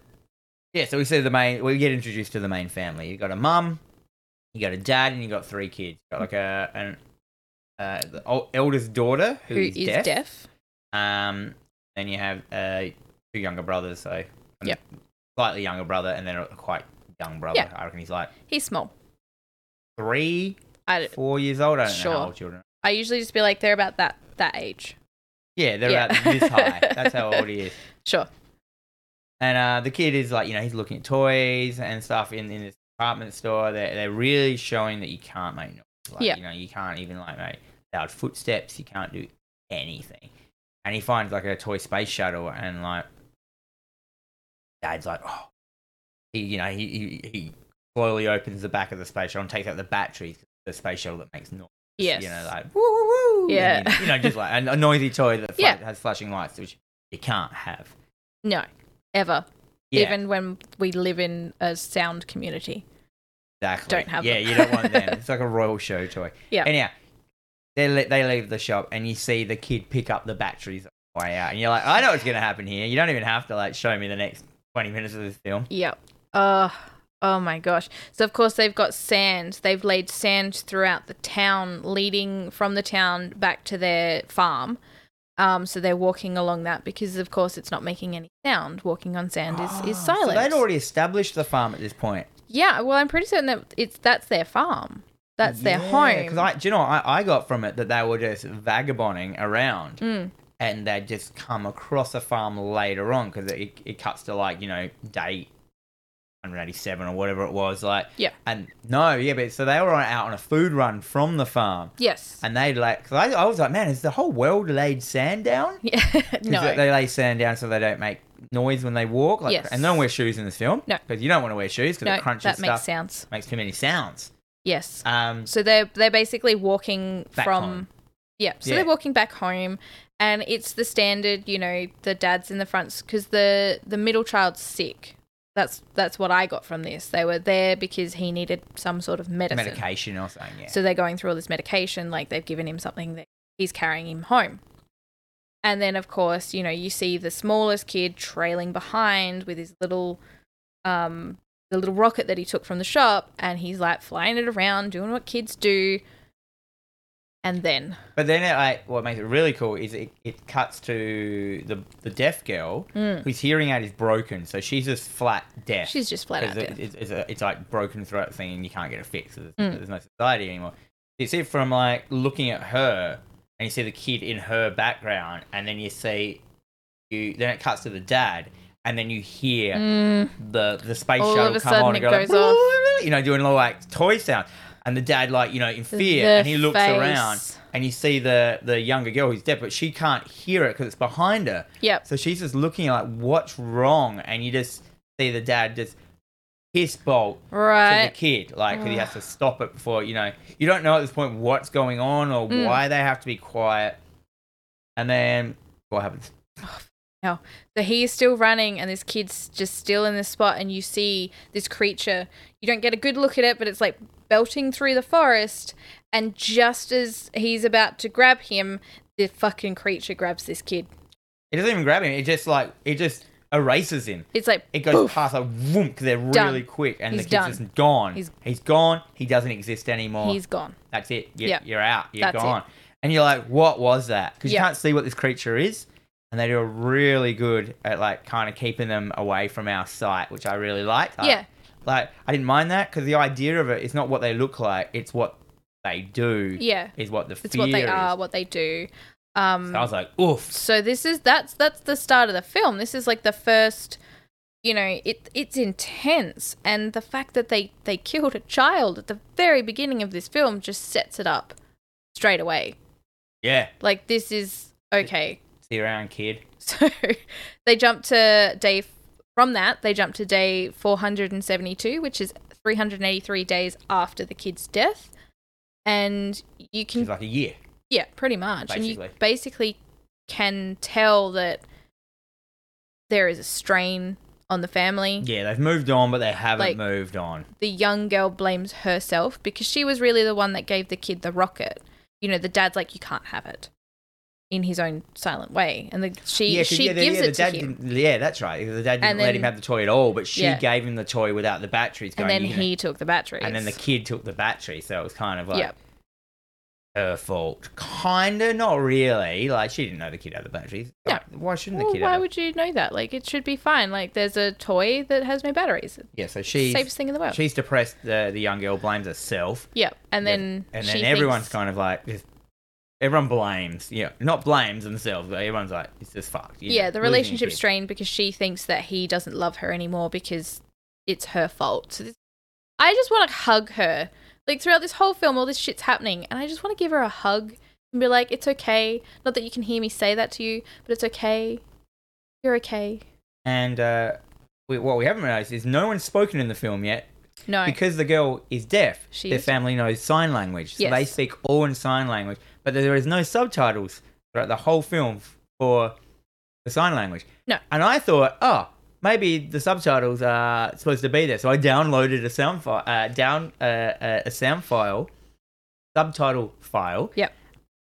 Speaker 1: yeah, so we see the main. We get introduced to the main family. You got a mum, you got a dad, and you got three kids. You got like a an uh, the el- eldest daughter
Speaker 2: Who is deaf?
Speaker 1: Um, then you have uh two younger brothers. So yeah,
Speaker 2: Yep.
Speaker 1: slightly younger brother, and then a quite young brother.
Speaker 2: Yeah.
Speaker 1: I reckon he's like
Speaker 2: He's small.
Speaker 1: three,
Speaker 2: I,
Speaker 1: four years old. I don't know
Speaker 2: Uh, Sure.
Speaker 1: how old children. are.
Speaker 2: I usually just be like, they're about that, that age.
Speaker 1: Yeah, they're
Speaker 2: Yeah.
Speaker 1: about this high. That's how old he is.
Speaker 2: Sure.
Speaker 1: And uh, the kid is like, you know, he's looking at toys and stuff in, in this department store. They're, they're really showing that you can't make noise. Like,
Speaker 2: Yeah.
Speaker 1: You know, you can't even like make loud footsteps. You can't do anything. And he finds like a toy space shuttle and like, dad's like, oh, he, you know, he, he, he slowly opens the back of the space shuttle and takes out the batteries. The space shuttle that makes noise,
Speaker 2: Yes.
Speaker 1: you know, like woo woo woo,
Speaker 2: Yeah.
Speaker 1: and then, you know, just like a, a noisy toy that fla-
Speaker 2: Yeah.
Speaker 1: has flashing lights, which you can't have,
Speaker 2: no, ever.
Speaker 1: Yeah.
Speaker 2: Even when we live in a sound community.
Speaker 1: Exactly.
Speaker 2: Don't have
Speaker 1: Yeah,
Speaker 2: them.
Speaker 1: you don't want them. It's like a royal show toy.
Speaker 2: Yeah.
Speaker 1: Anyhow, they le- they leave the shop, and you see the kid pick up the batteries on the way out, and you're like, I know what's gonna happen here. You don't even have to like show me the next twenty minutes of this film.
Speaker 2: Yep. Uh, oh my gosh. So, of course, they've got sand. They've laid sand throughout the town, leading from the town back to their farm. Um, so they're walking along that because, of course, it's not making any sound. Walking on sand is, is
Speaker 1: Ah, So
Speaker 2: silent.
Speaker 1: they'd already established the farm at this point.
Speaker 2: yeah, well, I'm pretty certain that it's that's their farm. That's their
Speaker 1: Because
Speaker 2: home.
Speaker 1: I, do you know, I, I got from it that they were just vagabonding around,
Speaker 2: Mm.
Speaker 1: and they'd just come across a farm later on because it, it, it cuts to like you know day 187 or whatever it was like
Speaker 2: Yeah.
Speaker 1: and no yeah but so they were on, out on a food run from the farm
Speaker 2: yes.
Speaker 1: and they like because I, I was like man is the whole world laid sand down
Speaker 2: Yeah.
Speaker 1: 'Cause
Speaker 2: no.
Speaker 1: they- they lay sand down so they don't make noise when they walk like,
Speaker 2: Yes.
Speaker 1: and they don't wear shoes in this film
Speaker 2: No.
Speaker 1: because you don't want to wear shoes because
Speaker 2: no,
Speaker 1: it crunches
Speaker 2: that
Speaker 1: stuff
Speaker 2: makes sounds.
Speaker 1: makes too many sounds
Speaker 2: Yes.
Speaker 1: um
Speaker 2: So they're they're basically walking
Speaker 1: Back
Speaker 2: from
Speaker 1: home.
Speaker 2: yeah. So
Speaker 1: Yeah.
Speaker 2: they're walking back home, and it's the standard. You know, the dad's in the front because the the middle child's sick. That's that's what I got from this. They were there because he needed some sort of medicine.
Speaker 1: medication or something yeah
Speaker 2: So they're going through all this medication. Like they've given him something that he's carrying him home. And then of course, you know, you see the smallest kid trailing behind with his little um the little rocket that he took from the shop and he's like flying it around, doing what kids do. And then
Speaker 1: But then it, like, what makes it really cool is it, it cuts to the the deaf girl whose hearing aid is broken, so she's just flat deaf.
Speaker 2: Mm. she's just flat out
Speaker 1: 'Cause it-
Speaker 2: dead.
Speaker 1: it's, it's, a, it's like broken throat thing, and you can't get it fixed. There's,
Speaker 2: Mm.
Speaker 1: there's no society anymore. You see from like looking at her, and you see the kid in her background, and then you see you. Then it cuts to the dad, and then you hear the the space
Speaker 2: Mm. All of
Speaker 1: shuttle
Speaker 2: a
Speaker 1: come
Speaker 2: sudden
Speaker 1: on and
Speaker 2: it
Speaker 1: go like,
Speaker 2: goes off.
Speaker 1: you know, doing all like toy sound. And the dad, like you know, in fear,
Speaker 2: The
Speaker 1: and he looks
Speaker 2: face.
Speaker 1: around, and you see the the younger girl who's deaf, but she can't hear it because it's behind her.
Speaker 2: Yep.
Speaker 1: So she's just looking like, what's wrong? And you just see the dad just piss bolt to
Speaker 2: Right.
Speaker 1: the kid, like 'cause he has to stop it before you know. You don't know at this point what's going on or
Speaker 2: Mm.
Speaker 1: why they have to be quiet. And then what happens?
Speaker 2: Oh, So he's still running, and this kid's just still in this spot, and you see this creature. You don't get a good look at it, but it's like belting through the forest. And just as he's about to grab him, the fucking creature grabs this kid.
Speaker 1: It doesn't even grab him. It just like it just erases him.
Speaker 2: It's like
Speaker 1: It goes past a whoomp. They're really
Speaker 2: Done.
Speaker 1: quick, and
Speaker 2: He's
Speaker 1: the kid's
Speaker 2: done.
Speaker 1: just gone.
Speaker 2: He's-
Speaker 1: he's gone. He doesn't exist anymore.
Speaker 2: he's gone.
Speaker 1: That's it. You're,
Speaker 2: Yeah.
Speaker 1: you're out. You're
Speaker 2: That's it.
Speaker 1: gone. And you're like, what was that? Because
Speaker 2: Yeah.
Speaker 1: you can't see what this creature is. And they do a really good at like kind of keeping them away from our sight, which I really liked. I-
Speaker 2: Yeah.
Speaker 1: Like I didn't mind that because the idea of it is not what they look like; it's what they do.
Speaker 2: Yeah.
Speaker 1: Is what the
Speaker 2: It's
Speaker 1: fear
Speaker 2: what they
Speaker 1: is.
Speaker 2: are, what they do. Um,
Speaker 1: So I was like, oof.
Speaker 2: So this is that's that's the start of the film. This is like the first you know, it it's intense and the fact that they they killed a child at the very beginning of this film just sets it up straight away.
Speaker 1: Yeah.
Speaker 2: Like this is okay.
Speaker 1: See you around, kid.
Speaker 2: So they jump to day from that they jump to day 472, which is 383 days after the kid's death. And you can
Speaker 1: It's like a year.
Speaker 2: yeah, pretty much. And you
Speaker 1: Basically.
Speaker 2: basically can tell that there is a strain on the family.
Speaker 1: Yeah, they've moved on, but they haven't
Speaker 2: Like-
Speaker 1: moved on.
Speaker 2: The young girl blames herself because she was really the one that gave the kid the rocket. You know, the dad's like, you can't have it in his own silent way. And the, she,
Speaker 1: yeah, 'cause,
Speaker 2: she
Speaker 1: yeah, the,
Speaker 2: gives
Speaker 1: yeah,
Speaker 2: it
Speaker 1: the
Speaker 2: to
Speaker 1: dad
Speaker 2: him.
Speaker 1: Didn't, yeah, that's right. The dad didn't
Speaker 2: And
Speaker 1: let him
Speaker 2: then-
Speaker 1: have the toy at all, but she
Speaker 2: Yeah.
Speaker 1: gave him the toy without the batteries.
Speaker 2: And
Speaker 1: Going,
Speaker 2: then
Speaker 1: "You know-"
Speaker 2: he took the batteries.
Speaker 1: and then the kid took the battery, so it was kind of like
Speaker 2: Yep.
Speaker 1: her fault. Kinda, not really. Like she didn't know the kid had the batteries.
Speaker 2: No.
Speaker 1: Like, Why shouldn't
Speaker 2: Well,
Speaker 1: the kid?
Speaker 2: why
Speaker 1: have
Speaker 2: would you know that? Like, it should be fine. Like, there's a toy that has no batteries. It's
Speaker 1: it? Yeah, so
Speaker 2: the
Speaker 1: she's
Speaker 2: safest thing in the world.
Speaker 1: she's depressed. The the young girl blames herself,
Speaker 2: yeah. And
Speaker 1: Yeah.
Speaker 2: then
Speaker 1: and
Speaker 2: she
Speaker 1: then everyone's
Speaker 2: thinks-
Speaker 1: kind of like. Just, Everyone blames, yeah, not blames themselves, but everyone's like, it's just fucked. you know,
Speaker 2: yeah,
Speaker 1: losing
Speaker 2: the
Speaker 1: a
Speaker 2: relationship's
Speaker 1: kid.
Speaker 2: strained because she thinks that he doesn't love her anymore because it's her fault. So this, I just want to hug her. Like throughout this whole film, all this shit's happening, and I just want to give her a hug and be like, "It's okay. Not that you can hear me say that to you, but it's okay. You're okay."
Speaker 1: And uh, we, what we haven't realised is no one's spoken in the film yet
Speaker 2: No,
Speaker 1: because the girl is deaf.
Speaker 2: She
Speaker 1: their
Speaker 2: is.
Speaker 1: family knows sign language, so
Speaker 2: Yes.
Speaker 1: they speak all in sign language. But there is no subtitles throughout the whole film for the sign language.
Speaker 2: No.
Speaker 1: And I thought, oh, maybe the subtitles are supposed to be there. So I downloaded a sound file, uh, down uh, uh, a sound file, subtitle file.
Speaker 2: Yep.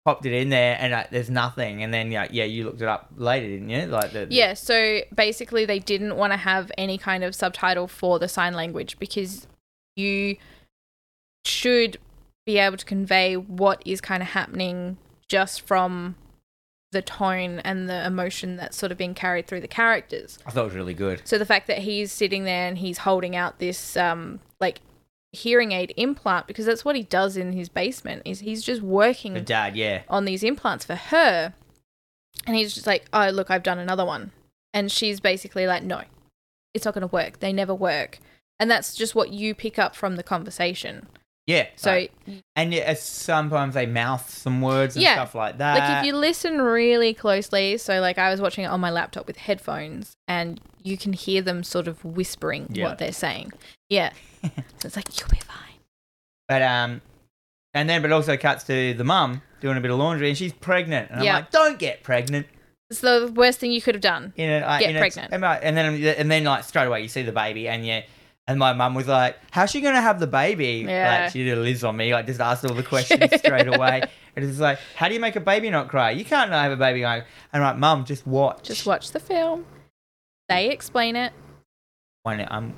Speaker 1: Popped it in there, and uh, there's nothing. And then, yeah, yeah, you looked it up later, didn't you? Like the,
Speaker 2: yeah. So basically, they didn't want to have any kind of subtitle for the sign language because you should be able to convey what is kind of happening just from the tone and the emotion that's sort of being carried through the characters.
Speaker 1: I thought it was really good.
Speaker 2: So the fact that he's sitting there and he's holding out this um like hearing aid implant because that's what he does in his basement is he's just working
Speaker 1: The dad, yeah.
Speaker 2: on these implants for her. And he's just like, oh, look, I've done another one. And she's basically like, no, it's not going to work. They never work. And that's just what you pick up from the conversation.
Speaker 1: Yeah.
Speaker 2: So,
Speaker 1: like- and yeah, it's- sometimes they mouth some words and
Speaker 2: Yeah,
Speaker 1: stuff like that.
Speaker 2: like, if you listen really closely, so, like, I was watching it on my laptop with headphones, and you can hear them sort of whispering
Speaker 1: Yeah.
Speaker 2: what they're saying. Yeah. so it's like, you'll be fine.
Speaker 1: But um, and then but also cuts to the mum doing a bit of laundry, and she's pregnant, and
Speaker 2: Yeah.
Speaker 1: I'm like, don't get pregnant.
Speaker 2: It's the worst thing you could have done.
Speaker 1: You know, I,
Speaker 2: Get
Speaker 1: you know,
Speaker 2: pregnant.
Speaker 1: And, I, and then and then like straight away you see the baby, and yeah. And my mum was like, "How's she gonna have the baby?"
Speaker 2: Yeah.
Speaker 1: Like she did a Liz on me. Like just asked all the questions straight away. And it's like, "How do you make a baby not cry? You can't not have a baby." cry." And I'm like, "Mum, just watch."
Speaker 2: Just watch the film. They explain it.
Speaker 1: Wait, I'm um,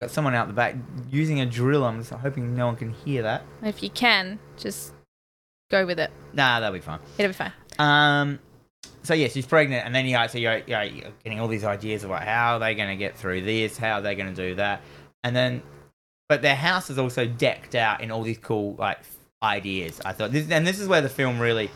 Speaker 1: got someone out the back using a drill. I'm just hoping no one can hear that.
Speaker 2: If you can, just go with it.
Speaker 1: Nah, that'll be fine.
Speaker 2: It'll be fine.
Speaker 1: Um, so yeah, she's pregnant, and then you know, so you're, you're, you're getting all these ideas about how are they going to get through this, how are they going to do that, and then, but their house is also decked out in all these cool like ideas. I thought this, and this is where the film really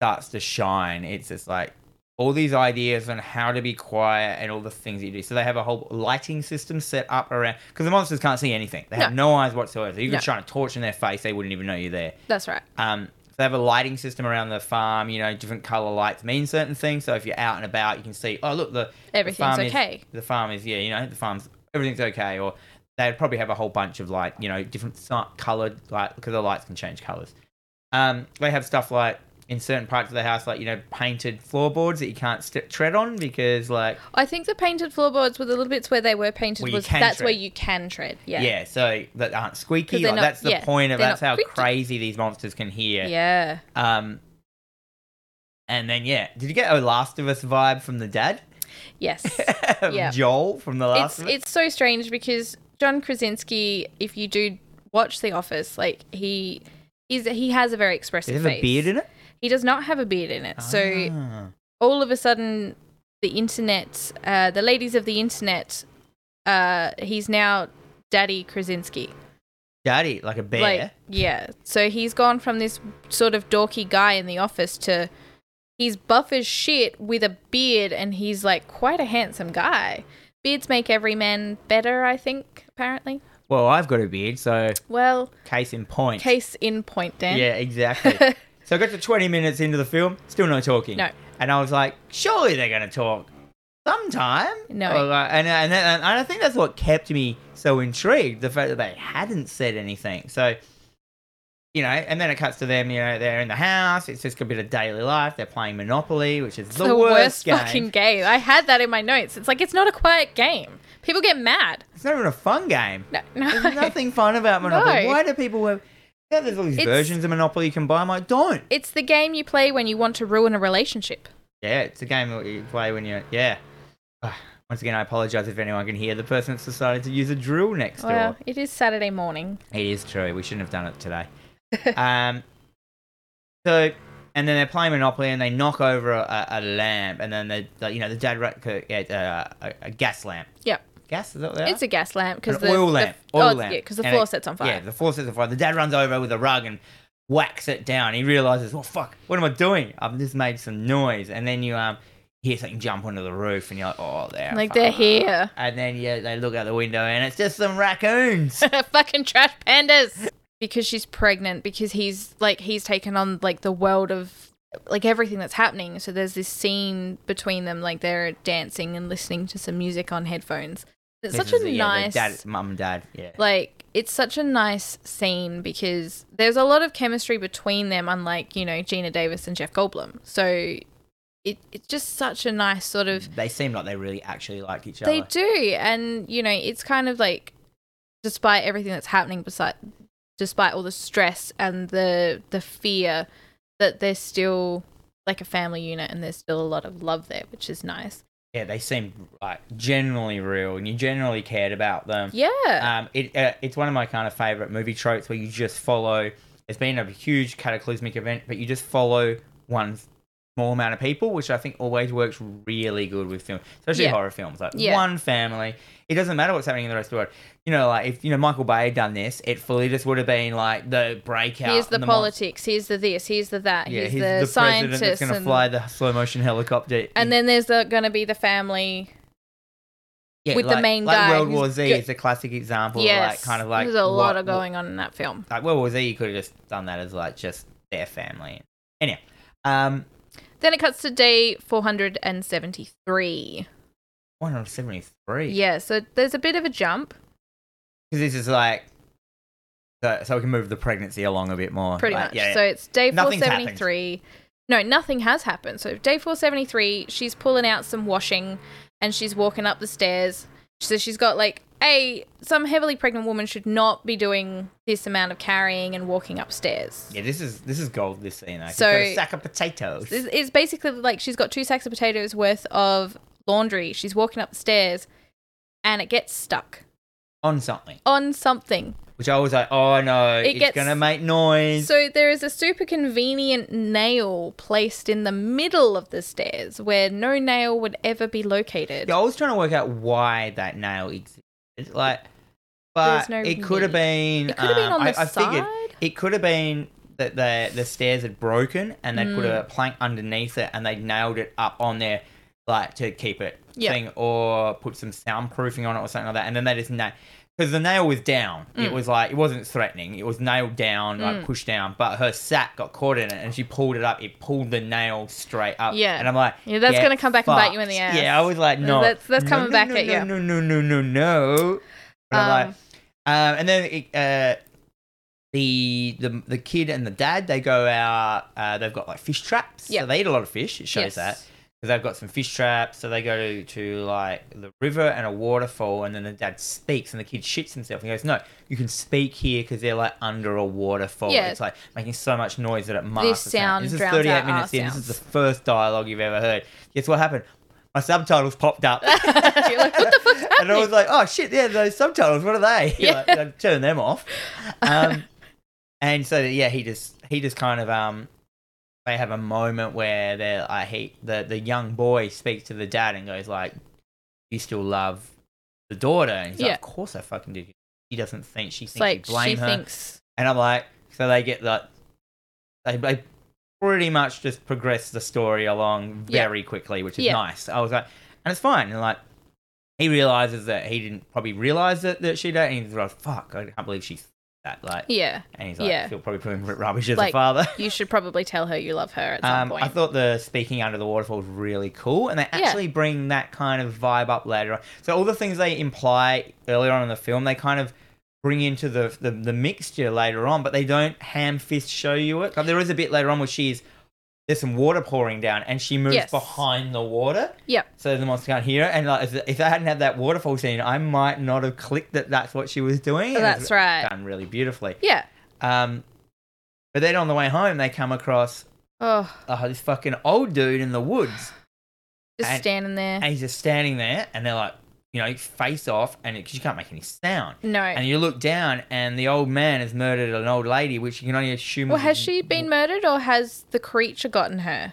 Speaker 1: starts to shine. It's just like all these ideas on how to be quiet and all the things that you do. So they have a whole lighting system set up around because the monsters can't see anything. They have no eyes whatsoever. So you could
Speaker 2: No.
Speaker 1: shine a torch in their face, they wouldn't even know you're there.
Speaker 2: That's right.
Speaker 1: Um, so they have a lighting system around the farm. You know, different color lights mean certain things. So if you're out and about, you can see. Oh, look, the
Speaker 2: Everything's
Speaker 1: the farm is-
Speaker 2: okay.
Speaker 1: the farm is yeah, you know, the farm's everything's okay. Or they'd probably have a whole bunch of like you know different colored light because the lights can change colors. Um, they have stuff like in certain parts of the house, like you know, painted floorboards that you can't st- tread on because like
Speaker 2: I think the painted floorboards were the little bits where they were painted
Speaker 1: Where you
Speaker 2: was
Speaker 1: can
Speaker 2: that's
Speaker 1: tread.
Speaker 2: where you can tread. Yeah.
Speaker 1: yeah, so that aren't
Speaker 2: 'Cause
Speaker 1: squeaky.
Speaker 2: they're
Speaker 1: Like,
Speaker 2: not-
Speaker 1: that's the
Speaker 2: yeah,
Speaker 1: point of
Speaker 2: they're
Speaker 1: that's
Speaker 2: not
Speaker 1: how
Speaker 2: squeaky.
Speaker 1: crazy these monsters can hear.
Speaker 2: Yeah.
Speaker 1: Um, and then yeah, did you get a Last of Us vibe from the dad,
Speaker 2: Yes. Yeah.
Speaker 1: Joel from the Last
Speaker 2: it's
Speaker 1: of Us?
Speaker 2: it's so strange because John Krasinski, if you do watch The Office, like he is he has a very
Speaker 1: Does
Speaker 2: expressive
Speaker 1: it have a
Speaker 2: face.
Speaker 1: beard in it?
Speaker 2: He does not have a beard in it. So
Speaker 1: Ah.
Speaker 2: all of a sudden the internet uh, the ladies of the internet uh, he's now Daddy Krasinski.
Speaker 1: daddy, like a bear.
Speaker 2: Like, yeah. So he's gone from this sort of dorky guy in the office to he's buff as shit with a beard and he's like quite a handsome guy. Beards make every man better, I think, apparently.
Speaker 1: well, I've got a beard, so
Speaker 2: Well,
Speaker 1: case in point.
Speaker 2: case in point, Dan.
Speaker 1: Yeah, exactly. so I got to 20 minutes into the film, still no talking.
Speaker 2: No.
Speaker 1: And I was like, surely they're going to talk sometime.
Speaker 2: No.
Speaker 1: Or like- and, uh, and, and I think that's what kept me so intrigued the fact that they hadn't said anything. So, you know, and then it cuts to them, you know, they're in the house. It's just a bit of daily life. They're playing Monopoly, which is the,
Speaker 2: the worst,
Speaker 1: game.
Speaker 2: fucking game. I had that in my notes. It's like it's not a quiet game. People get mad.
Speaker 1: It's not even a fun game.
Speaker 2: No, no.
Speaker 1: There's nothing fun about Monopoly.
Speaker 2: No.
Speaker 1: Why do people. Have, yeah, there's all these
Speaker 2: It's-
Speaker 1: versions of Monopoly you can buy. I'm like, don't.
Speaker 2: It's the game you play when you want to ruin a relationship.
Speaker 1: Yeah, it's a game that you play when you're. Yeah. Ah, Once again, I apologise if anyone can hear the person that's decided to use a drill next
Speaker 2: Well,
Speaker 1: door.
Speaker 2: it is Saturday morning.
Speaker 1: It is true. We shouldn't have done it today. um, so, and then they're playing Monopoly and they knock over a, a, a lamp, and then they, the- you know, the dad ra- c- get uh, a, a gas lamp.
Speaker 2: Yep.
Speaker 1: Gas is that what they are?
Speaker 2: It's a gas lamp because
Speaker 1: An
Speaker 2: the
Speaker 1: oil
Speaker 2: the-
Speaker 1: lamp.
Speaker 2: oh,
Speaker 1: oil
Speaker 2: it's-
Speaker 1: lamp.
Speaker 2: Yeah, because the
Speaker 1: And
Speaker 2: floor
Speaker 1: it-
Speaker 2: sets on
Speaker 1: Yeah,
Speaker 2: fire.
Speaker 1: the floor sets on fire. The dad runs over with a rug and whacks it down. He realizes, "Oh fuck, what am I doing? I've just made some noise." And then you um hear something jump onto the roof, and you're like, "Oh, there!"
Speaker 2: like they're here.
Speaker 1: And then yeah, they look out the window, and it's just some raccoons.
Speaker 2: Fucking trash pandas. Because she's pregnant. Because he's like he's taken on like the world of like everything that's happening. So there's this scene between them like they're dancing and listening to some music on headphones. It's
Speaker 1: This
Speaker 2: such
Speaker 1: is
Speaker 2: a
Speaker 1: it, yeah, the
Speaker 2: nice
Speaker 1: dad, mum, and dad. Yeah,
Speaker 2: like it's such a nice scene because there's a lot of chemistry between them unlike you know gina davis and jeff goldblum so it, it's just such a nice sort of
Speaker 1: they seem like they really actually like each
Speaker 2: they
Speaker 1: other.
Speaker 2: do and you know it's kind of like despite everything that's happening beside despite all the stress and the the fear that they're still like a family unit and there's still a lot of love there which is nice
Speaker 1: Yeah, they seem like generally real, and you generally cared about them.
Speaker 2: yeah
Speaker 1: Um, it, uh, it's one of my kind of favorite movie tropes where you just follow. It's been a huge cataclysmic event, but you just follow one small amount of people, which I think always works really good with film, especially
Speaker 2: Yeah.
Speaker 1: horror films. Like
Speaker 2: Yeah.
Speaker 1: one family, it doesn't matter what's happening in the rest of the world. You know, like if you know Michael Bay had done this, it fully just would have been like the breakout.
Speaker 2: here's the,
Speaker 1: and mon-
Speaker 2: politics here's the this here's the that
Speaker 1: Yeah,
Speaker 2: here's,
Speaker 1: he's
Speaker 2: the,
Speaker 1: the, president
Speaker 2: scientists
Speaker 1: that's going to
Speaker 2: and-
Speaker 1: fly the slow motion helicopter.
Speaker 2: And then there's the, gonna be the family.
Speaker 1: yeah,
Speaker 2: with the
Speaker 1: like-
Speaker 2: main
Speaker 1: like
Speaker 2: guy
Speaker 1: World
Speaker 2: who's
Speaker 1: War Z
Speaker 2: go-
Speaker 1: is a classic example.
Speaker 2: Yes,
Speaker 1: of like kind of like
Speaker 2: there's a lot
Speaker 1: what-
Speaker 2: of going on in that film.
Speaker 1: like World War Z, you could have just done that as like just their family. Anyhow, um,
Speaker 2: Then it cuts to day 473.
Speaker 1: 173.
Speaker 2: Yeah, so there's a bit of a jump,
Speaker 1: because this is like so, so we can move the pregnancy along a bit more.
Speaker 2: pretty
Speaker 1: like,
Speaker 2: much.
Speaker 1: Yeah,
Speaker 2: So it's day
Speaker 1: Nothing's
Speaker 2: 473. No, nothing has happened. So day 473, she's pulling out some washing, and she's walking up the stairs. So she's got like a some heavily pregnant woman should not be doing this amount of carrying and walking upstairs.
Speaker 1: yeah, this is this is gold. This scene. Like,
Speaker 2: So-
Speaker 1: so a sack of potatoes.
Speaker 2: It's, it's basically like she's got two sacks of potatoes worth of laundry. She's walking up the stairs and it gets stuck
Speaker 1: on something,
Speaker 2: on something.
Speaker 1: which I was like, oh no,
Speaker 2: It
Speaker 1: it's
Speaker 2: gets-
Speaker 1: gonna make noise.
Speaker 2: So there is a super convenient nail placed in the middle of the stairs where no nail would ever be located.
Speaker 1: yeah, I was trying to work out why that nail existed. Like, but
Speaker 2: There's no
Speaker 1: it could have been.
Speaker 2: It could have been
Speaker 1: um,
Speaker 2: on
Speaker 1: I,
Speaker 2: the
Speaker 1: I
Speaker 2: side.
Speaker 1: figured It could have been that the the stairs had broken and they would put a
Speaker 2: Mm.
Speaker 1: plank underneath it and they nailed it up on there like to keep it
Speaker 2: Yeah.
Speaker 1: thing or put some soundproofing on it or something like that and then they just nail because the nail was down.
Speaker 2: Mm.
Speaker 1: It was like it wasn't threatening. It was nailed down, like pushed down. But her sack got caught in it, and she pulled it up. It pulled the nail straight up.
Speaker 2: Yeah.
Speaker 1: and I'm like,
Speaker 2: Yeah, that's
Speaker 1: "Get
Speaker 2: gonna come back and bite you in the
Speaker 1: fucked."
Speaker 2: ass.
Speaker 1: Yeah, I was like, no,
Speaker 2: That's- that's
Speaker 1: no,
Speaker 2: coming
Speaker 1: no,
Speaker 2: back
Speaker 1: no,
Speaker 2: at
Speaker 1: no,
Speaker 2: you.
Speaker 1: No, no, no, no, no. And I'm
Speaker 2: Um,
Speaker 1: like, um, and then it, uh, the the the kid and the dad they go out. Uh, they've got like fish traps.
Speaker 2: Yeah.
Speaker 1: So they eat a lot of fish. It shows
Speaker 2: Yes.
Speaker 1: that because they've got some fish traps. So they go to, to like the river and a waterfall, and then the dad speaks, and the kid shits himself. And he goes, "No, you can speak here because they're like under a waterfall.
Speaker 2: Yeah.
Speaker 1: It's like making so much noise that it masks the
Speaker 2: sound
Speaker 1: This is
Speaker 2: drowns out our
Speaker 1: minutes in. This is the
Speaker 2: sounds.
Speaker 1: first dialogue you've ever heard. Guess what happened? My subtitles popped up.
Speaker 2: You're like, what the fuck's
Speaker 1: And I was like, oh shit, yeah, those subtitles, what are they?
Speaker 2: Yeah.
Speaker 1: Like, like, turn them off. Um, and so yeah, he just he just kind of um, they have a moment where they're like, he the the young boy speaks to the dad and goes like, you still love the daughter, and he's
Speaker 2: Yeah.
Speaker 1: like, of course I fucking do. she doesn't think she
Speaker 2: It's
Speaker 1: thinks
Speaker 2: like
Speaker 1: you blame
Speaker 2: she
Speaker 1: her.
Speaker 2: thinks
Speaker 1: And I'm like, so they get like, they, they pretty much just progress the story along
Speaker 2: Yeah.
Speaker 1: very quickly, which is
Speaker 2: Yeah.
Speaker 1: nice. I was like, and it's fine. And like, he realizes that he didn't probably realize that, that she did. And he's like, fuck, I can't believe she's that. Like,
Speaker 2: yeah,
Speaker 1: and he's like,
Speaker 2: Yeah.
Speaker 1: feel probably putting rubbish as a
Speaker 2: Like,
Speaker 1: father.
Speaker 2: you should probably tell her you love her at some
Speaker 1: Um,
Speaker 2: point.
Speaker 1: I thought the speaking under the waterfall was really cool, and they
Speaker 2: Yeah.
Speaker 1: actually bring that kind of vibe up later on. So all the things they imply earlier on in the film, they kind of bring into the the, the mixture later on, but they don't ham fist show you it. Like there is a bit later on where she's there's some water pouring down, and she moves
Speaker 2: Yes.
Speaker 1: behind the water.
Speaker 2: Yep.
Speaker 1: So the monster can't hear it, and like, if, if I hadn't had that waterfall scene, I might not have clicked that that's what she was doing. and it's
Speaker 2: that's right.
Speaker 1: done really beautifully.
Speaker 2: Yeah.
Speaker 1: Um, but then on the way home, they come across
Speaker 2: Oh,
Speaker 1: oh, this fucking old dude in the woods.
Speaker 2: just
Speaker 1: And-
Speaker 2: standing there.
Speaker 1: And he's just standing there and they're like, you know, face off and because you can't make any sound.
Speaker 2: no.
Speaker 1: And you look down and the old man has murdered an old lady, which you can only assume.
Speaker 2: well,
Speaker 1: was-
Speaker 2: has she been murdered or has the creature gotten her?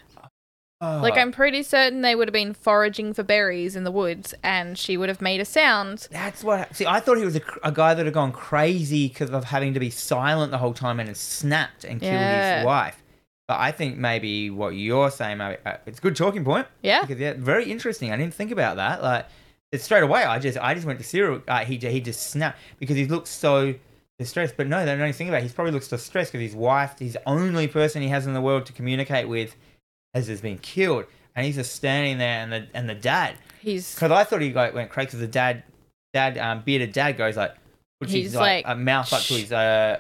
Speaker 1: Oh,
Speaker 2: Like, I'm pretty certain they would have been foraging for berries in the woods and she would have made a sound.
Speaker 1: That's what. See, I thought he was a, cr- a guy that had gone crazy because of having to be silent the whole time and had snapped and killed
Speaker 2: Yeah.
Speaker 1: his wife. But I think maybe what you're saying, maybe uh, it's a good talking point.
Speaker 2: Yeah.
Speaker 1: Because, yeah, very interesting. I didn't think about that. Like, it's straight away. I just, I just went to serial. Uh, he, he just snapped because he looked so distressed. But no, they don't even think about. It. He's probably looks distressed because his wife, his only person he has in the world to communicate with, has just been killed, and he's just standing there. And the and the dad,
Speaker 2: He's.
Speaker 1: because I thought he like went crazy. Because the dad, dad, um, bearded dad goes like, puts his
Speaker 2: He's
Speaker 1: like,
Speaker 2: like,
Speaker 1: a mouth up to
Speaker 2: "Shh."
Speaker 1: his uh.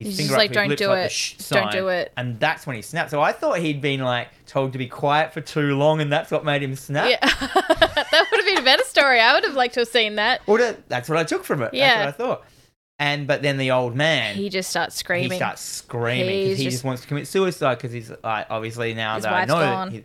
Speaker 1: His
Speaker 2: He's
Speaker 1: finger
Speaker 2: just
Speaker 1: up
Speaker 2: like,
Speaker 1: to his
Speaker 2: "Don't
Speaker 1: lips
Speaker 2: do
Speaker 1: like the
Speaker 2: it.
Speaker 1: shh
Speaker 2: Don't
Speaker 1: sign
Speaker 2: do it.
Speaker 1: and that's when he snapped. So I thought he'd been like told to be quiet for too long, and that's what made him snap.
Speaker 2: Yeah. that would have been a better story. I would have liked to have seen that.
Speaker 1: Well, that, that's what I took from it.
Speaker 2: Yeah.
Speaker 1: That's what I thought. And but then the old man,
Speaker 2: He
Speaker 1: he,
Speaker 2: just starts screaming.
Speaker 1: starts screaming because
Speaker 2: He's
Speaker 1: he just,
Speaker 2: just-
Speaker 1: wants to commit suicide because he's like obviously now
Speaker 2: His
Speaker 1: that I
Speaker 2: wife's
Speaker 1: know
Speaker 2: gone.
Speaker 1: his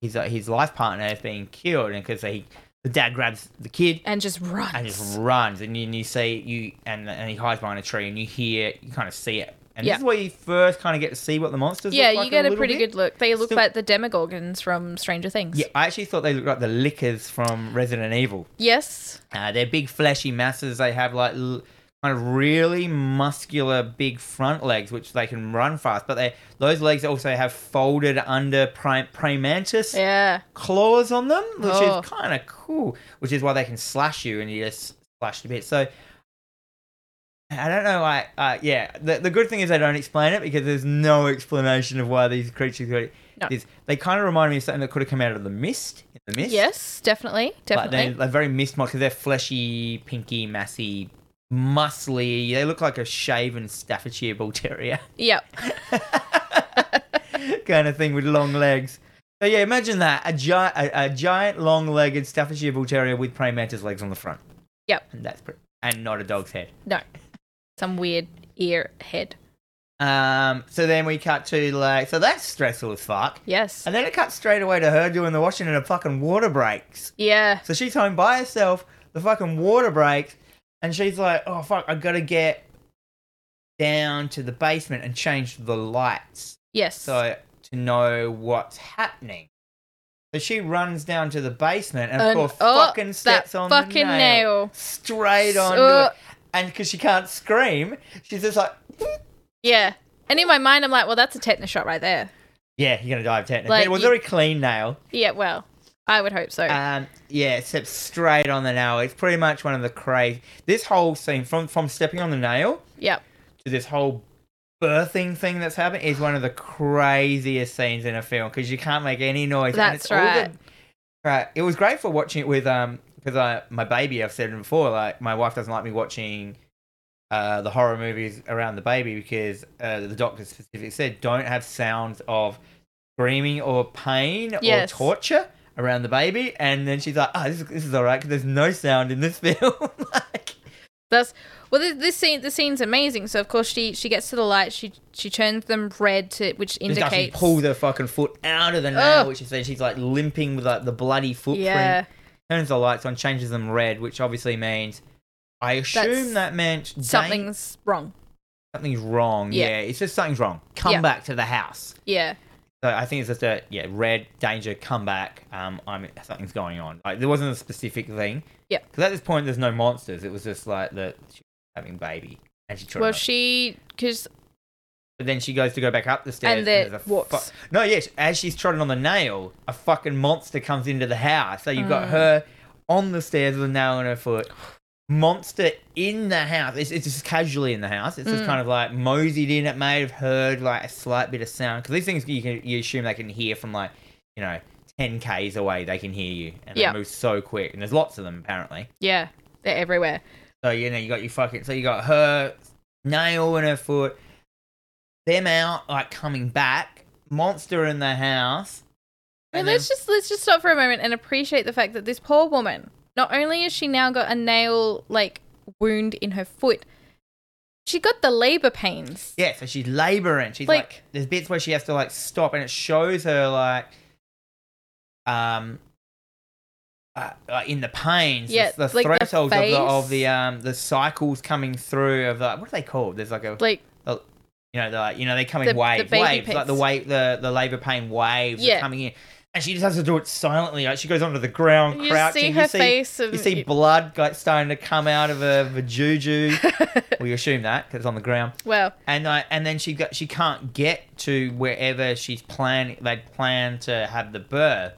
Speaker 1: his, uh, his life partner is being killed, and because he the dad grabs the kid
Speaker 2: and just runs.
Speaker 1: and just runs, and you, and you see you and and he hides behind a tree, and you hear you kind of see it, and
Speaker 2: Yeah.
Speaker 1: this is where you first kind of get to see what the monsters.
Speaker 2: yeah,
Speaker 1: look like
Speaker 2: you get a,
Speaker 1: little
Speaker 2: pretty
Speaker 1: bit.
Speaker 2: good look. They look
Speaker 1: Still-
Speaker 2: like the Demogorgons from Stranger Things.
Speaker 1: Yeah, I actually thought they looked like the lickers from Resident Evil.
Speaker 2: Yes.
Speaker 1: Uh, they're big, fleshy masses. They have like l- kind of really muscular, big front legs, which they can run fast. But they those legs also have folded under prim- primantis
Speaker 2: Yeah.
Speaker 1: claws on them, which
Speaker 2: Oh.
Speaker 1: is kind of cool. Which is why they can slash you and you just slash a bit. So. I don't know. I uh, yeah. The, the good thing is they don't explain it because there's no explanation of why these creatures. Are,
Speaker 2: No.
Speaker 1: is- They kind of remind me of something that could have come out of the mist. In the mist.
Speaker 2: Yes, definitely.
Speaker 1: But
Speaker 2: Definitely.
Speaker 1: they're, they're very mist because they're fleshy, pinky, massy, muscly. They look like a shaven Staffordshire Bull Terrier
Speaker 2: Yep.
Speaker 1: kind of thing with long legs. So yeah, imagine that a, gi- a, a giant, long-legged Staffordshire Bull Terrier with praying mantis legs on the front.
Speaker 2: Yep.
Speaker 1: and that's pretty, and not a dog's head.
Speaker 2: No. Some weird ear head.
Speaker 1: Um, so then we cut to like, so that's stressful as fuck.
Speaker 2: Yes.
Speaker 1: And then it cuts straight away to her doing the washing and her fucking water breaks.
Speaker 2: Yeah.
Speaker 1: So she's home by herself. The fucking water breaks, and she's like, "Oh fuck, I gotta get down to the basement and change the lights
Speaker 2: Yes.
Speaker 1: so to know what's happening." So she runs down to the basement and of
Speaker 2: And-
Speaker 1: course
Speaker 2: oh,
Speaker 1: fucking
Speaker 2: that
Speaker 1: steps on
Speaker 2: fucking
Speaker 1: the nail,
Speaker 2: nail.
Speaker 1: straight on,
Speaker 2: So-
Speaker 1: it. and because she can't scream, she's just like,
Speaker 2: yeah. And in my mind, I'm like, well, that's a tetanus shot right there.
Speaker 1: "Yeah, you're gonna die of tetanus."
Speaker 2: Like,
Speaker 1: it was a
Speaker 2: you-
Speaker 1: very clean nail.
Speaker 2: Yeah. Well, I would hope so.
Speaker 1: Um, yeah, except straight on the nail. It's pretty much one of the crazy. This whole scene, from from stepping on the nail
Speaker 2: yep.
Speaker 1: to this whole birthing thing that's happened, is one of the craziest scenes in a film because you can't make any noise. and
Speaker 2: That's
Speaker 1: it's all the-
Speaker 2: right.
Speaker 1: right. It was great for watching it with um because I my baby. I've said it before. Like my wife doesn't like me watching. Uh, the horror movies around the baby because uh, the doctor specifically said don't have sounds of screaming or pain
Speaker 2: Yes.
Speaker 1: or torture around the baby, and then she's like, "Oh, this, is- this is all right because there's no sound in this film." like,
Speaker 2: That's well. This, this scene, the scene's amazing. So of course she she gets to the light. She she turns them red to which
Speaker 1: Just actually
Speaker 2: indicates
Speaker 1: pull the fucking foot out of the nail,
Speaker 2: Ugh.
Speaker 1: which is then she's like limping with like the bloody footprint.
Speaker 2: yeah
Speaker 1: Turns the lights on, changes them red, which obviously means I assume
Speaker 2: That's
Speaker 1: that meant Dan-
Speaker 2: something's wrong.
Speaker 1: something's wrong. Yeah.
Speaker 2: Yeah.
Speaker 1: it's just something's wrong. Come
Speaker 2: Yeah.
Speaker 1: back to the house.
Speaker 2: Yeah,
Speaker 1: So I think it's just a yeah red danger come back. Um, I'm something's going on. Like there wasn't a specific thing.
Speaker 2: Yeah.
Speaker 1: Because at this point there's no monsters. It was just like the having baby, and she tried.
Speaker 2: Well,
Speaker 1: not-
Speaker 2: she because
Speaker 1: But then she goes to go back up the stairs
Speaker 2: And the-
Speaker 1: there's a
Speaker 2: whoops.
Speaker 1: no, yes. As she's trotting on the nail, a fucking monster comes into the house. So you've got
Speaker 2: Mm.
Speaker 1: her on the stairs with a nail in her foot. Monster in the house. It's, it's just casually in the house. It's
Speaker 2: Mm.
Speaker 1: just kind of like moseyed in. It may have heard like a slight bit of sound because these things you can you assume they can hear from like you know ten k's away. They can hear you and
Speaker 2: Yeah.
Speaker 1: they move so quick. And there's lots of them apparently.
Speaker 2: yeah, they're everywhere.
Speaker 1: So you know you got your fucking so you got her nail in her foot, them out like coming back, monster in the house.
Speaker 2: Wait,
Speaker 1: and
Speaker 2: let's
Speaker 1: then-
Speaker 2: just let's just stop for a moment and appreciate the fact that this poor woman, not only has she now got a nail like wound in her foot, she got the labor pains.
Speaker 1: yeah, so she's laboring. She's like,
Speaker 2: Like-
Speaker 1: there's bits where she has to like stop, and it shows her like um. Uh, uh, in the pains,
Speaker 2: Yeah,
Speaker 1: the, the
Speaker 2: like the
Speaker 1: thresholds of, the, of
Speaker 2: face.
Speaker 1: the um the cycles coming through of the what are they called? There's like a
Speaker 2: Like
Speaker 1: You know, like you know, they come
Speaker 2: The-
Speaker 1: in
Speaker 2: the
Speaker 1: waves,
Speaker 2: baby
Speaker 1: waves like the
Speaker 2: pits.
Speaker 1: wave, the the labour pain waves
Speaker 2: Yeah.
Speaker 1: are coming in, and she just has to do it silently. Like she goes onto the ground,
Speaker 2: you just
Speaker 1: crouching.
Speaker 2: see her
Speaker 1: you see,
Speaker 2: face of
Speaker 1: you see blood like, starting to come out of her, of her juju. well, you assume that because it's on the ground,
Speaker 2: well,
Speaker 1: and uh, and then she got she can't get to wherever she's planning. They plan to have the birth,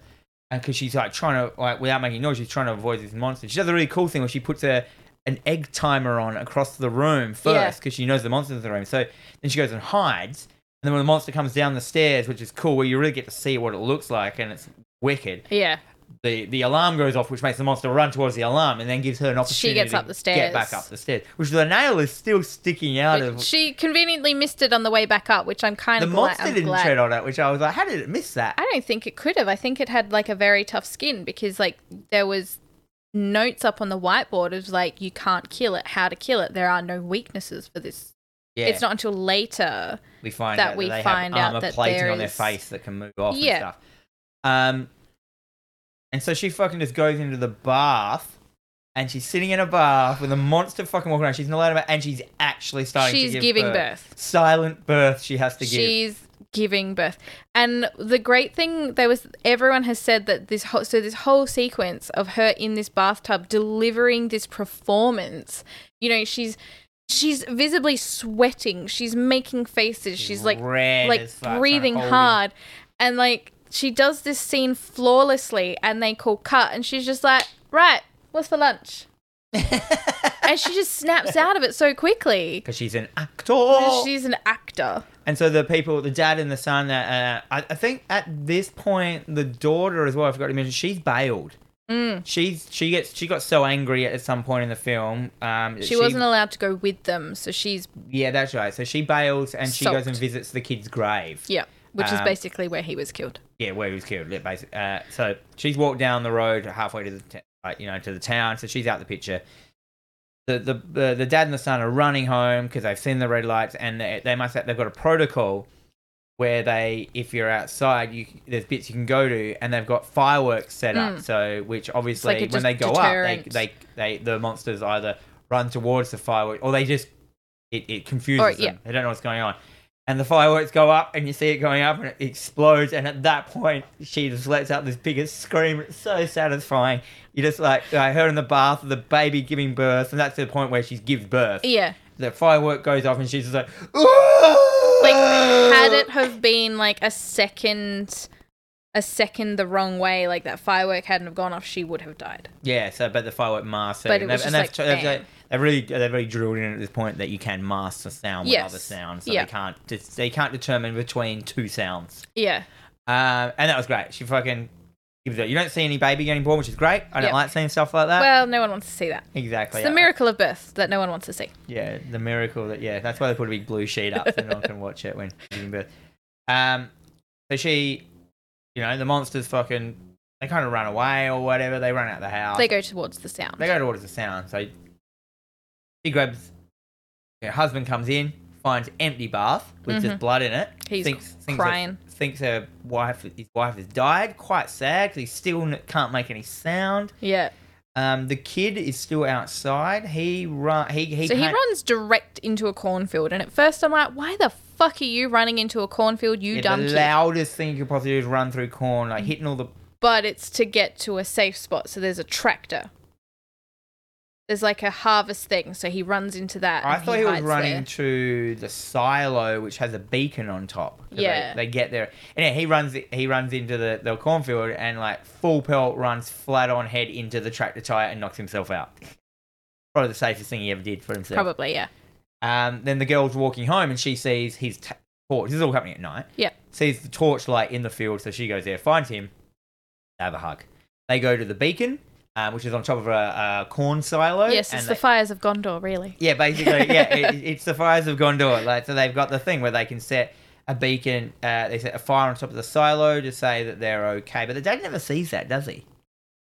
Speaker 1: and because she's like trying to like without making noise, she's trying to avoid this monster. She does a really cool thing where she puts a an egg timer on across the room
Speaker 2: Yeah.
Speaker 1: first because she knows the monster's in the room. So then she goes and hides, and then when the monster comes down the stairs, which is cool, where you really get to see what it looks like, and it's wicked.
Speaker 2: yeah,
Speaker 1: The the alarm goes off, which makes the monster run towards the alarm, and then gives her an opportunity.
Speaker 2: She gets up
Speaker 1: to
Speaker 2: the
Speaker 1: Get back
Speaker 2: stairs.
Speaker 1: up the stairs, which the nail is still sticking out
Speaker 2: Which
Speaker 1: of
Speaker 2: she conveniently missed it on the way back up, which I'm kind
Speaker 1: the
Speaker 2: of glad.
Speaker 1: monster
Speaker 2: I'm
Speaker 1: didn't
Speaker 2: glad.
Speaker 1: tread on it, which I was like, how did it miss that?
Speaker 2: I don't think it could have. I think it had like a very tough skin because like there was notes up on the whiteboard of like you can't kill it, how to kill it. There are no weaknesses for this.
Speaker 1: Yeah,
Speaker 2: It's not until later.
Speaker 1: we find
Speaker 2: that
Speaker 1: out
Speaker 2: we
Speaker 1: that they
Speaker 2: find out
Speaker 1: have armor
Speaker 2: that
Speaker 1: plating
Speaker 2: there
Speaker 1: on their
Speaker 2: is-
Speaker 1: face that can move off
Speaker 2: Yeah.
Speaker 1: and stuff. Um, and so she fucking just goes into the bath, and she's sitting in a bath with a monster fucking walking around. She's not allowed to, and she's actually starting.
Speaker 2: She's
Speaker 1: to give
Speaker 2: giving birth.
Speaker 1: Silent birth. She has to give.
Speaker 2: She's giving birth. And the great thing there was everyone has said that this whole so this whole sequence of her in this bathtub delivering this performance. You know, she's she's visibly sweating. She's making faces. She's like
Speaker 1: red
Speaker 2: like
Speaker 1: as fuck, trying to
Speaker 2: breathing
Speaker 1: hold in.
Speaker 2: hard and like she does this scene flawlessly and they call cut and she's just like right what's for lunch and she just snaps out of it so quickly
Speaker 1: Because she's an actor.
Speaker 2: she's an actor
Speaker 1: And so the people, the dad and the son, uh, uh, I, I think at this point, the daughter as well, I forgot to mention, she's bailed. Mm. She's she gets she got so angry at some point in the film. Um,
Speaker 2: she, wasn't allowed to go with them so she's
Speaker 1: Yeah, that's right. So she bails and she goes and
Speaker 2: Soaked.
Speaker 1: visits the kid's grave.
Speaker 2: yeah which is
Speaker 1: Um,
Speaker 2: basically where he was killed
Speaker 1: Yeah, where he was killed. lit Basic. Uh, so she's walked down the road halfway to the t- like, you know to the town. So she's out the picture. The the the, the dad and the son are running home because they've seen the red lights and they, they must have, they've got a protocol where they if you're outside you there's bits you can go to and they've got fireworks set up. So which obviously
Speaker 2: Hmm. like a
Speaker 1: when they
Speaker 2: just
Speaker 1: go
Speaker 2: deterrent.
Speaker 1: up they, they they the monsters either run towards the fireworks or they just it, it confuses
Speaker 2: Or-
Speaker 1: them.
Speaker 2: yeah.
Speaker 1: They don't know what's going on. And the fireworks go up, and you see it going up, and it explodes. And at that point, she just lets out this biggest scream. It's so satisfying. You just like I heard in the bath, the baby giving birth, and that's the point where she gives birth.
Speaker 2: yeah
Speaker 1: The firework goes off, and she's just like, "Ooh!"
Speaker 2: like had
Speaker 1: Uh.
Speaker 2: it have been like a second a second the wrong way like that firework hadn't have gone off she would have died
Speaker 1: Yeah, so but the firework masks.
Speaker 2: But
Speaker 1: and
Speaker 2: it was
Speaker 1: they've- and
Speaker 2: just
Speaker 1: they've,
Speaker 2: like,
Speaker 1: they've,
Speaker 2: bam.
Speaker 1: they've really they've really drilled in at this point that you can mask the sound with
Speaker 2: Yes.
Speaker 1: other sounds, so
Speaker 2: Yeah.
Speaker 1: they can't just, they can't determine between two sounds.
Speaker 2: yeah
Speaker 1: Um, and that was great. She fucking gives it. You don't see any baby getting born, which is great. I don't
Speaker 2: Yeah.
Speaker 1: like seeing stuff like that.
Speaker 2: well no one wants to see that
Speaker 1: exactly.
Speaker 2: It's the miracle of birth that no one wants to see.
Speaker 1: Yeah, the miracle that yeah. That's why they put a big blue sheet up so no one can watch it when giving birth. Um, so she, you know, the monsters fucking they kind of run away or whatever. They run out of the house.
Speaker 2: They go towards the sound.
Speaker 1: Ah. They go towards the sound. So she grabs. Her husband comes in, finds empty bath with just blood in it.
Speaker 2: Mm-hmm. He's
Speaker 1: Her,
Speaker 2: crying.
Speaker 1: thinks her wife, his wife has died. Quite sad because he still n- can't make any sound.
Speaker 2: yeah.
Speaker 1: Um, the kid is still outside. He run. He he.
Speaker 2: So he
Speaker 1: can't-
Speaker 2: runs direct into a cornfield, and at first I'm like, "Why the fuck are you running into a cornfield, you
Speaker 1: yeah,
Speaker 2: dumb Mm.
Speaker 1: the
Speaker 2: kid?"
Speaker 1: loudest thing you could possibly do is run through corn, like hitting all the
Speaker 2: but it's to get to a safe spot. So there's a tractor. There's like a harvest thing, so he runs into that.
Speaker 1: I
Speaker 2: and
Speaker 1: thought he was
Speaker 2: hides
Speaker 1: running
Speaker 2: there.
Speaker 1: to the silo, which has a beacon on top. 'cause they-
Speaker 2: Yeah.
Speaker 1: they, get there, and yeah, he runs. He runs into the, the cornfield and like full pelt runs flat on head into the tractor tire and knocks himself out. Probably the safest thing he ever did for himself.
Speaker 2: Probably, yeah.
Speaker 1: Um, then the girl's walking home and she sees his t- torch. This is all happening at night.
Speaker 2: Yep.
Speaker 1: Sees the torchlight in the field, so she goes there, finds him. They have a hug. They go to the beacon, um, which is on top of a, a corn silo.
Speaker 2: Yes, it's
Speaker 1: Oh, and
Speaker 2: the
Speaker 1: they-
Speaker 2: fires of Gondor, really.
Speaker 1: yeah, basically, yeah, it, it's the fires of Gondor. Like, so they've got the thing where they can set a beacon, uh, they set a fire on top of the silo to say that they're okay. But the dad never sees that, does he?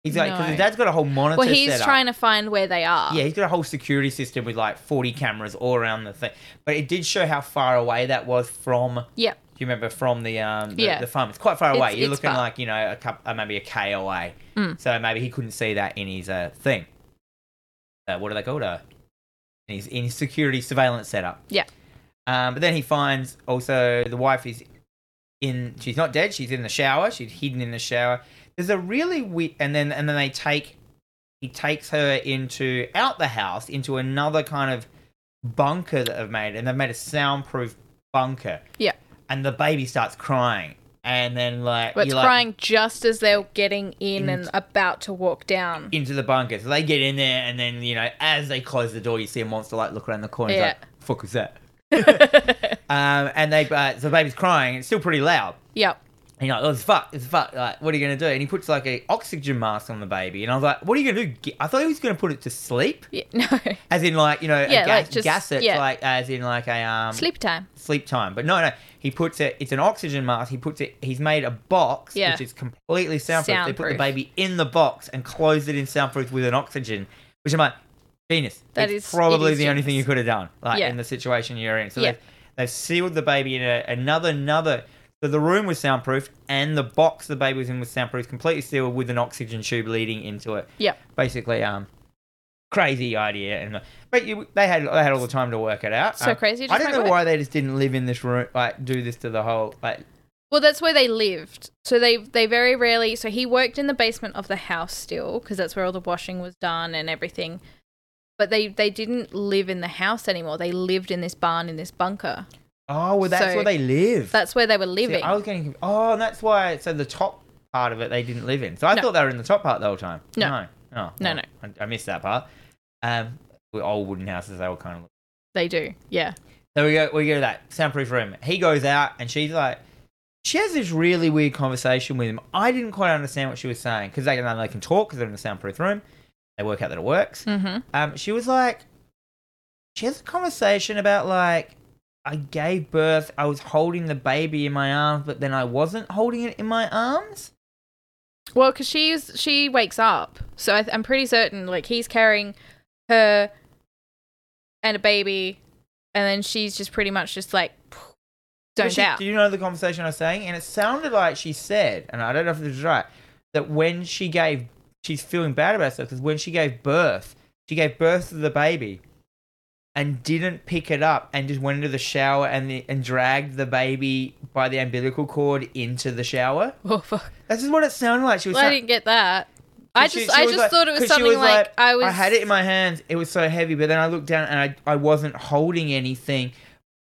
Speaker 1: He's like, because
Speaker 2: No.
Speaker 1: the dad's got a whole monitor.
Speaker 2: Well, he's
Speaker 1: set up.
Speaker 2: trying to find where they are.
Speaker 1: Yeah, he's got a whole security system with like 40 cameras all around the thing. But it did show how far away that was from. Do
Speaker 2: Yep.
Speaker 1: you remember from the um the,
Speaker 2: Yeah.
Speaker 1: the farm? It's quite far away.
Speaker 2: It's-
Speaker 1: You're
Speaker 2: it's
Speaker 1: looking
Speaker 2: far. Mm.
Speaker 1: like you know a couple, uh, maybe a k away. So maybe he couldn't see that in his uh, thing. Uh, what are they called? Uh, in his in his security surveillance setup.
Speaker 2: Yeah.
Speaker 1: Um, but then he finds also the wife is in. She's not dead. She's in the shower. She's hidden in the shower. There's a really weird. And then and then they take. He takes her into out the house into another kind of bunker that they've made, and they've made a soundproof bunker.
Speaker 2: Yeah.
Speaker 1: And the baby starts crying, and then like
Speaker 2: But it's
Speaker 1: you're like,
Speaker 2: crying just as they're getting in and about to walk down.
Speaker 1: into the bunker. So they get in there, and then you know, as they close the door, you see a monster like look around the corner. Yeah.
Speaker 2: Yeah.
Speaker 1: Like, fuck was that? um, and they, uh, so the baby's crying. It's still pretty loud.
Speaker 2: Yep.
Speaker 1: And you're like, oh, it's fuck, it's fuck. Like, what are you gonna do? And he puts like a oxygen mask on the baby, and I was like, what are you gonna do? Ge- I thought he was gonna put it to sleep,
Speaker 2: Yeah, no.
Speaker 1: as in like you know,
Speaker 2: Yeah,
Speaker 1: a gas,
Speaker 2: like, just-
Speaker 1: gas it,
Speaker 2: yeah.
Speaker 1: like as in like a um
Speaker 2: Sleep time.
Speaker 1: sleep time. But no, no, he puts it. It's an oxygen mask. He puts it. He's made a box
Speaker 2: Yeah.
Speaker 1: which is completely soundproof. They put the
Speaker 2: Soundproof.
Speaker 1: baby in the box and closed it in soundproof with an oxygen, which I'm like, Venus.
Speaker 2: That
Speaker 1: it's
Speaker 2: is-
Speaker 1: probably
Speaker 2: it is
Speaker 1: the only thing you
Speaker 2: genius.
Speaker 1: could have done, like
Speaker 2: Yeah.
Speaker 1: in the situation you're in. So
Speaker 2: Yeah.
Speaker 1: they've, they've sealed the baby in a, another another. So the room was soundproof, and the box the baby was in was soundproof, completely sealed with an oxygen tube leading into it.
Speaker 2: Yep.
Speaker 1: Basically, um, crazy idea, and but you, they had they had all the time to work it out.
Speaker 2: So
Speaker 1: Um,
Speaker 2: crazy, it
Speaker 1: I
Speaker 2: just
Speaker 1: don't
Speaker 2: won't
Speaker 1: know
Speaker 2: work.
Speaker 1: why they just didn't live in this room, like do this to the whole like.
Speaker 2: Well, that's where they lived. So they they very rarely. So he worked in the basement of the house still, because that's where all the washing was done and everything. But they they didn't live in the house anymore. They lived in this barn in this bunker.
Speaker 1: Oh, well, that's
Speaker 2: So,
Speaker 1: where they live.
Speaker 2: That's where they were
Speaker 1: See,
Speaker 2: living.
Speaker 1: I was getting. conf- Oh, and that's why. So the top part of it they didn't live in. So I
Speaker 2: No.
Speaker 1: thought they were in the top part the whole time.
Speaker 2: No.
Speaker 1: no, oh,
Speaker 2: No,
Speaker 1: oh,
Speaker 2: no.
Speaker 1: I, I missed that part. Um, with old wooden houses, they all kind of. look.
Speaker 2: they do. Yeah.
Speaker 1: So we go. We go to that soundproof room. He goes out, and she's like. She has this really weird conversation with him. I didn't quite understand what she was saying because they can, they can talk because they're in the soundproof room. They work out that it works.
Speaker 2: Mm-hmm.
Speaker 1: um, she was like, she has a conversation about like, I gave birth, I was holding the baby in my arms, but then I wasn't holding it in my arms.
Speaker 2: Well, because she's she wakes up, so I, th- I'm pretty certain like he's carrying her and a baby, and then she's just pretty much just like
Speaker 1: But
Speaker 2: zoned
Speaker 1: she-
Speaker 2: out.
Speaker 1: Do you know the conversation I was saying? And it sounded like she said, and I don't know if this is right, that when she gave, she's feeling bad about herself because when she gave birth, she gave birth to the baby. And didn't pick it up, and just went into the shower and the, and dragged the baby by the umbilical cord into the shower.
Speaker 2: Oh fuck!
Speaker 1: That's just what it sounded like. She was
Speaker 2: Well, I
Speaker 1: sa-
Speaker 2: didn't get that. I just
Speaker 1: She- she
Speaker 2: I
Speaker 1: was
Speaker 2: just
Speaker 1: like-
Speaker 2: thought it was
Speaker 1: 'cause she
Speaker 2: something like, I was.
Speaker 1: I had it in my hands. It was so heavy, but then I looked down and I, I wasn't holding anything,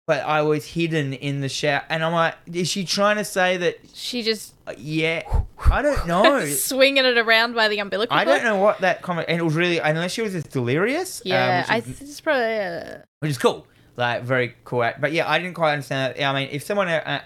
Speaker 1: but I was hidden in the shower. And I'm like, is she trying to say that?
Speaker 2: She just
Speaker 1: Yeah, I don't know.
Speaker 2: swinging it around by the umbilical.
Speaker 1: Oh, I
Speaker 2: cord.
Speaker 1: don't know um, what that comment. And it was really unless she was just delirious. um,
Speaker 2: Yeah,
Speaker 1: which
Speaker 2: I
Speaker 1: is-
Speaker 2: th- it's probably. Uh,
Speaker 1: which is cool. Like very cool. act- But yeah, I didn't quite understand that. Yeah, I mean, if someone uh,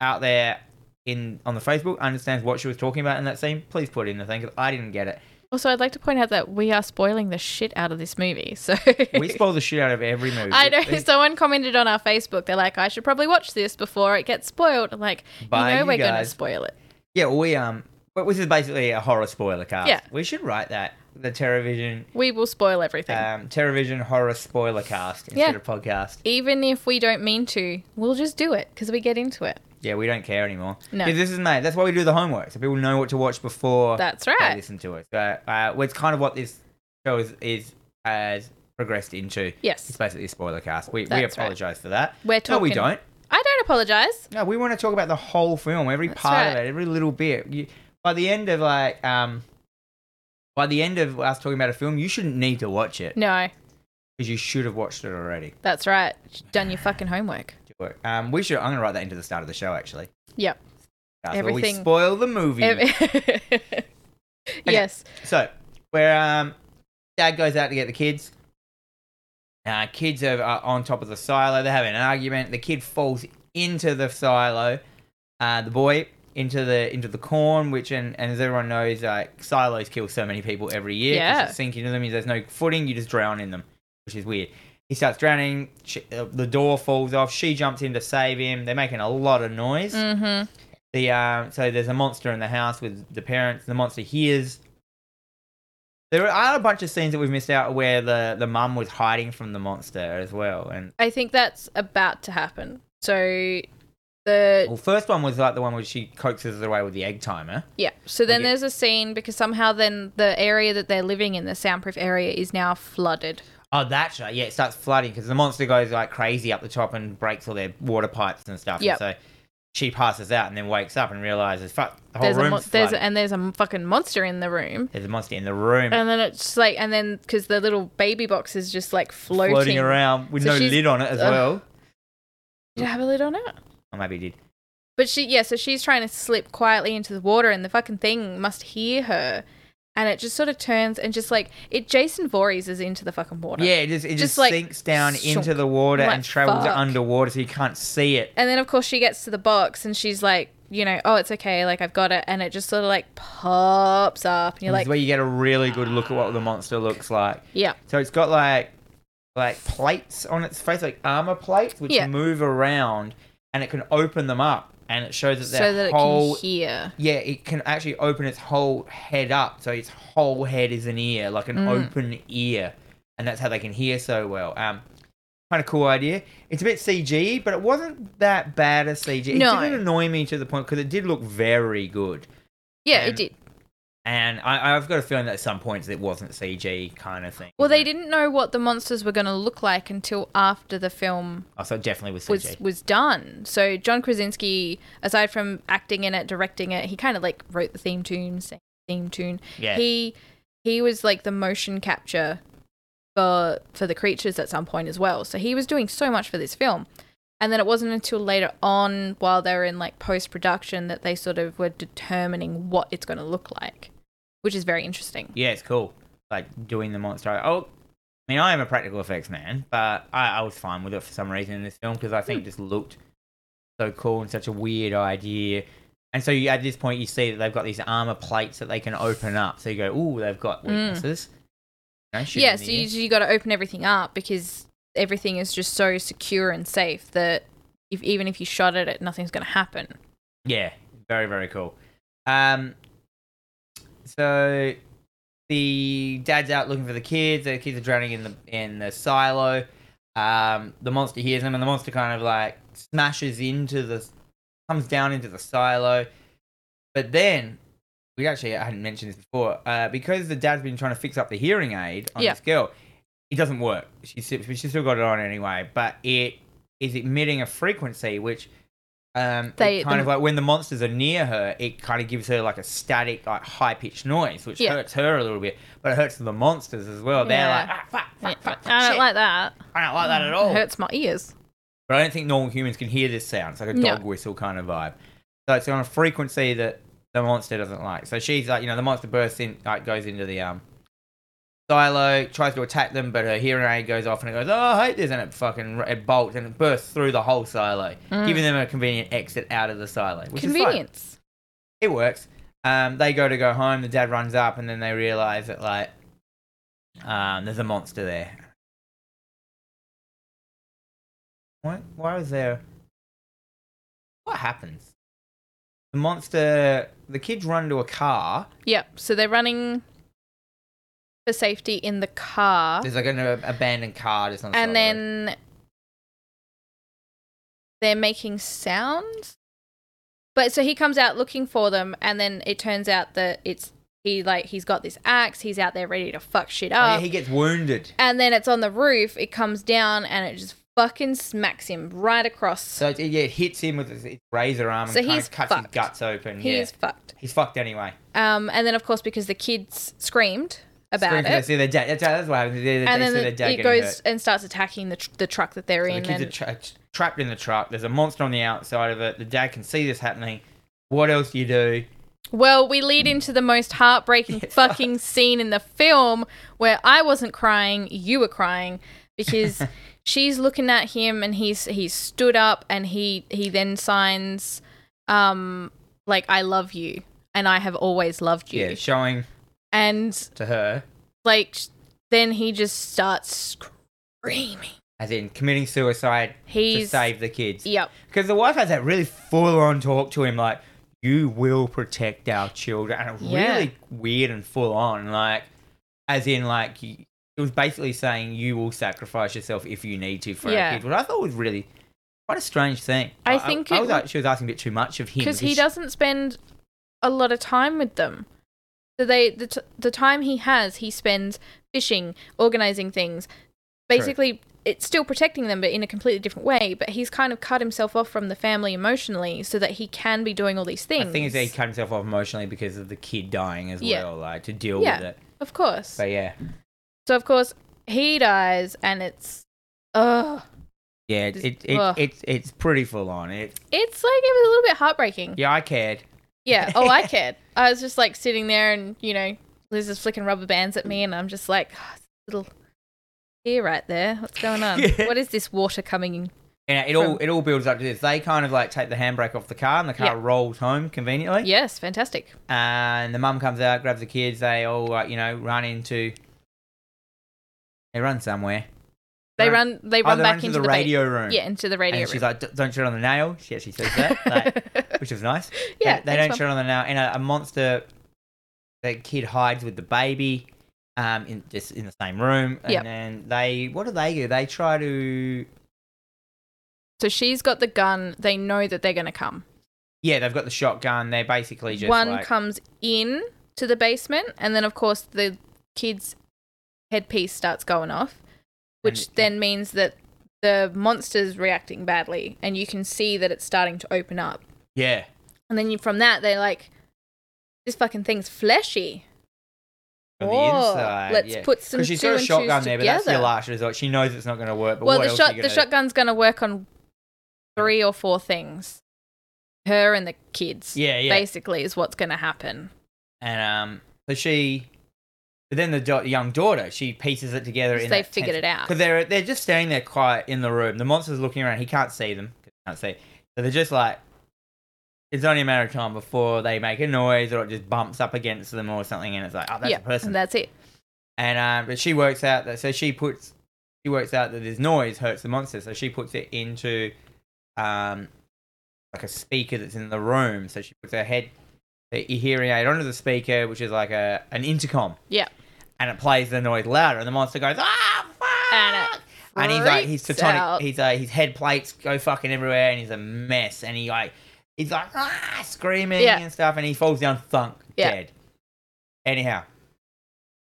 Speaker 1: out there in on the Facebook understands what she was talking about in that scene, please put it in the thing 'cause I didn't get it.
Speaker 2: also, I'd like to point out that we are spoiling the shit out of this movie. So
Speaker 1: We spoil the shit out of every movie.
Speaker 2: I know
Speaker 1: It's-
Speaker 2: someone commented on our Facebook. They're like, I should probably watch this before it gets spoiled. I'm like,
Speaker 1: Bye,
Speaker 2: you know,
Speaker 1: you
Speaker 2: we're going to
Speaker 1: guys.
Speaker 2: spoil it.
Speaker 1: Yeah, well, we um, but this is basically a horror spoiler cast.
Speaker 2: Yeah.
Speaker 1: we should write that the Terrorvision,
Speaker 2: We will spoil everything.
Speaker 1: um, Terrorvision horror spoiler cast instead
Speaker 2: Yeah.
Speaker 1: of podcast.
Speaker 2: Even if we don't mean to, we'll just do it because we get into it.
Speaker 1: Yeah, we don't care anymore.
Speaker 2: No.
Speaker 1: Yeah, this is mate. That's why we do the homework, so people know what to watch before
Speaker 2: That's
Speaker 1: they
Speaker 2: right.
Speaker 1: listen to it. So, uh, well, it's kind of what this show is is has progressed into. It's
Speaker 2: Yes.
Speaker 1: basically a spoiler cast. We we
Speaker 2: That's right.
Speaker 1: apologize for that.
Speaker 2: We're
Speaker 1: No,
Speaker 2: talking.
Speaker 1: we don't.
Speaker 2: I don't apologize.
Speaker 1: No, we want to talk about the whole film, every
Speaker 2: That's
Speaker 1: part of
Speaker 2: right.
Speaker 1: it, every little bit. You, by the end of like um, By the end of us talking about a film, you shouldn't need to watch it
Speaker 2: No,
Speaker 1: because you should have watched it already.
Speaker 2: that's right. Done your fucking homework.
Speaker 1: Um, we should. I'm gonna write that into the start of the show actually.
Speaker 2: Yep.
Speaker 1: That's where we
Speaker 2: Everything-
Speaker 1: spoil the movie.
Speaker 2: Ev- yes.
Speaker 1: So, where um, dad goes out to get the kids. Uh, kids are, are on top of the silo. They're having an argument. The kid falls into the silo. Uh, the boy into the into the corn, which and, and as everyone knows, uh, silos kill so many people every year. 'cause
Speaker 2: Yeah.
Speaker 1: you sink into them. There's no footing. You just drown in them, which is weird. He starts drowning. She, uh, the door falls off. She jumps in to save him. They're making a lot of noise.
Speaker 2: Mm-hmm.
Speaker 1: The uh, so there's a monster in the house with the parents. The monster hears. There are a bunch of scenes that we've missed out where the the mum was hiding from the monster as well. And
Speaker 2: I think that's about to happen. So the
Speaker 1: well, first one was like the one where she coaxes her away with the egg timer.
Speaker 2: yeah. So then
Speaker 1: Okay.
Speaker 2: there's a scene because somehow then the area that they're living in, the soundproof area, is now flooded.
Speaker 1: Oh, that's right. Yeah, it starts flooding because the monster goes like crazy up the top and breaks all their water pipes and stuff. Yeah.
Speaker 2: Yep.
Speaker 1: So she passes out and then wakes up and realizes, fuck, the whole
Speaker 2: There's a,
Speaker 1: room's
Speaker 2: mo- there's a,
Speaker 1: Oh, flooded.
Speaker 2: and there's a fucking monster in the room.
Speaker 1: there's a monster in the room
Speaker 2: And then it's like, and then because the little baby box is just like floating,
Speaker 1: floating. around with
Speaker 2: So
Speaker 1: no
Speaker 2: she's-
Speaker 1: lid on it as
Speaker 2: Ugh.
Speaker 1: well.
Speaker 2: Did it have a lid on it?
Speaker 1: Or maybe it did.
Speaker 2: But she, yeah, so she's trying to slip quietly into the water, and the fucking thing must hear her. And it just sort of turns and just like it. Jason Voorhees is into the fucking water.
Speaker 1: Yeah, it just it just,
Speaker 2: Just, like,
Speaker 1: sinks down
Speaker 2: sunk.
Speaker 1: into the water
Speaker 2: Like,
Speaker 1: and travels
Speaker 2: fuck.
Speaker 1: underwater, so you can't see it.
Speaker 2: And then of course she gets to the box, and she's like, you know, oh, it's okay, like I've got it. And it just sort of like pops up, and you're
Speaker 1: This is
Speaker 2: like,
Speaker 1: where you get a really good look at what the monster looks like.
Speaker 2: yeah,
Speaker 1: So it's got like like plates on its face, like armor plates, which
Speaker 2: Yeah.
Speaker 1: move around, and it can open them up, and it shows that their
Speaker 2: so that it
Speaker 1: whole
Speaker 2: can hear.
Speaker 1: yeah, it can actually open its whole head up, so its whole head is an ear, like an
Speaker 2: Mm.
Speaker 1: open ear, and that's how they can hear so well. Um, kind of cool idea. It's a bit CG, but it wasn't that bad as CG. It
Speaker 2: No.
Speaker 1: didn't annoy me to the point because it did look very good,
Speaker 2: Yeah,
Speaker 1: and-
Speaker 2: it did.
Speaker 1: and I, I've got a feeling that at some points it wasn't CG kind of thing.
Speaker 2: Well, they didn't know what the monsters were going to look like until after the film
Speaker 1: Oh, so it definitely was CG.
Speaker 2: was was done. So John Krasinski, aside from acting in it, directing it, he kind of like wrote the theme tune, sang the theme tune.
Speaker 1: yeah,
Speaker 2: He he was like the motion capture for for the creatures at some point as well. So he was doing so much for this film. And then it wasn't until later on, while they were in like post production, that they sort of were determining what it's going to look like, which is very interesting.
Speaker 1: yeah, it's cool. Like doing the monster. Oh, I mean, I am a practical effects man, but I, I was fine with it for some reason in this film because I think it just looked so cool and such a weird idea. And so you, at this point, you see that they've got these armor plates that they can open up. So you go, "Ooh, they've got
Speaker 2: Mm.
Speaker 1: weaknesses." No shit in
Speaker 2: Yeah,
Speaker 1: the
Speaker 2: so
Speaker 1: ear.
Speaker 2: you, you got to open everything up because everything is just so secure and safe that if even if you shot at it, nothing's going to happen.
Speaker 1: Yeah, very very cool. Um, so the dad's out looking for the kids. The kids are drowning in the in the silo. Um, the monster hears them, and the monster kind of like smashes into the, comes down into the silo. But then we actually I hadn't mentioned this before uh, because the dad's been trying to fix up the hearing aid on
Speaker 2: Yeah.
Speaker 1: this girl. It doesn't work. She's she's still got it on anyway, but it is emitting a frequency which um, it
Speaker 2: They-
Speaker 1: kind
Speaker 2: the-
Speaker 1: of like when the monsters are near her, it kind of gives her like a static, like high pitched noise, which
Speaker 2: Yeah.
Speaker 1: hurts her a little bit, but it hurts the monsters as well.
Speaker 2: Yeah.
Speaker 1: They're like, ah, fuck, fuck, fuck, fuck,
Speaker 2: I don't
Speaker 1: shit. Oh.
Speaker 2: like that.
Speaker 1: I don't like that at
Speaker 2: It
Speaker 1: all.
Speaker 2: hurts my ears.
Speaker 1: But I don't think normal humans can hear this sound. It's like a
Speaker 2: No.
Speaker 1: dog whistle kind of vibe. So it's on a frequency that the monster doesn't like. So she's like, you know, the monster bursts in, like goes into the um silo, tries to attack them, but her hearing aid goes off and it goes, oh, I hate this, and it fucking it bolts and it bursts through the whole silo,
Speaker 2: Mm.
Speaker 1: giving them a convenient exit out of the silo. Which Is fine
Speaker 2: Convenience.
Speaker 1: it works. Um, they go to go home. The dad runs up, and then they realize that like um, there's a monster there. What? Why is there? What happens? The monster. The kids run to a car.
Speaker 2: Yep. So they're running for safety in the car,
Speaker 1: There's like an uh, abandoned car. Just on the side of
Speaker 2: Oh. and
Speaker 1: the road.
Speaker 2: then they're making sounds. But so he comes out looking for them, and then it turns out that it's he like he's got this axe. He's out there ready to fuck shit
Speaker 1: Oh,
Speaker 2: up.
Speaker 1: yeah, he gets wounded.
Speaker 2: and then it's on the roof. It comes down and it just fucking smacks him right across.
Speaker 1: So it, yeah, it hits him with his, his razor arm
Speaker 2: So
Speaker 1: and kind
Speaker 2: he's
Speaker 1: of cuts his
Speaker 2: fucked.
Speaker 1: guts open.
Speaker 2: He's
Speaker 1: yeah.
Speaker 2: fucked.
Speaker 1: he's fucked anyway.
Speaker 2: Um, and then of course because the kids screamed about
Speaker 1: Scream for their-
Speaker 2: it,
Speaker 1: See their dad. That's, that's what happens. They, they,
Speaker 2: and
Speaker 1: they
Speaker 2: then
Speaker 1: see their
Speaker 2: the,
Speaker 1: dad
Speaker 2: it
Speaker 1: getting
Speaker 2: goes
Speaker 1: hurt.
Speaker 2: and starts attacking the tr- the truck that they're
Speaker 1: So the
Speaker 2: in.
Speaker 1: kids
Speaker 2: And
Speaker 1: are tra- trapped in the truck. There's a monster on the outside of it. The dad can see this happening. What else do you do?
Speaker 2: well, we
Speaker 1: Mm.
Speaker 2: lead into the most heartbreaking fucking scene in the film where I wasn't crying, you were crying because she's looking at him and he's he's stood up and he he then signs, um, like I love you and I have always loved you.
Speaker 1: Yeah, showing
Speaker 2: And
Speaker 1: to her,
Speaker 2: like sh- then he just starts screaming.
Speaker 1: as in committing suicide to
Speaker 2: He's
Speaker 1: save the kids.
Speaker 2: yep.
Speaker 1: Because the wife has that really full on talk to him, like, you will protect our children. And it
Speaker 2: Yeah.
Speaker 1: really weird and full on. Like, as in, like, y- it was basically saying you will sacrifice yourself if you need to for
Speaker 2: Yeah.
Speaker 1: our kids, which I thought was really quite a strange thing.
Speaker 2: I think
Speaker 1: I,
Speaker 2: it
Speaker 1: was
Speaker 2: would-
Speaker 1: like, she was asking a bit too much of him.
Speaker 2: because he
Speaker 1: she-
Speaker 2: doesn't spend a lot of time with them. So they the t- the time he has, he spends fishing, organizing things. Basically, it's still protecting them, but in a completely different way. But he's kind of cut himself off from the family emotionally, so that he can be doing all these things.
Speaker 1: I think it's that he cut himself off emotionally because of the kid dying as
Speaker 2: Yeah.
Speaker 1: well, like to deal
Speaker 2: Yeah.
Speaker 1: with it.
Speaker 2: of course.
Speaker 1: But yeah,
Speaker 2: So of course he dies, and it's ugh.
Speaker 1: yeah, it, it, it,
Speaker 2: Ugh.
Speaker 1: it's it's pretty full on. It,
Speaker 2: It's like it was a little bit heartbreaking.
Speaker 1: yeah, I cared.
Speaker 2: Yeah. Oh, I cared. I was just like sitting there, and you know, Liz is flicking rubber bands at me, and I'm just like, "Ah, it's a little here, right there. What's going on?
Speaker 1: Yeah.
Speaker 2: What is this water coming in?
Speaker 1: And it all it all builds up to this. They kind of like take the handbrake off the car, and the car
Speaker 2: Yeah.
Speaker 1: rolls home conveniently.
Speaker 2: Yes, fantastic.
Speaker 1: And the mum comes out, grabs the kids. They all like you know run into. They run somewhere.
Speaker 2: They
Speaker 1: Right.
Speaker 2: run. They
Speaker 1: Oh,
Speaker 2: run
Speaker 1: they
Speaker 2: back
Speaker 1: run to
Speaker 2: into
Speaker 1: the
Speaker 2: ba-
Speaker 1: radio room.
Speaker 2: Yeah, into the radio
Speaker 1: and she's
Speaker 2: room.
Speaker 1: like, "D- "Don't shit on the nail." She actually says that, like, which was nice.
Speaker 2: yeah,
Speaker 1: they, they don't
Speaker 2: thanks, Mum.
Speaker 1: shit on the nail. And a, a monster, the kid hides with the baby, um, in just in the same room. And
Speaker 2: Yep.
Speaker 1: then they, what do they do? They try to,
Speaker 2: So she's got the gun. They know that they're going to come.
Speaker 1: yeah, they've got the shotgun. They're basically just
Speaker 2: One
Speaker 1: like,
Speaker 2: comes in to the basement, and then of course the kid's headpiece starts going off, which
Speaker 1: And-
Speaker 2: then means that the monster's reacting badly, and you can see that it's starting to open up.
Speaker 1: yeah,
Speaker 2: And then you, from that, they're like, "This fucking thing's fleshy."
Speaker 1: on the
Speaker 2: Whoa,
Speaker 1: inside.
Speaker 2: let's
Speaker 1: yeah.
Speaker 2: put some
Speaker 1: 'Cause she's
Speaker 2: two
Speaker 1: got a
Speaker 2: and
Speaker 1: shotgun
Speaker 2: twos
Speaker 1: there, but that's your
Speaker 2: together.
Speaker 1: last resort. She knows it's not going to work. But
Speaker 2: well,
Speaker 1: what
Speaker 2: the
Speaker 1: else
Speaker 2: shot
Speaker 1: are you
Speaker 2: the
Speaker 1: gonna-
Speaker 2: shotgun's gonna work on three or four things. Her and the kids,
Speaker 1: Yeah, yeah.
Speaker 2: basically, is what's gonna happen.
Speaker 1: And um, so she, but then the da- young daughter, she pieces it together.
Speaker 2: Because
Speaker 1: in
Speaker 2: they
Speaker 1: that
Speaker 2: figured it out.
Speaker 1: Because they're they're just standing there quiet in the room. The monster's looking around. He can't see them. 'cause He can't see. So they're just like, it's only a matter of time before they make a noise or it just bumps up against them or something. And it's like, oh, that's
Speaker 2: yeah,
Speaker 1: a person.
Speaker 2: and that's it.
Speaker 1: and um, but she works out that so she puts she works out that this noise hurts the monster. So she puts it into um like a speaker that's in the room. So she puts her head her hearing aid onto the speaker, which is like a an intercom.
Speaker 2: Yeah.
Speaker 1: And it plays the noise louder, and the monster goes ah
Speaker 2: And
Speaker 1: fuck.
Speaker 2: it
Speaker 1: And, he's like he's
Speaker 2: freaks
Speaker 1: satanic.
Speaker 2: out.
Speaker 1: He's uh, his head plates go fucking everywhere, and he's a mess. And he like he's like ah screaming
Speaker 2: Yeah.
Speaker 1: and stuff, and he falls down thunk
Speaker 2: Yeah.
Speaker 1: dead. Anyhow,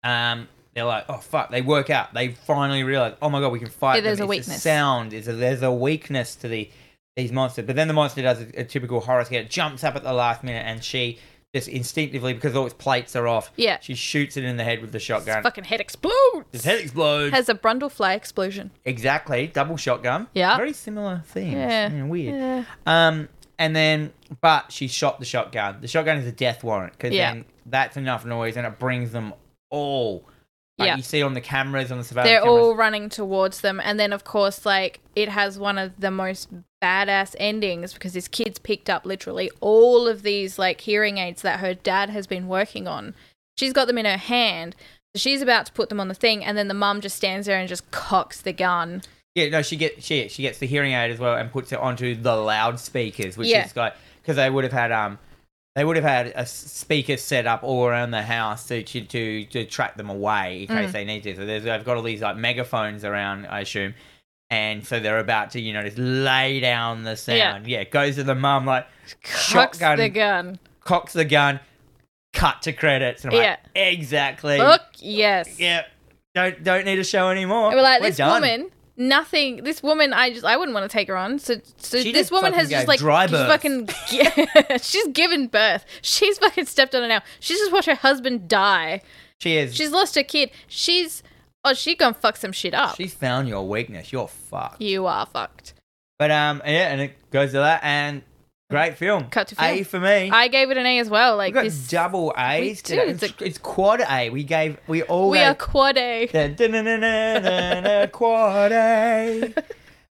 Speaker 1: um, they're like, oh fuck, they work out. They finally realize, oh my god, we can fight.
Speaker 2: Yeah, there's
Speaker 1: them.
Speaker 2: a
Speaker 1: It's the
Speaker 2: weakness.
Speaker 1: sound is a, there's a weakness to the these monsters. But then the monster does a, a typical horror scare, jumps up at the last minute, and she just instinctively because all its plates are off,
Speaker 2: Yeah.
Speaker 1: she shoots it in the head with the shotgun.
Speaker 2: Fucking head explodes.
Speaker 1: His head explodes.
Speaker 2: Has a Brundle fly explosion.
Speaker 1: exactly, double shotgun.
Speaker 2: Yeah.
Speaker 1: very similar themes.
Speaker 2: Yeah.
Speaker 1: Mm, weird.
Speaker 2: Yeah.
Speaker 1: Um, and then, but she shot the shotgun. The shotgun is a death warrant because
Speaker 2: Yeah.
Speaker 1: then that's enough noise and it brings them all. Like
Speaker 2: Yeah.
Speaker 1: you see on the cameras, on the surveillance
Speaker 2: They're
Speaker 1: cameras.
Speaker 2: all running towards them, and then of course, like it has one of the most badass endings because his kids picked up literally all of these like hearing aids that her dad has been working on. She's got them in her hand. So she's about to put them on the thing, and then the mum just stands there and just cocks the gun.
Speaker 1: Yeah, no, she gets she she gets the hearing aid as well and puts it onto the loudspeakers, which
Speaker 2: Yeah.
Speaker 1: is like because they would have had um they would have had a s- speaker set up all around the house to to to, to track them away in
Speaker 2: Mm.
Speaker 1: case they need to. So there's, they've got all these like megaphones around, I assume, and so they're about to you know just lay down the sound. Yeah, it goes to the mum like
Speaker 2: Cocks
Speaker 1: shotgun,
Speaker 2: the gun.
Speaker 1: cocks the gun, cut to credits. And I'm like, exactly.
Speaker 2: Look, yes.
Speaker 1: Yeah, don't don't need to show anymore.
Speaker 2: And we're like, this
Speaker 1: done.
Speaker 2: woman nothing. This woman, I just, I wouldn't want to take her on. So, so
Speaker 1: She just
Speaker 2: this woman has
Speaker 1: fucking
Speaker 2: just
Speaker 1: gave
Speaker 2: like,
Speaker 1: dry
Speaker 2: she's
Speaker 1: birth.
Speaker 2: fucking, gi- she's given birth. She's fucking stepped on her now. She's just watched her husband die.
Speaker 1: She is.
Speaker 2: She's lost her kid. She's, oh, she gonna fuck some shit up.
Speaker 1: She's found your weakness. You're fucked.
Speaker 2: you are fucked.
Speaker 1: But um, yeah, and it goes to that, and great film.
Speaker 2: Cut to
Speaker 1: A
Speaker 2: film.
Speaker 1: for me.
Speaker 2: I gave it an A as well.
Speaker 1: we
Speaker 2: Like
Speaker 1: got
Speaker 2: this,
Speaker 1: double
Speaker 2: we
Speaker 1: A's
Speaker 2: do,
Speaker 1: today.
Speaker 2: it's
Speaker 1: It's,
Speaker 2: a-
Speaker 1: it's quad A. We gave. We all.
Speaker 2: we
Speaker 1: gave,
Speaker 2: are quad A.
Speaker 1: Dun, dun, dun, dun, dun, dun, dun, quad A.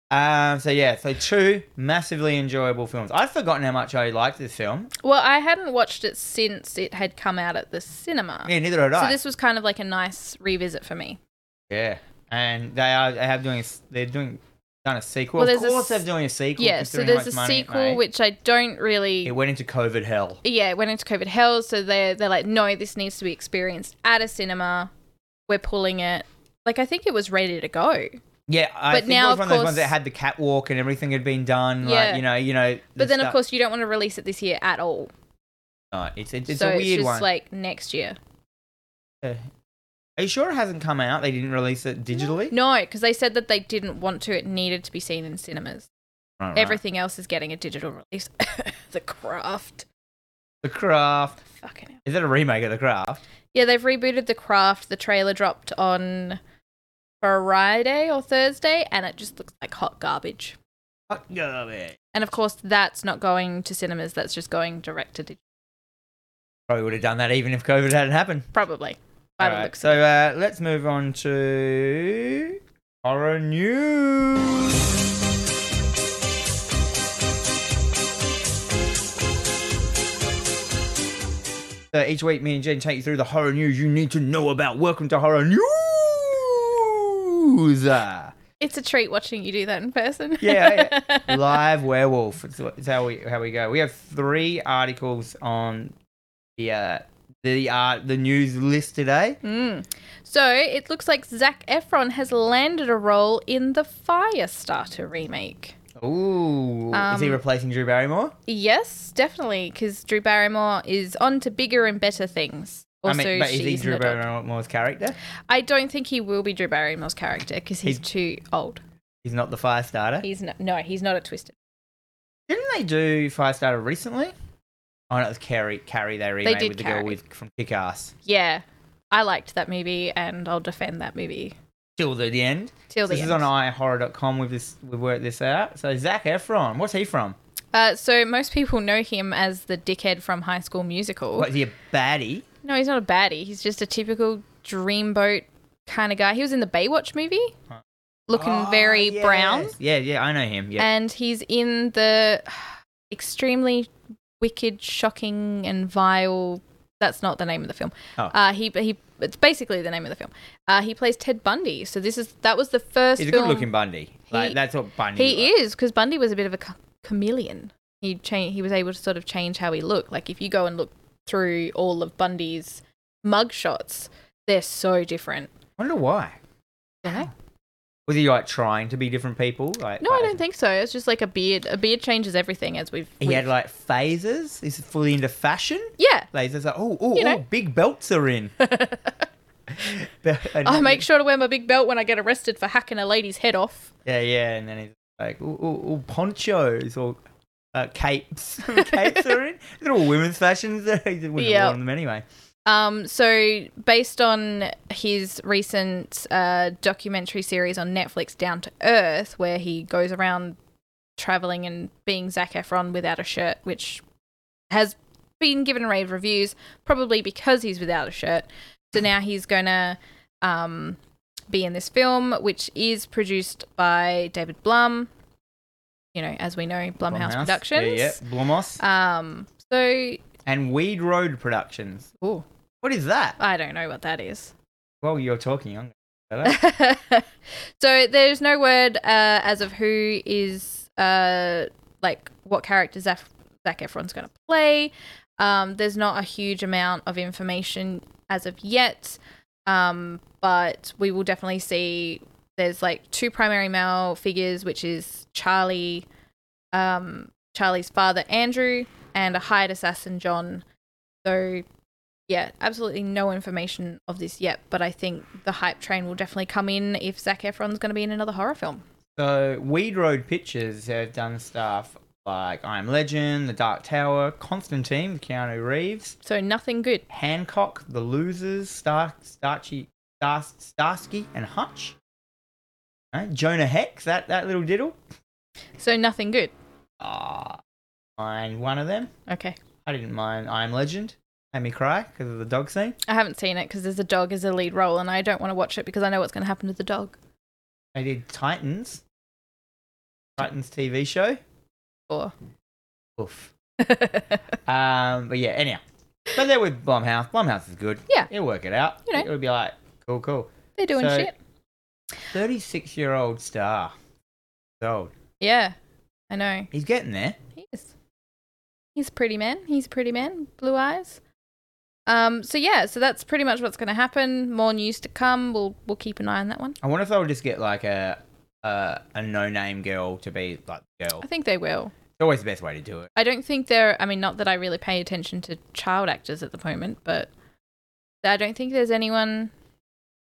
Speaker 1: Um, so yeah, so two massively enjoyable films. I'd forgotten how much I liked this film.
Speaker 2: Well, I hadn't watched it since it had come out at the cinema.
Speaker 1: Yeah, neither had
Speaker 2: so
Speaker 1: I.
Speaker 2: this was kind of like a nice revisit for me.
Speaker 1: yeah, and they are they have doing a s- they're doing done a sequel.
Speaker 2: Well,
Speaker 1: of
Speaker 2: there's a
Speaker 1: course,
Speaker 2: s-
Speaker 1: they're doing a sequel.
Speaker 2: yeah, so
Speaker 1: considering how
Speaker 2: there's a
Speaker 1: much money it
Speaker 2: sequel
Speaker 1: made.
Speaker 2: which I don't really
Speaker 1: it went into COVID hell.
Speaker 2: yeah, it went into COVID hell. So they're they're like, no, this needs to be experienced at a cinema. We're pulling it. Like I think it was ready to go,
Speaker 1: Yeah, I
Speaker 2: But
Speaker 1: think it
Speaker 2: now,
Speaker 1: was
Speaker 2: of
Speaker 1: one of those
Speaker 2: course-
Speaker 1: ones that had the catwalk and everything had been done. Like
Speaker 2: Yeah.
Speaker 1: you know, you know. the
Speaker 2: but then
Speaker 1: stuff-
Speaker 2: of course you don't want to release it this year at all.
Speaker 1: no, it's it's, it's
Speaker 2: so
Speaker 1: a
Speaker 2: it's
Speaker 1: weird
Speaker 2: just
Speaker 1: one.
Speaker 2: like next year.
Speaker 1: Are you sure it hasn't come out? They didn't release it digitally.
Speaker 2: No, because they said that they didn't want to. It needed to be seen in cinemas.
Speaker 1: Right, right.
Speaker 2: Everything else is getting a digital release. the Craft,
Speaker 1: The Craft.
Speaker 2: fucking hell.
Speaker 1: Is it a remake of The Craft?
Speaker 2: Yeah, they've rebooted The Craft. The trailer dropped on Friday or Thursday, and it just looks like hot garbage.
Speaker 1: Fuck yeah, man.
Speaker 2: And of course, that's not going to cinemas. That's just going direct to digital,
Speaker 1: Probably would have done that even if COVID hadn't happened.
Speaker 2: probably. By the
Speaker 1: Alright,
Speaker 2: looks
Speaker 1: so
Speaker 2: of it.
Speaker 1: uh, let's move on to horror news. So each week, me and Jen take you through the horror news you need to know about. Welcome to horror news. Uh,
Speaker 2: it's a treat watching you do that in person.
Speaker 1: Yeah, Live werewolf. It's, it's how we how we go. We have three articles on the uh, the uh, the news list today.
Speaker 2: Mm. So it looks like Zach Efron has landed a role in the Firestarter remake.
Speaker 1: Ooh, is he
Speaker 2: Um,
Speaker 1: replacing Drew Barrymore?
Speaker 2: Yes, definitely, because Drew Barrymore is on to bigger and better things. Also,
Speaker 1: I mean, but is
Speaker 2: she's
Speaker 1: he Drew
Speaker 2: an adult.
Speaker 1: Barrymore's character?
Speaker 2: I don't think he will be Drew Barrymore's character because he's,
Speaker 1: He's-
Speaker 2: too old.
Speaker 1: He's not the fire starter.
Speaker 2: He's not, no, he's not a twisted.
Speaker 1: Didn't they do fire starter recently? Oh no, it was Carrie. Carrie they remade
Speaker 2: did
Speaker 1: with the
Speaker 2: Carrie.
Speaker 1: girl with from Kick Ass.
Speaker 2: Yeah, I liked that movie, and I'll defend that movie
Speaker 1: Till the, the end.
Speaker 2: till the
Speaker 1: this
Speaker 2: end.
Speaker 1: is on ihorror.com. We've this we've worked this out. So Zach Efron, what's he from?
Speaker 2: uh, so most people know him as the dickhead from High School Musical.
Speaker 1: What is he a baddie?
Speaker 2: No, he's not a baddie. He's just a typical dreamboat kind of guy. He was in the Baywatch movie,
Speaker 1: Huh.
Speaker 2: looking
Speaker 1: Oh,
Speaker 2: very brown,
Speaker 1: yes. Yeah, yeah, I know him. Yeah,
Speaker 2: and he's in the extremely wicked, shocking, and vile. That's not the name of the film.
Speaker 1: Oh.
Speaker 2: Uh, he he. It's basically the name of the film. Uh, he plays Ted Bundy. So this is that was the first.
Speaker 1: he's a
Speaker 2: film-
Speaker 1: good-looking Bundy. Like
Speaker 2: He-
Speaker 1: that's what Bundy.
Speaker 2: He is because Bundy was a bit of a ch- chameleon. He cha- he was able to sort of change how he looked. Like if you go and look through all of Bundy's mug shots, they're so different.
Speaker 1: I wonder why. Was he like trying to be different people? Like
Speaker 2: No, I don't think so. It's just like a beard. A beard changes everything, as we've.
Speaker 1: He
Speaker 2: we've-
Speaker 1: had like phases. He's fully into fashion.
Speaker 2: yeah.
Speaker 1: Lasers like, oh, oh,
Speaker 2: You know.
Speaker 1: oh, big belts are in.
Speaker 2: I make sure to wear my big belt when I get arrested for hacking a lady's head off.
Speaker 1: Yeah, yeah, and then he's like, oh, oh, oh ponchos or uh, capes. capes are in. They're all women's fashions. he wouldn't have
Speaker 2: Yeah.
Speaker 1: worn them anyway.
Speaker 2: Um, so based on his recent uh, documentary series on Netflix, Down to Earth, where he goes around traveling and being Zac Efron without a shirt, which has been given rave reviews, probably because he's without a shirt. So now he's gonna um, be in this film, which is produced by David Blum. You know, as we know, Blumhouse, Productions.
Speaker 1: Yeah, yeah. Blumos.
Speaker 2: Um, so,
Speaker 1: and Weed Road Productions.
Speaker 2: ooh,
Speaker 1: What is that?
Speaker 2: I don't know what that is.
Speaker 1: Well, you're talking. I'm gonna look that up.
Speaker 2: so there's no word uh, as of who is uh, like what character Zaf- Zac Efron's going to play. Um, there's not a huge amount of information as of yet, um, but we will definitely see. There's like two primary male figures, which is Charlie, um, Charlie's father Andrew, and a hired assassin John. So yeah, absolutely no information of this yet, but I think the hype train will definitely come in if Zac Efron's going to be in another horror film.
Speaker 1: So Weed Road Pictures have done stuff like I Am Legend, The Dark Tower, Constantine, with Keanu Reeves,
Speaker 2: So nothing good.
Speaker 1: Hancock, The Losers, Star, Starchy, Star, Starsky and Hutch. Right, Jonah Hex, that, that little diddle.
Speaker 2: So nothing good.
Speaker 1: Ah, mind one of them.
Speaker 2: Okay.
Speaker 1: I didn't mind I Am Legend. Made me cry because of the dog scene.
Speaker 2: I haven't seen it because there's a dog as a lead role and I don't want to watch it because I know what's going to happen to the dog.
Speaker 1: They did Titans. Titans TV show.
Speaker 2: Or
Speaker 1: Oof. Um, but yeah, anyhow. But they're with Blumhouse. Blumhouse is good.
Speaker 2: Yeah.
Speaker 1: It'll work it out.
Speaker 2: You know.
Speaker 1: It'll be like, cool, cool.
Speaker 2: They're doing
Speaker 1: So-
Speaker 2: shit.
Speaker 1: 36 year old star. So
Speaker 2: Yeah. I know.
Speaker 1: he's getting there.
Speaker 2: He is. He's a pretty man. He's a pretty man. Blue eyes. Um, so yeah, so that's pretty much what's gonna happen. More news to come. We'll we'll keep an eye on that one.
Speaker 1: I wonder if they'll just get like a a, a no name girl to be like the girl.
Speaker 2: I
Speaker 1: It's
Speaker 2: think they will.
Speaker 1: always the best way to do it.
Speaker 2: I don't think they're I mean, not that I really pay attention to child actors at the moment, but I don't think there's anyone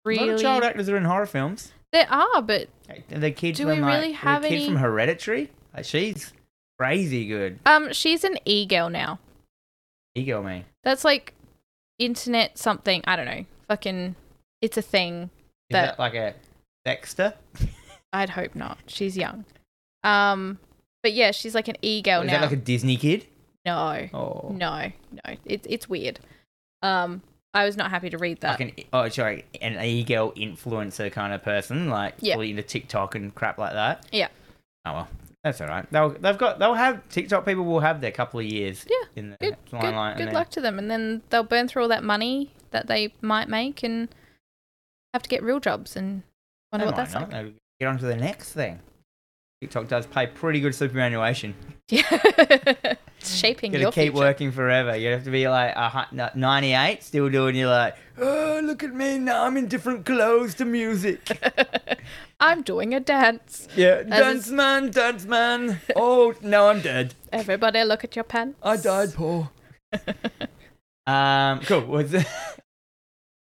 Speaker 1: A lot
Speaker 2: really
Speaker 1: of child actors are in horror films.
Speaker 2: there are, but
Speaker 1: Like, The kids
Speaker 2: Do
Speaker 1: from,
Speaker 2: we
Speaker 1: like,
Speaker 2: really have
Speaker 1: the kid
Speaker 2: any-
Speaker 1: from Hereditary. Like, she's crazy good.
Speaker 2: um she's an e girl now.
Speaker 1: Ego me.
Speaker 2: That's like internet something, I don't know. Fucking it's a thing.
Speaker 1: Is
Speaker 2: That-
Speaker 1: that like a Dexter?
Speaker 2: I'd hope not. She's young. Um, but yeah, she's like an e girl
Speaker 1: Is
Speaker 2: now.
Speaker 1: that like a Disney kid?
Speaker 2: no,
Speaker 1: Oh,
Speaker 2: no, no. It's it's weird. Um, I was not happy to read that.
Speaker 1: like an oh sorry, an e-girl influencer kind of person, like
Speaker 2: Yeah.
Speaker 1: fully into TikTok and crap like that.
Speaker 2: Yeah.
Speaker 1: Oh well, that's all right. They'll they've got they'll have TikTok people will have their couple of years.
Speaker 2: Yeah,
Speaker 1: In the
Speaker 2: good, good,
Speaker 1: limelight,
Speaker 2: good
Speaker 1: and
Speaker 2: luck to them, and then they'll burn through all that money that they might make and have to get real jobs
Speaker 1: Then,
Speaker 2: and wonder
Speaker 1: they
Speaker 2: what
Speaker 1: might
Speaker 2: that's
Speaker 1: not.
Speaker 2: like.
Speaker 1: They'll Get on to the next thing. TikTok does pay pretty good superannuation.
Speaker 2: Yeah, it's shaping
Speaker 1: You're
Speaker 2: your
Speaker 1: gonna keep
Speaker 2: future.
Speaker 1: working forever. You have to be like a hu- n- 98, still doing. You're like, oh look at me now. I'm in different clothes to music.
Speaker 2: I'm doing a dance.
Speaker 1: Yeah,
Speaker 2: As
Speaker 1: dance man, dance man. Oh, now I'm dead.
Speaker 2: Everybody, look at your pants.
Speaker 1: I died, Paul. um, cool. Well, you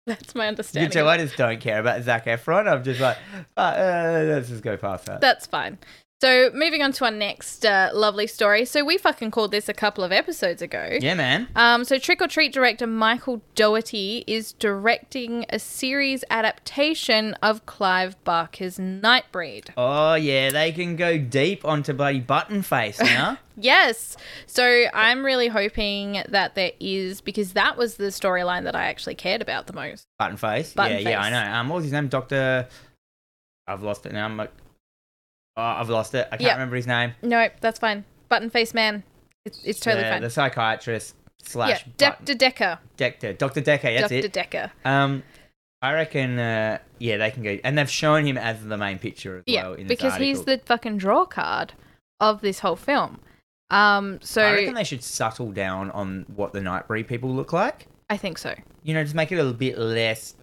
Speaker 2: That's my
Speaker 1: can
Speaker 2: understanding.
Speaker 1: tell I just don't care about Zach Efron. I'm just like, uh, uh, let's just go past that.
Speaker 2: That's fine. So moving on to our next uh, lovely story. So we fucking called this a couple of episodes ago.
Speaker 1: Yeah, man.
Speaker 2: Um, so Trick or Treat director Michael Doherty is directing a series adaptation of Clive Barker's Nightbreed.
Speaker 1: Oh yeah, they can go deep onto bloody button face now.
Speaker 2: Yes. So I'm really hoping that there is because that was the storyline that I actually cared about the most.
Speaker 1: button face.
Speaker 2: Button
Speaker 1: yeah, yeah, I
Speaker 2: face.
Speaker 1: know. Um, what was his name? Doctor. I've lost it now. I'm like, oh, I've lost it. I can't
Speaker 2: Yeah.
Speaker 1: remember his name.
Speaker 2: No, that's fine. Button face man. It's, it's totally
Speaker 1: the,
Speaker 2: fine.
Speaker 1: The psychiatrist
Speaker 2: Yeah,
Speaker 1: slash button-
Speaker 2: Dr. Decker.
Speaker 1: Decker. Doctor Decker. That's
Speaker 2: Dr.
Speaker 1: it.
Speaker 2: Decker.
Speaker 1: Um, I reckon, uh, yeah, they can go, and they've shown him as the main picture as well. in this
Speaker 2: because he's
Speaker 1: article.
Speaker 2: the fucking draw card of this whole film. Um, so
Speaker 1: I reckon they should settle down on what the Nightbreed people look like.
Speaker 2: I think so.
Speaker 1: You know, just make it a little bit less.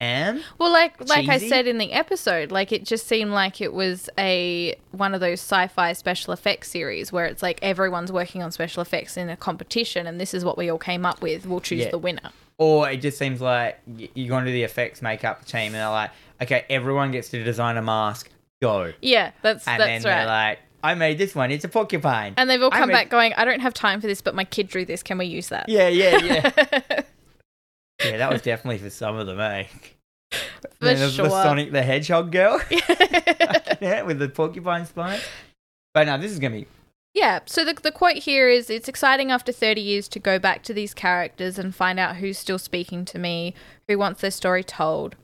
Speaker 1: Am
Speaker 2: Well, like like I
Speaker 1: Cheesy?
Speaker 2: said in the episode, like it just seemed like it was a one of those sci-fi special effects series where it's like everyone's working on special effects in a competition, and this is what we all came up with. We'll choose
Speaker 1: Yeah.
Speaker 2: the winner.
Speaker 1: or it just seems like y- you go into the effects makeup team and they're like, okay, everyone gets to design a mask. Go,
Speaker 2: Yeah, that's
Speaker 1: and then
Speaker 2: that's
Speaker 1: they're
Speaker 2: right.
Speaker 1: like, I made this one. It's a porcupine.
Speaker 2: and they've all
Speaker 1: I
Speaker 2: come
Speaker 1: read-
Speaker 2: back going, I don't have time for this, but my kid drew this. Can we use that?
Speaker 1: yeah, yeah, yeah, yeah. That was definitely for some of them, eh?
Speaker 2: For
Speaker 1: Then there's
Speaker 2: sure.
Speaker 1: the Sonic the Hedgehog girl. yeah, with the porcupine spine. But no, this is gonna be
Speaker 2: Yeah, so the, the quote here is It's exciting after 30 years to go back to these characters and find out who's still speaking to me, who wants their story told.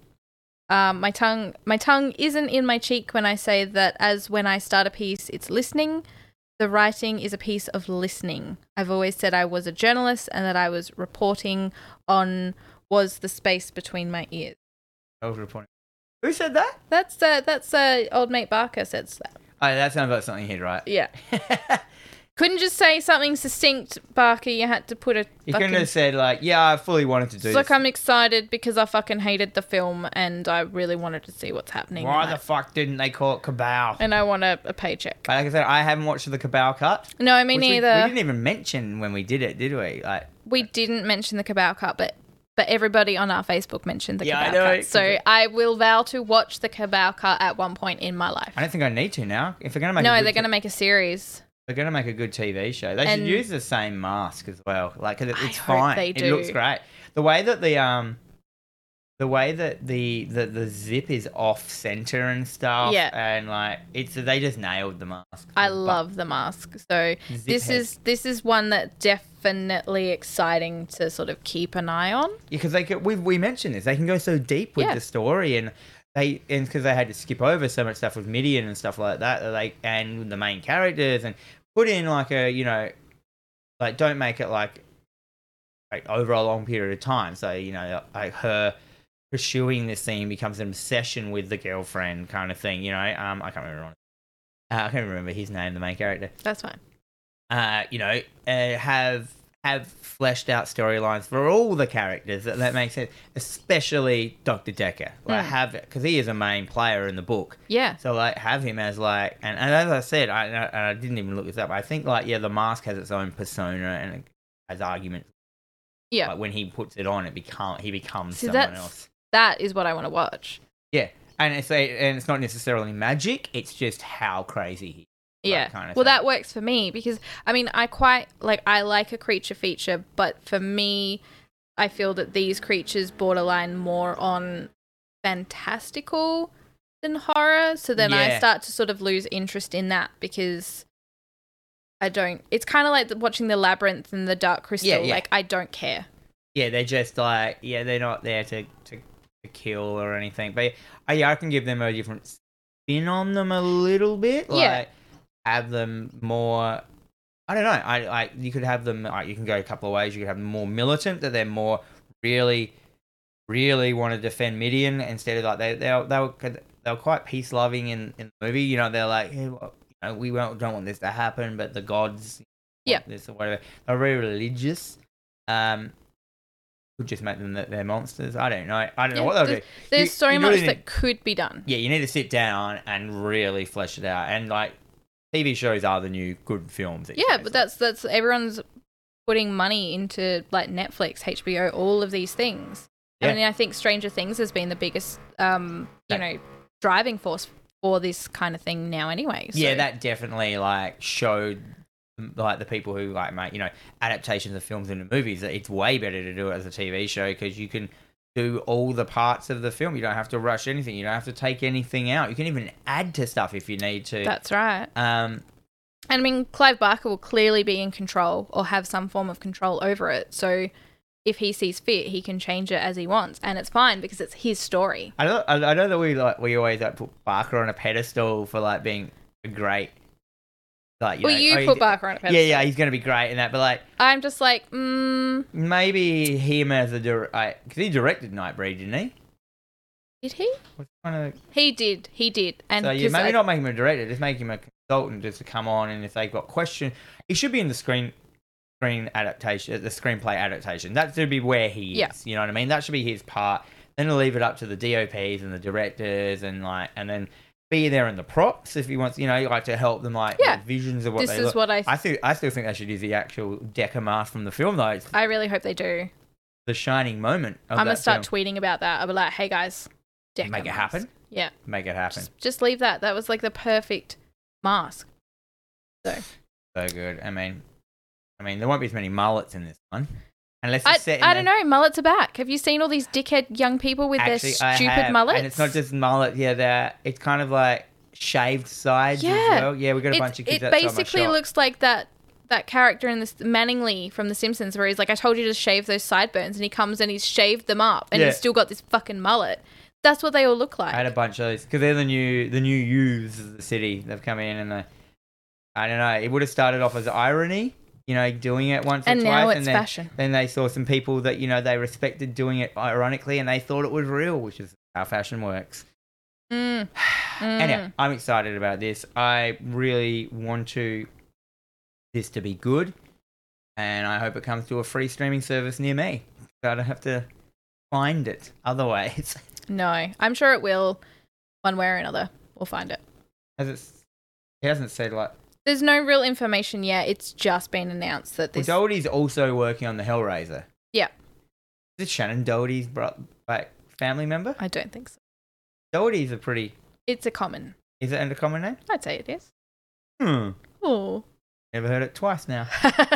Speaker 2: Um, my tongue my tongue isn't in my cheek when I say that as when I start a piece, it's listening. The writing is a piece of listening. I've always said I was a journalist and that I was reporting on was the space between my ears.
Speaker 1: over reporting. Who said that?
Speaker 2: That's uh, that's uh, old mate Barker says that.
Speaker 1: Oh, that sounds like something he'd write.
Speaker 2: Yeah. Couldn't just say something succinct, Barker. You had to put a
Speaker 1: he couldn't
Speaker 2: fucking
Speaker 1: have said like, "Yeah, I fully wanted to do
Speaker 2: It's
Speaker 1: this."
Speaker 2: like I'm excited because I fucking hated the film and I really wanted to see what's happening.
Speaker 1: Why
Speaker 2: and
Speaker 1: the
Speaker 2: I-
Speaker 1: fuck didn't they call it Cabal?
Speaker 2: and I want a, a paycheck.
Speaker 1: But like I said, I haven't watched the Cabal cut.
Speaker 2: No, me
Speaker 1: which we-
Speaker 2: neither.
Speaker 1: We, didn't even mention when we did it, did we? Like,
Speaker 2: we didn't mention the Cabal Cut, but but everybody on our Facebook mentioned the
Speaker 1: Yeah, I
Speaker 2: Cabal
Speaker 1: know.
Speaker 2: Cut. So I will vow to watch the Cabal Cut at one point in my life.
Speaker 1: I don't think I need to now. If they're gonna make
Speaker 2: No,
Speaker 1: a
Speaker 2: they're
Speaker 1: good
Speaker 2: going to make a series.
Speaker 1: they're gonna make a good TV show. They should
Speaker 2: And-
Speaker 1: use the same mask as well. Like 'cause it-
Speaker 2: I
Speaker 1: it's
Speaker 2: hope
Speaker 1: fine.
Speaker 2: they
Speaker 1: It looks
Speaker 2: do.
Speaker 1: great. The way that the um, the way that the the, the zip is off center and stuff.
Speaker 2: Yeah.
Speaker 1: And like it's they just nailed the mask.
Speaker 2: I
Speaker 1: But
Speaker 2: love the mask. So
Speaker 1: Zip
Speaker 2: this
Speaker 1: head.
Speaker 2: is this is one that definitely exciting to sort of keep an eye on.
Speaker 1: because they could, we we mentioned this. They can go so deep with
Speaker 2: Yeah.
Speaker 1: the story and they and because they had to skip over so much stuff with Midian and stuff like that. that They and the main characters and put in like a you know like don't make it like like over a long period of time. So you know like her pursuing this thing becomes an obsession with the girlfriend kind of thing. You know um I can't remember. Uh, I can't remember his name, the main character
Speaker 2: That's fine.
Speaker 1: uh, you know, uh, have have fleshed out storylines for all the characters that that makes sense, especially Doctor Decker. Like
Speaker 2: Mm.
Speaker 1: have because he is a main player in the book,
Speaker 2: Yeah.
Speaker 1: so like have him as like and, and as I said, I and I didn't even look this up. I think like yeah, the mask has its own persona and it has arguments.
Speaker 2: Yeah.
Speaker 1: like when he puts it on, it become he becomes
Speaker 2: See,
Speaker 1: someone
Speaker 2: that's-
Speaker 1: else.
Speaker 2: That is what I want to watch.
Speaker 1: Yeah, and it's a, and it's not necessarily magic. It's just how crazy he. that
Speaker 2: Yeah.
Speaker 1: kind of
Speaker 2: well,
Speaker 1: thing.
Speaker 2: that works for me because I mean, I quite like I like a creature feature, but for me, I feel that these creatures borderline more on fantastical than horror. So then I
Speaker 1: Yeah.
Speaker 2: start to sort of lose interest in that because I don't. It's kind of like the, watching the labyrinth and the dark crystal.
Speaker 1: yeah.
Speaker 2: Like I don't care.
Speaker 1: yeah, they're just like yeah, they're not there to to, to kill or anything. But I, yeah, I can give them a different spin on them a little bit.
Speaker 2: Yeah.
Speaker 1: Like have them more. I don't know. I like you could have them. Like, you can go a couple of ways. You could have them more militant. That they're more really, really want to defend Midian instead of like they they they were they were quite peace loving in in the movie. You know, they're like. Hey, well, you know, Uh, we won't, don't want this to happen, but the gods,
Speaker 2: Yeah.
Speaker 1: want this or whatever. They're very religious. Um, could just make them that they're monsters. I don't know. I don't know
Speaker 2: Yeah,
Speaker 1: what they'll do.
Speaker 2: There's
Speaker 1: You-
Speaker 2: so
Speaker 1: you
Speaker 2: much
Speaker 1: really
Speaker 2: that
Speaker 1: need-
Speaker 2: could be done.
Speaker 1: Yeah, you need to sit down and really flesh it out. And like, TV shows are the new good films. these
Speaker 2: Yeah,
Speaker 1: days.
Speaker 2: but that's that's everyone's putting money into like Netflix, HBO, all of these things.
Speaker 1: Yeah.
Speaker 2: I mean, I think Stranger Things has been the biggest, um, you
Speaker 1: That-
Speaker 2: know, driving force for this kind of thing now. Anyway, so-
Speaker 1: yeah, that definitely like showed mm, like the people who like make you know adaptations of films into movies that it's way better to do it as a TV show because you can do all the parts of the film. You don't have to rush anything. You don't have to take anything out. You can even add to stuff if you need to.
Speaker 2: that's right.
Speaker 1: um,
Speaker 2: And I mean, Clive Barker will clearly be in control or have some form of control over it. So if he sees fit, he can change it as he wants, and it's fine because it's his story.
Speaker 1: I know, I I know that we like we always like put Barker on a pedestal for like being a great, like you
Speaker 2: well,
Speaker 1: know,
Speaker 2: you
Speaker 1: oh,
Speaker 2: put
Speaker 1: he's-
Speaker 2: Barker on a pedestal.
Speaker 1: Yeah, yeah, he's gonna be great in that, but like
Speaker 2: I'm just like, mm,
Speaker 1: maybe him as a because he directed Nightbreed, didn't he?
Speaker 2: did he?
Speaker 1: What's one of the-
Speaker 2: He did. He did. And
Speaker 1: so you
Speaker 2: 'cause
Speaker 1: maybe
Speaker 2: I-
Speaker 1: not make him a director, just make him a consultant just to come on and if they've got question, he should be in the screen screen adaptation, the screenplay adaptation. That should be where he is.
Speaker 2: Yeah.
Speaker 1: You know what I mean? That should be his part. Then leave it up to the DOPs and the directors and like and then be there in the props if he wants, you know, like to help them like
Speaker 2: Yeah.
Speaker 1: with visions of what
Speaker 2: this
Speaker 1: they
Speaker 2: is
Speaker 1: look.
Speaker 2: what I.
Speaker 1: I still I still think they should use the actual Decker mask from the film though. It's
Speaker 2: I really hope they do.
Speaker 1: the shining moment. Of
Speaker 2: I'm gonna
Speaker 1: Oh, that
Speaker 2: start
Speaker 1: film.
Speaker 2: tweeting about that. I'll be like, "Hey guys, Decker
Speaker 1: Make it
Speaker 2: mask."
Speaker 1: happen?
Speaker 2: Yeah,
Speaker 1: make it happen.
Speaker 2: just, just leave that. That was like the perfect mask.
Speaker 1: So good. I mean, I mean, there won't be as many mullets in this one, unless it's
Speaker 2: I,
Speaker 1: set in
Speaker 2: I
Speaker 1: the-
Speaker 2: don't know. Mullets are back. Have you seen all these dickhead young people with
Speaker 1: Actually, I
Speaker 2: their stupid
Speaker 1: have,
Speaker 2: mullets?
Speaker 1: and it's not just mullet. Yeah, they're it's kind of like shaved sides. as
Speaker 2: Yeah.
Speaker 1: well. yeah, we got a
Speaker 2: It's-
Speaker 1: bunch of kids.
Speaker 2: it
Speaker 1: outside my
Speaker 2: basically
Speaker 1: shop.
Speaker 2: looks like that that character in this Manningley from The Simpsons, where he's like, "I told you to shave those sideburns," and he comes and he's shaved them up, and
Speaker 1: Yeah.
Speaker 2: he's still got this fucking mullet. That's what they all look like.
Speaker 1: I had a bunch of those because they're the new the new youths of the city. They've come in and they, I don't know. It would have started off as irony, you know, doing it once
Speaker 2: And
Speaker 1: or
Speaker 2: now
Speaker 1: twice,
Speaker 2: it's
Speaker 1: and then
Speaker 2: fashion.
Speaker 1: then they saw some people that you know they respected doing it ironically, and they thought it was real, which is how fashion works.
Speaker 2: Mm.
Speaker 1: Anyway, I'm excited about this. I really want to this to be good, and I hope it comes to a free streaming service near me. So I don't have to find it otherwise.
Speaker 2: No, I'm sure it will, one way or another. We'll find it.
Speaker 1: Has it? He hasn't said like
Speaker 2: There's no real information yet. It's just been announced that
Speaker 1: Well,
Speaker 2: this.
Speaker 1: Doherty's also working on the Hellraiser.
Speaker 2: Yeah,
Speaker 1: Is it Shannon Doherty's bro- like family member?
Speaker 2: I don't think so.
Speaker 1: Doherty's a pretty.
Speaker 2: It's a common.
Speaker 1: Is it a common name?
Speaker 2: I'd say it is.
Speaker 1: Hmm.
Speaker 2: Oh.
Speaker 1: Never heard it twice now.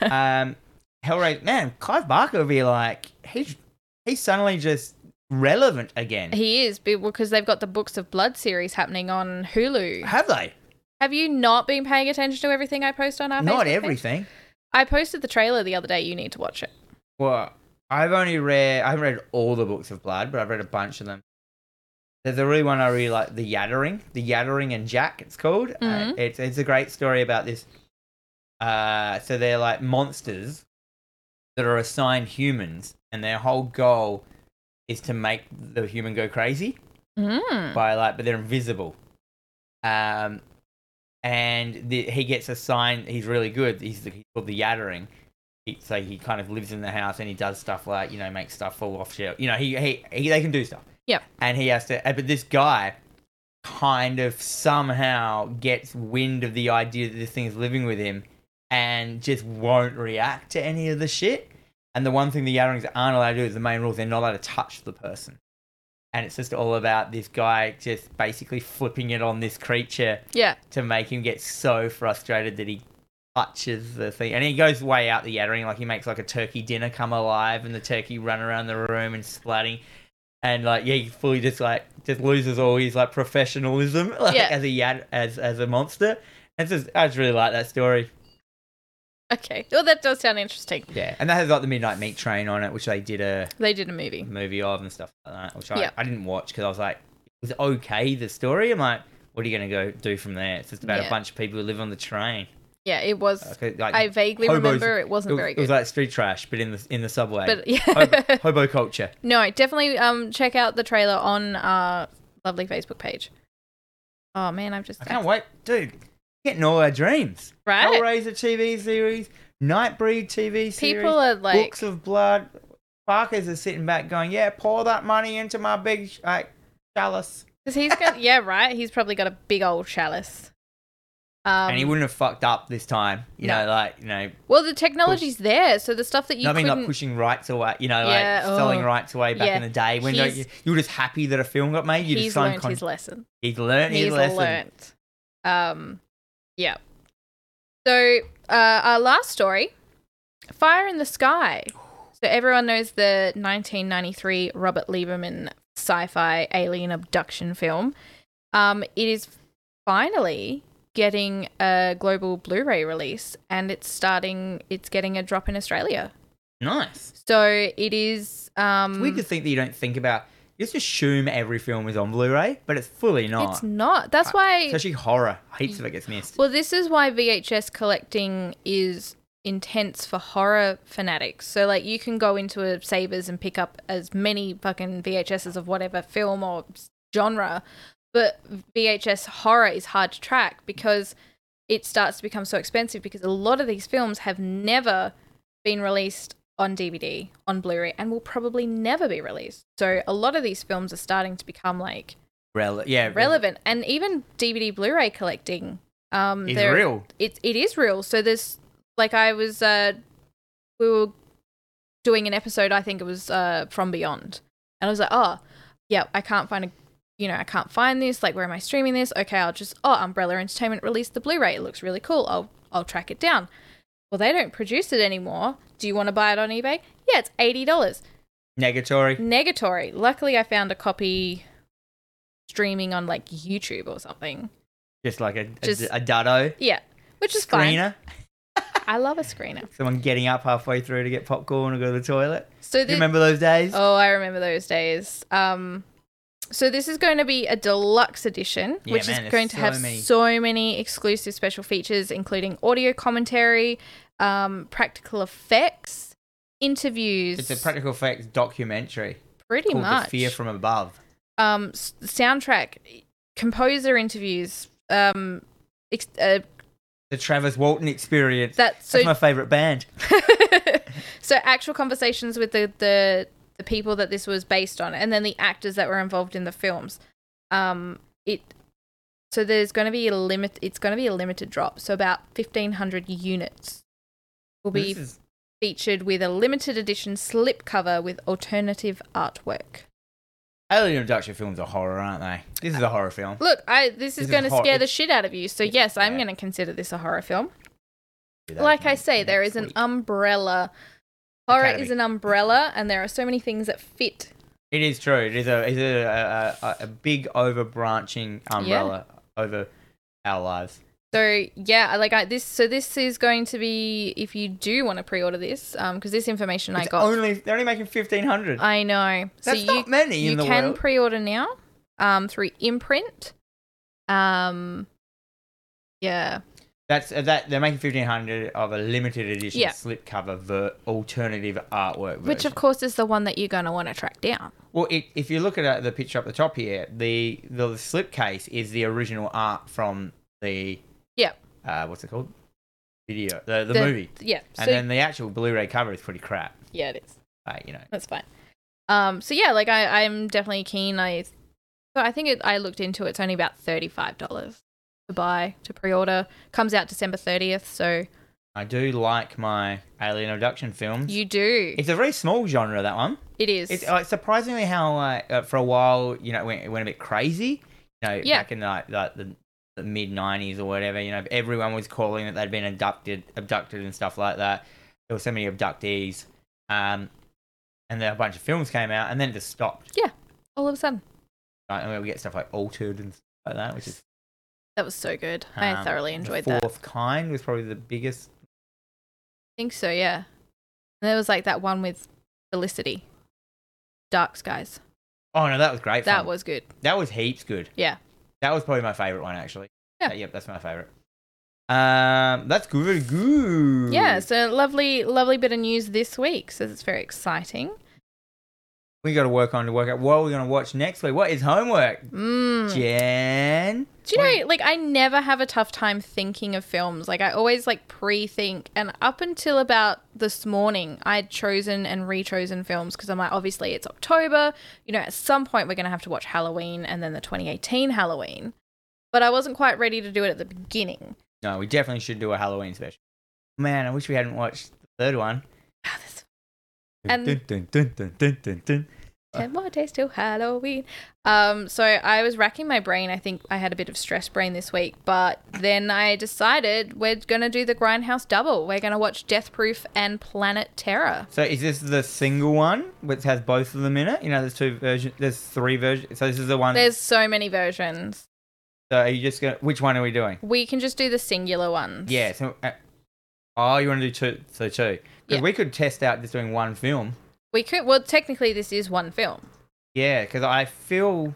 Speaker 1: Um, Hellraiser. Man, Clive Barker would be like he's he's suddenly just relevant again.
Speaker 2: he is be- because they've got the Books of Blood series happening on Hulu.
Speaker 1: Have they?
Speaker 2: Have you not been paying attention to everything I post on our Facebook
Speaker 1: Not
Speaker 2: page?
Speaker 1: everything.
Speaker 2: I posted the trailer the other day. You need to watch it.
Speaker 1: Well, I've only read. I haven't read all the books of blood, but I've read a bunch of them. There's a really one I really like, The Yattering, The Yattering and Jack. It's called. Uh,
Speaker 2: Mhm.
Speaker 1: it's it's a great story about this. Uh, so they're like monsters that are assigned humans, and their whole goal is to make the human go crazy
Speaker 2: Mm.
Speaker 1: by like, but they're invisible. Um, and the, he gets a sign. He's really good. He's, the, he's called the Yattering. He, so he kind of lives in the house and he does stuff like you know makes stuff fall off shit. You know he he, he they can do stuff.
Speaker 2: Yep.
Speaker 1: And he has to. uh, But this guy kind of somehow gets wind of the idea that this thing is living with him and just won't react to any of the shit. And the one thing the Yatterings aren't allowed to do is the main rule: they're not allowed to touch the person. And it's just all about this guy just basically flipping it on this creature
Speaker 2: Yeah.
Speaker 1: to make him get so frustrated that he touches the thing. And he goes way out the yattering, like he makes like a turkey dinner come alive and the turkey run around the room and splatting. And like yeah, he fully just like just loses all his like professionalism like
Speaker 2: Yeah.
Speaker 1: as a yad as as a monster. And it's just I just really like that story.
Speaker 2: Okay. Well, that does sound interesting.
Speaker 1: Yeah. And that has like the Midnight Meat Train on it, which they did a
Speaker 2: They did a movie.
Speaker 1: movie of and stuff like that, which I,
Speaker 2: Yeah.
Speaker 1: I didn't watch because I was like, it was okay the story. I'm like, what are you gonna go do from there? It's just about
Speaker 2: Yeah.
Speaker 1: a bunch of people who live on the train.
Speaker 2: Yeah, it was.
Speaker 1: Like, Uh, like,
Speaker 2: I vaguely
Speaker 1: hobos-
Speaker 2: remember it wasn't
Speaker 1: it was-
Speaker 2: very
Speaker 1: It was
Speaker 2: good.
Speaker 1: like street trash, but in the in the subway.
Speaker 2: But yeah.
Speaker 1: hobo, hobo culture.
Speaker 2: No, definitely um check out the trailer on our lovely Facebook page. Oh man, I've just
Speaker 1: I can't wait, dude. Getting all our dreams.
Speaker 2: Right?
Speaker 1: Hellraiser TV series, Nightbreed TV series.
Speaker 2: people are like
Speaker 1: Books of Blood. Parkers are sitting back going, yeah, pour that money into my big like chalice.
Speaker 2: 'cause he's got yeah, right? He's probably got a big old chalice. Um
Speaker 1: and he wouldn't have fucked up this time, you
Speaker 2: No.
Speaker 1: know, like you know,
Speaker 2: Well, the technology's there, so the stuff that you
Speaker 1: No, I mean,
Speaker 2: couldn't
Speaker 1: like pushing rights away, you know, like
Speaker 2: Yeah,
Speaker 1: selling
Speaker 2: oh.
Speaker 1: rights away back
Speaker 2: Yeah,
Speaker 1: in the day when like,
Speaker 2: he's-
Speaker 1: you, you were just happy that a film got made. You
Speaker 2: he's
Speaker 1: just signed
Speaker 2: learned
Speaker 1: con-
Speaker 2: his lesson.
Speaker 1: He's learned his
Speaker 2: He's
Speaker 1: lesson.
Speaker 2: learned. Um yeah. So, uh our last story, Fire in the Sky. So everyone knows the 1993 Robert Lieberman sci-fi alien abduction film. Um, it is finally getting a global Blu-ray release, and it's starting. It's getting a drop in Australia.
Speaker 1: Nice.
Speaker 2: So it is. Um,
Speaker 1: It's weird to think that you don't think about. You just assume every film is on Blu-ray, but it's fully not.
Speaker 2: it's not. Uh, That's why.
Speaker 1: Especially horror, heaps of it gets missed.
Speaker 2: Well, this is why VHS collecting is intense for horror fanatics. So, like, you can go into a Savers and pick up as many fucking VHSs of whatever film or s- genre, but VHS horror is hard to track because it starts to become so expensive because a lot of these films have never been released on DVD, on Blu ray, and will probably never be released. So, a lot of these films are starting to become like
Speaker 1: Rele- yeah,
Speaker 2: relevant and even DVD Blu-ray collecting. Um,
Speaker 1: It's
Speaker 2: there-
Speaker 1: real.
Speaker 2: It it is real. So there's like I was uh, we were doing an episode. I think it was uh, from Beyond, and I was like, oh yeah, I can't find a you know I can't find this. Like where am I streaming this? Okay, I'll just oh Umbrella Entertainment released the Blu-ray. It looks really cool. I'll I'll track it down. Well, they don't produce it anymore. Do you want to buy it on eBay? Yeah, it's eighty dollars.
Speaker 1: Negatory.
Speaker 2: Negatory. Luckily, I found a copy streaming on like YouTube or something.
Speaker 1: Just like a a,
Speaker 2: Just-
Speaker 1: a dado.
Speaker 2: Yeah, which is fine.
Speaker 1: Screener.
Speaker 2: I love a screener.
Speaker 1: Someone getting up halfway through to get popcorn or go to the toilet.
Speaker 2: So
Speaker 1: You
Speaker 2: the,
Speaker 1: remember those days?
Speaker 2: oh, I remember those days. Um, so this is going to be a deluxe edition,
Speaker 1: Yeah,
Speaker 2: which
Speaker 1: man, there's
Speaker 2: is going to
Speaker 1: so
Speaker 2: have
Speaker 1: many.
Speaker 2: so many exclusive special features, including audio commentary, um, practical effects, interviews.
Speaker 1: It's a practical effects documentary
Speaker 2: pretty
Speaker 1: called
Speaker 2: much
Speaker 1: The Fear from Above.
Speaker 2: um s- soundtrack, composer interviews. Um, ex- uh,
Speaker 1: The Travis Walton Experience.
Speaker 2: that so
Speaker 1: That's my favorite band.
Speaker 2: so actual conversations with the, the the people that this was based on and then the actors that were involved in the films um it So there's going to be a limit. It's going to be a limited drop. So about 1,500 units will be
Speaker 1: This is-
Speaker 2: featured with a limited edition slipcover with alternative artwork.
Speaker 1: Alien abduction films are horror, aren't they? This is a horror film.
Speaker 2: Look, I this
Speaker 1: This
Speaker 2: is
Speaker 1: is
Speaker 2: going to
Speaker 1: hor-
Speaker 2: scare the
Speaker 1: it's-
Speaker 2: shit out of you. So yes, I'm
Speaker 1: yeah.
Speaker 2: going to consider this a horror film. like I say, there is an umbrella. Horror
Speaker 1: Academy.
Speaker 2: is an umbrella, and there are so many things that fit.
Speaker 1: It is true. It is a it is a, a, a, a big over branching umbrella over our lives.
Speaker 2: So yeah, I- like I, this. So this is going to be if you do want to pre-order this, um, because this information I
Speaker 1: It's
Speaker 2: got.
Speaker 1: only they're only making fifteen hundred.
Speaker 2: I know.
Speaker 1: That's
Speaker 2: Uh, so you
Speaker 1: not many
Speaker 2: you
Speaker 1: in the
Speaker 2: can
Speaker 1: world.
Speaker 2: pre-order now, um, through imprint. Um, yeah.
Speaker 1: That's uh, that they're making fifteen hundred of a limited edition
Speaker 2: Yeah.
Speaker 1: slipcover ver- alternative artwork.
Speaker 2: Which
Speaker 1: version.
Speaker 2: of course is the one that you're going to want to track down.
Speaker 1: well, it, if you look at uh, the picture up the top here, the the slipcase is the original art from the
Speaker 2: Yeah.
Speaker 1: uh, what's it called video the, the,
Speaker 2: The-
Speaker 1: movie,
Speaker 2: Yeah. So
Speaker 1: and then the actual Blu-ray cover is pretty crap.
Speaker 2: yeah, it is.
Speaker 1: Like, you know,
Speaker 2: That's fine. Um, so yeah, like I, I'm definitely keen. I, so I think it, I looked into it. It's only about thirty five dollars to buy to pre-order. Comes out December thirtieth. So
Speaker 1: I do like my alien abduction films.
Speaker 2: you do.
Speaker 1: It's a very small genre that one.
Speaker 2: It is.
Speaker 1: It's uh, surprisingly how uh, uh, for a while you know it went, it went a bit crazy. You know,
Speaker 2: Yeah.
Speaker 1: back in like like the, the mid '90s or whatever. You know, everyone was calling that they'd been abducted, abducted and stuff like that. There were so many abductees, um, and then a bunch of films came out, and then it just stopped.
Speaker 2: all of a sudden.
Speaker 1: Right? And we get stuff like Altered and stuff like that, which is
Speaker 2: That was so good. I
Speaker 1: um,
Speaker 2: thoroughly enjoyed
Speaker 1: the
Speaker 2: that. I
Speaker 1: Fourth Kind was probably the biggest.
Speaker 2: think so. Yeah. And there was like that one with Felicity, Dark Skies.
Speaker 1: Oh no, that was great.
Speaker 2: That
Speaker 1: fun.
Speaker 2: was good.
Speaker 1: That was heaps good.
Speaker 2: Yeah.
Speaker 1: That was probably my favorite one actually.
Speaker 2: Yeah.
Speaker 1: Uh, yep, that's my favorite. Um, that's good. Good.
Speaker 2: Yeah. So lovely, lovely bit of news this week. So it's very exciting.
Speaker 1: We got to work on to work out what we're going to watch next week. What is homework,
Speaker 2: Mm.
Speaker 1: Jen?
Speaker 2: Do you know, like, I never have a tough time thinking of films. Like, I always like pre-think, and up until about this morning, I had chosen and re-chosen films because I'm like, obviously, it's October. You know, at some point, we're gonna have to watch Halloween and then the 2018 Halloween. But I wasn't quite ready to do it at the beginning.
Speaker 1: No, we definitely should do a Halloween special. Man, I wish we hadn't watched the third one.
Speaker 2: Ah, this- And-
Speaker 1: Dun, dun, dun, dun, dun, dun, dun.
Speaker 2: Ten more days till Halloween. Um, so I was racking my brain. I think I had a bit of stress brain this week, but then I decided we're gonna do the Grindhouse double. We're gonna watch Death Proof and Planet Terror.
Speaker 1: So is this the single one which has both of them in it? You know, there's two versions. There's three versions. So this is the one.
Speaker 2: There's so many versions.
Speaker 1: so are you just going? to Which one are we doing?
Speaker 2: We can just do the singular ones.
Speaker 1: Yeah. So, uh, oh, you want to do two? So two. Because
Speaker 2: Yeah.
Speaker 1: we could test out just doing one film.
Speaker 2: We could. Well, technically, this is one film.
Speaker 1: Yeah, because I feel.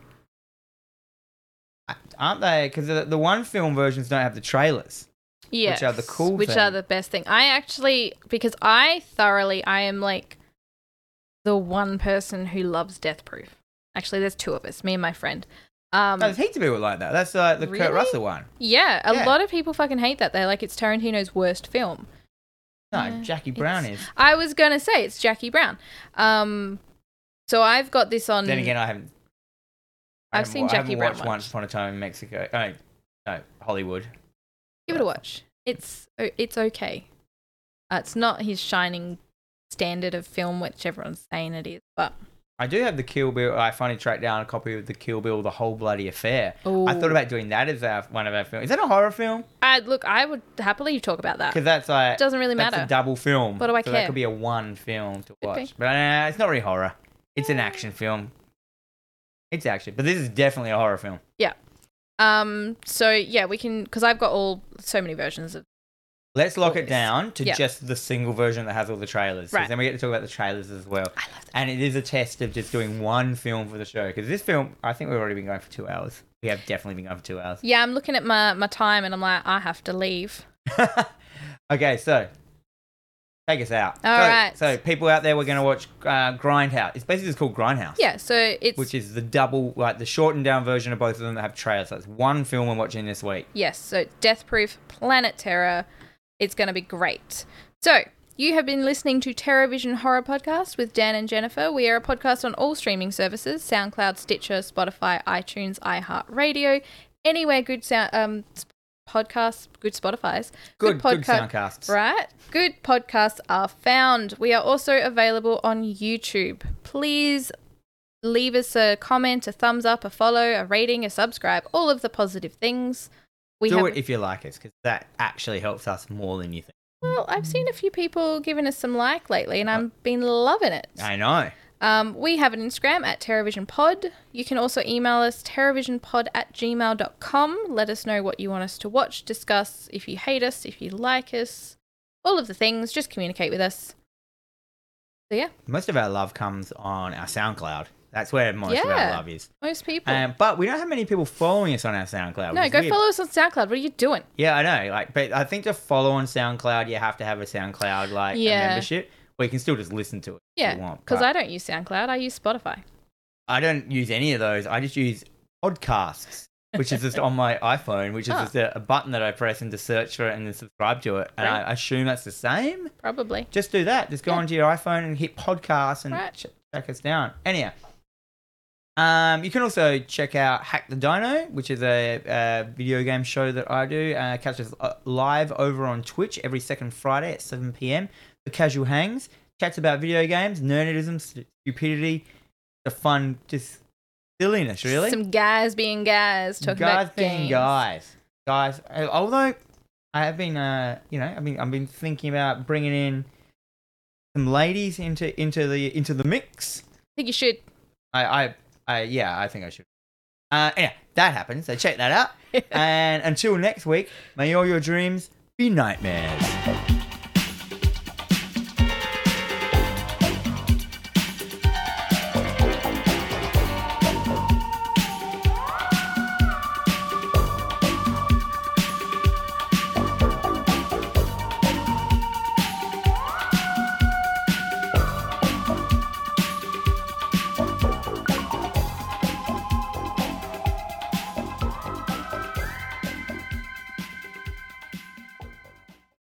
Speaker 1: Aren't they? Because the, the one film versions don't have the trailers.
Speaker 2: Yeah.
Speaker 1: are the cool
Speaker 2: Which
Speaker 1: thing.
Speaker 2: are the best thing. I actually, because I thoroughly, I am like the one person who loves Death Proof. Actually, there's two of us, me and my friend. Um,
Speaker 1: No, there's heaps of people like that. That's uh, the Kurt
Speaker 2: Really?
Speaker 1: Russell one.
Speaker 2: yeah, a
Speaker 1: Yeah.
Speaker 2: lot of people fucking hate that. They're like, it's Tarantino's worst film.
Speaker 1: No,
Speaker 2: Yeah,
Speaker 1: Jackie Brown
Speaker 2: it's-
Speaker 1: is.
Speaker 2: I was gonna say it's Jackie Brown. Um, so I've got this on.
Speaker 1: Then again, I haven't. I
Speaker 2: um, I've
Speaker 1: haven't
Speaker 2: seen
Speaker 1: wa- I haven't
Speaker 2: Jackie Brown
Speaker 1: watched
Speaker 2: once.
Speaker 1: Once Upon a Time in Mexico. Oh, no, Hollywood.
Speaker 2: Give it a watch. It's o- it's okay. Uh, it's not his shining standard of film, which everyone's saying it is. But
Speaker 1: I do have the Kill Bill. I finally tracked down a copy of the Kill Bill, The Whole Bloody Affair. I
Speaker 2: Ooh.
Speaker 1: thought about doing that as our, one of our films. Is that a horror film?
Speaker 2: I look, I would happily talk about that.
Speaker 1: Because that's like.
Speaker 2: It Uh, doesn't really matter.
Speaker 1: That's a double film.
Speaker 2: What do I
Speaker 1: so That
Speaker 2: care?
Speaker 1: could be a one film to
Speaker 2: be.
Speaker 1: watch, but uh, it's not really horror. It's an action film. It's action, but this is definitely a horror film.
Speaker 2: um. So yeah, we can because I've got all so many versions of.
Speaker 1: Let's lock it
Speaker 2: Always.
Speaker 1: down to
Speaker 2: Yeah.
Speaker 1: just the single version that has all the trailers. 'cause
Speaker 2: Right.
Speaker 1: Then we get to talk about the trailers as well.
Speaker 2: I love that.
Speaker 1: And it is a test of just doing one film for the show because this film, I think we've already been going for two hours. We have definitely been going for two hours.
Speaker 2: Yeah, I'm looking at my my time and I'm like, I have to leave.
Speaker 1: okay, so take us out.
Speaker 2: All
Speaker 1: All right.
Speaker 2: right.
Speaker 1: so, So people out there, we're going to watch uh, Grindhouse. It's basically just called Grindhouse.
Speaker 2: Yeah. So it's
Speaker 1: which is the double, like the shortened down version of both of them that have trailers. That's one film I'm watching this week.
Speaker 2: Yes, so Death Proof, Planet Terror. It's going to be great. So, you have been listening to Terror Vision Horror Podcast with Dan and Jennifer. We are a podcast on all streaming services SoundCloud, Stitcher, Spotify, iTunes, iHeartRadio, anywhere good sound um s- podcasts, good Spotify's,
Speaker 1: Good, good,
Speaker 2: podca-
Speaker 1: soundcasts.
Speaker 2: Right? Good podcasts are found. We are also available on YouTube. Please leave us a comment, a thumbs up, a follow, a rating, a subscribe, all of the positive things. We
Speaker 1: Do
Speaker 2: have,
Speaker 1: it if you like us, because that actually helps us more than you think.
Speaker 2: Well, I've seen a few people giving us some like lately, and I've been loving it.
Speaker 1: Uh, I know.
Speaker 2: Um, we have an Instagram at TerraVision Pod. You can also email us terrorvisionpod at gmail.com. Let us know what you want us to watch, discuss, if you hate us, if you like us, all of the things. Just communicate with us. So, yeah,
Speaker 1: Most of our love comes on our SoundCloud. That's where most of our
Speaker 2: Yeah.
Speaker 1: love is.
Speaker 2: most people.
Speaker 1: Um, but we don't have many people following us on our SoundCloud. which
Speaker 2: no,
Speaker 1: is
Speaker 2: go
Speaker 1: weird.
Speaker 2: follow us on SoundCloud. What are you doing?
Speaker 1: Yeah, I know. Like, but I think to follow on SoundCloud, you have to have a SoundCloud like a
Speaker 2: Yeah.
Speaker 1: membership, or you can still just listen to it.
Speaker 2: Yeah,
Speaker 1: if you want.
Speaker 2: because
Speaker 1: but
Speaker 2: I don't use SoundCloud, I use Spotify.
Speaker 1: I don't use any of those. I just use podcasts, which is just on my iPhone, which is
Speaker 2: Ah.
Speaker 1: just a, a button that I press and to search for it and then subscribe to it. And
Speaker 2: Right.
Speaker 1: I assume that's the same.
Speaker 2: Probably.
Speaker 1: Just do that. Just go
Speaker 2: Yeah.
Speaker 1: onto your iPhone and hit podcasts and
Speaker 2: Right.
Speaker 1: ch- check us down. Anyhow. Um, you can also check out Hack the Dino, which is a, uh video game show that I do. Uh, catch us uh, live over on Twitch every second Friday at 7 p.m. The casual hangs, chats about video games, nerdism, stu- stupidity, the fun, just silliness, really.
Speaker 2: Some guys being guys talking
Speaker 1: guys
Speaker 2: about
Speaker 1: being
Speaker 2: games.
Speaker 1: guys, guys. uh, Although I have been, uh, you know, I've been, I've been thinking about bringing in some ladies into into the into the mix.
Speaker 2: I think you should.
Speaker 1: I, I, I yeah, I think I should. Uh, yeah, that happens. So check that out. and until next week, may all your dreams be nightmares.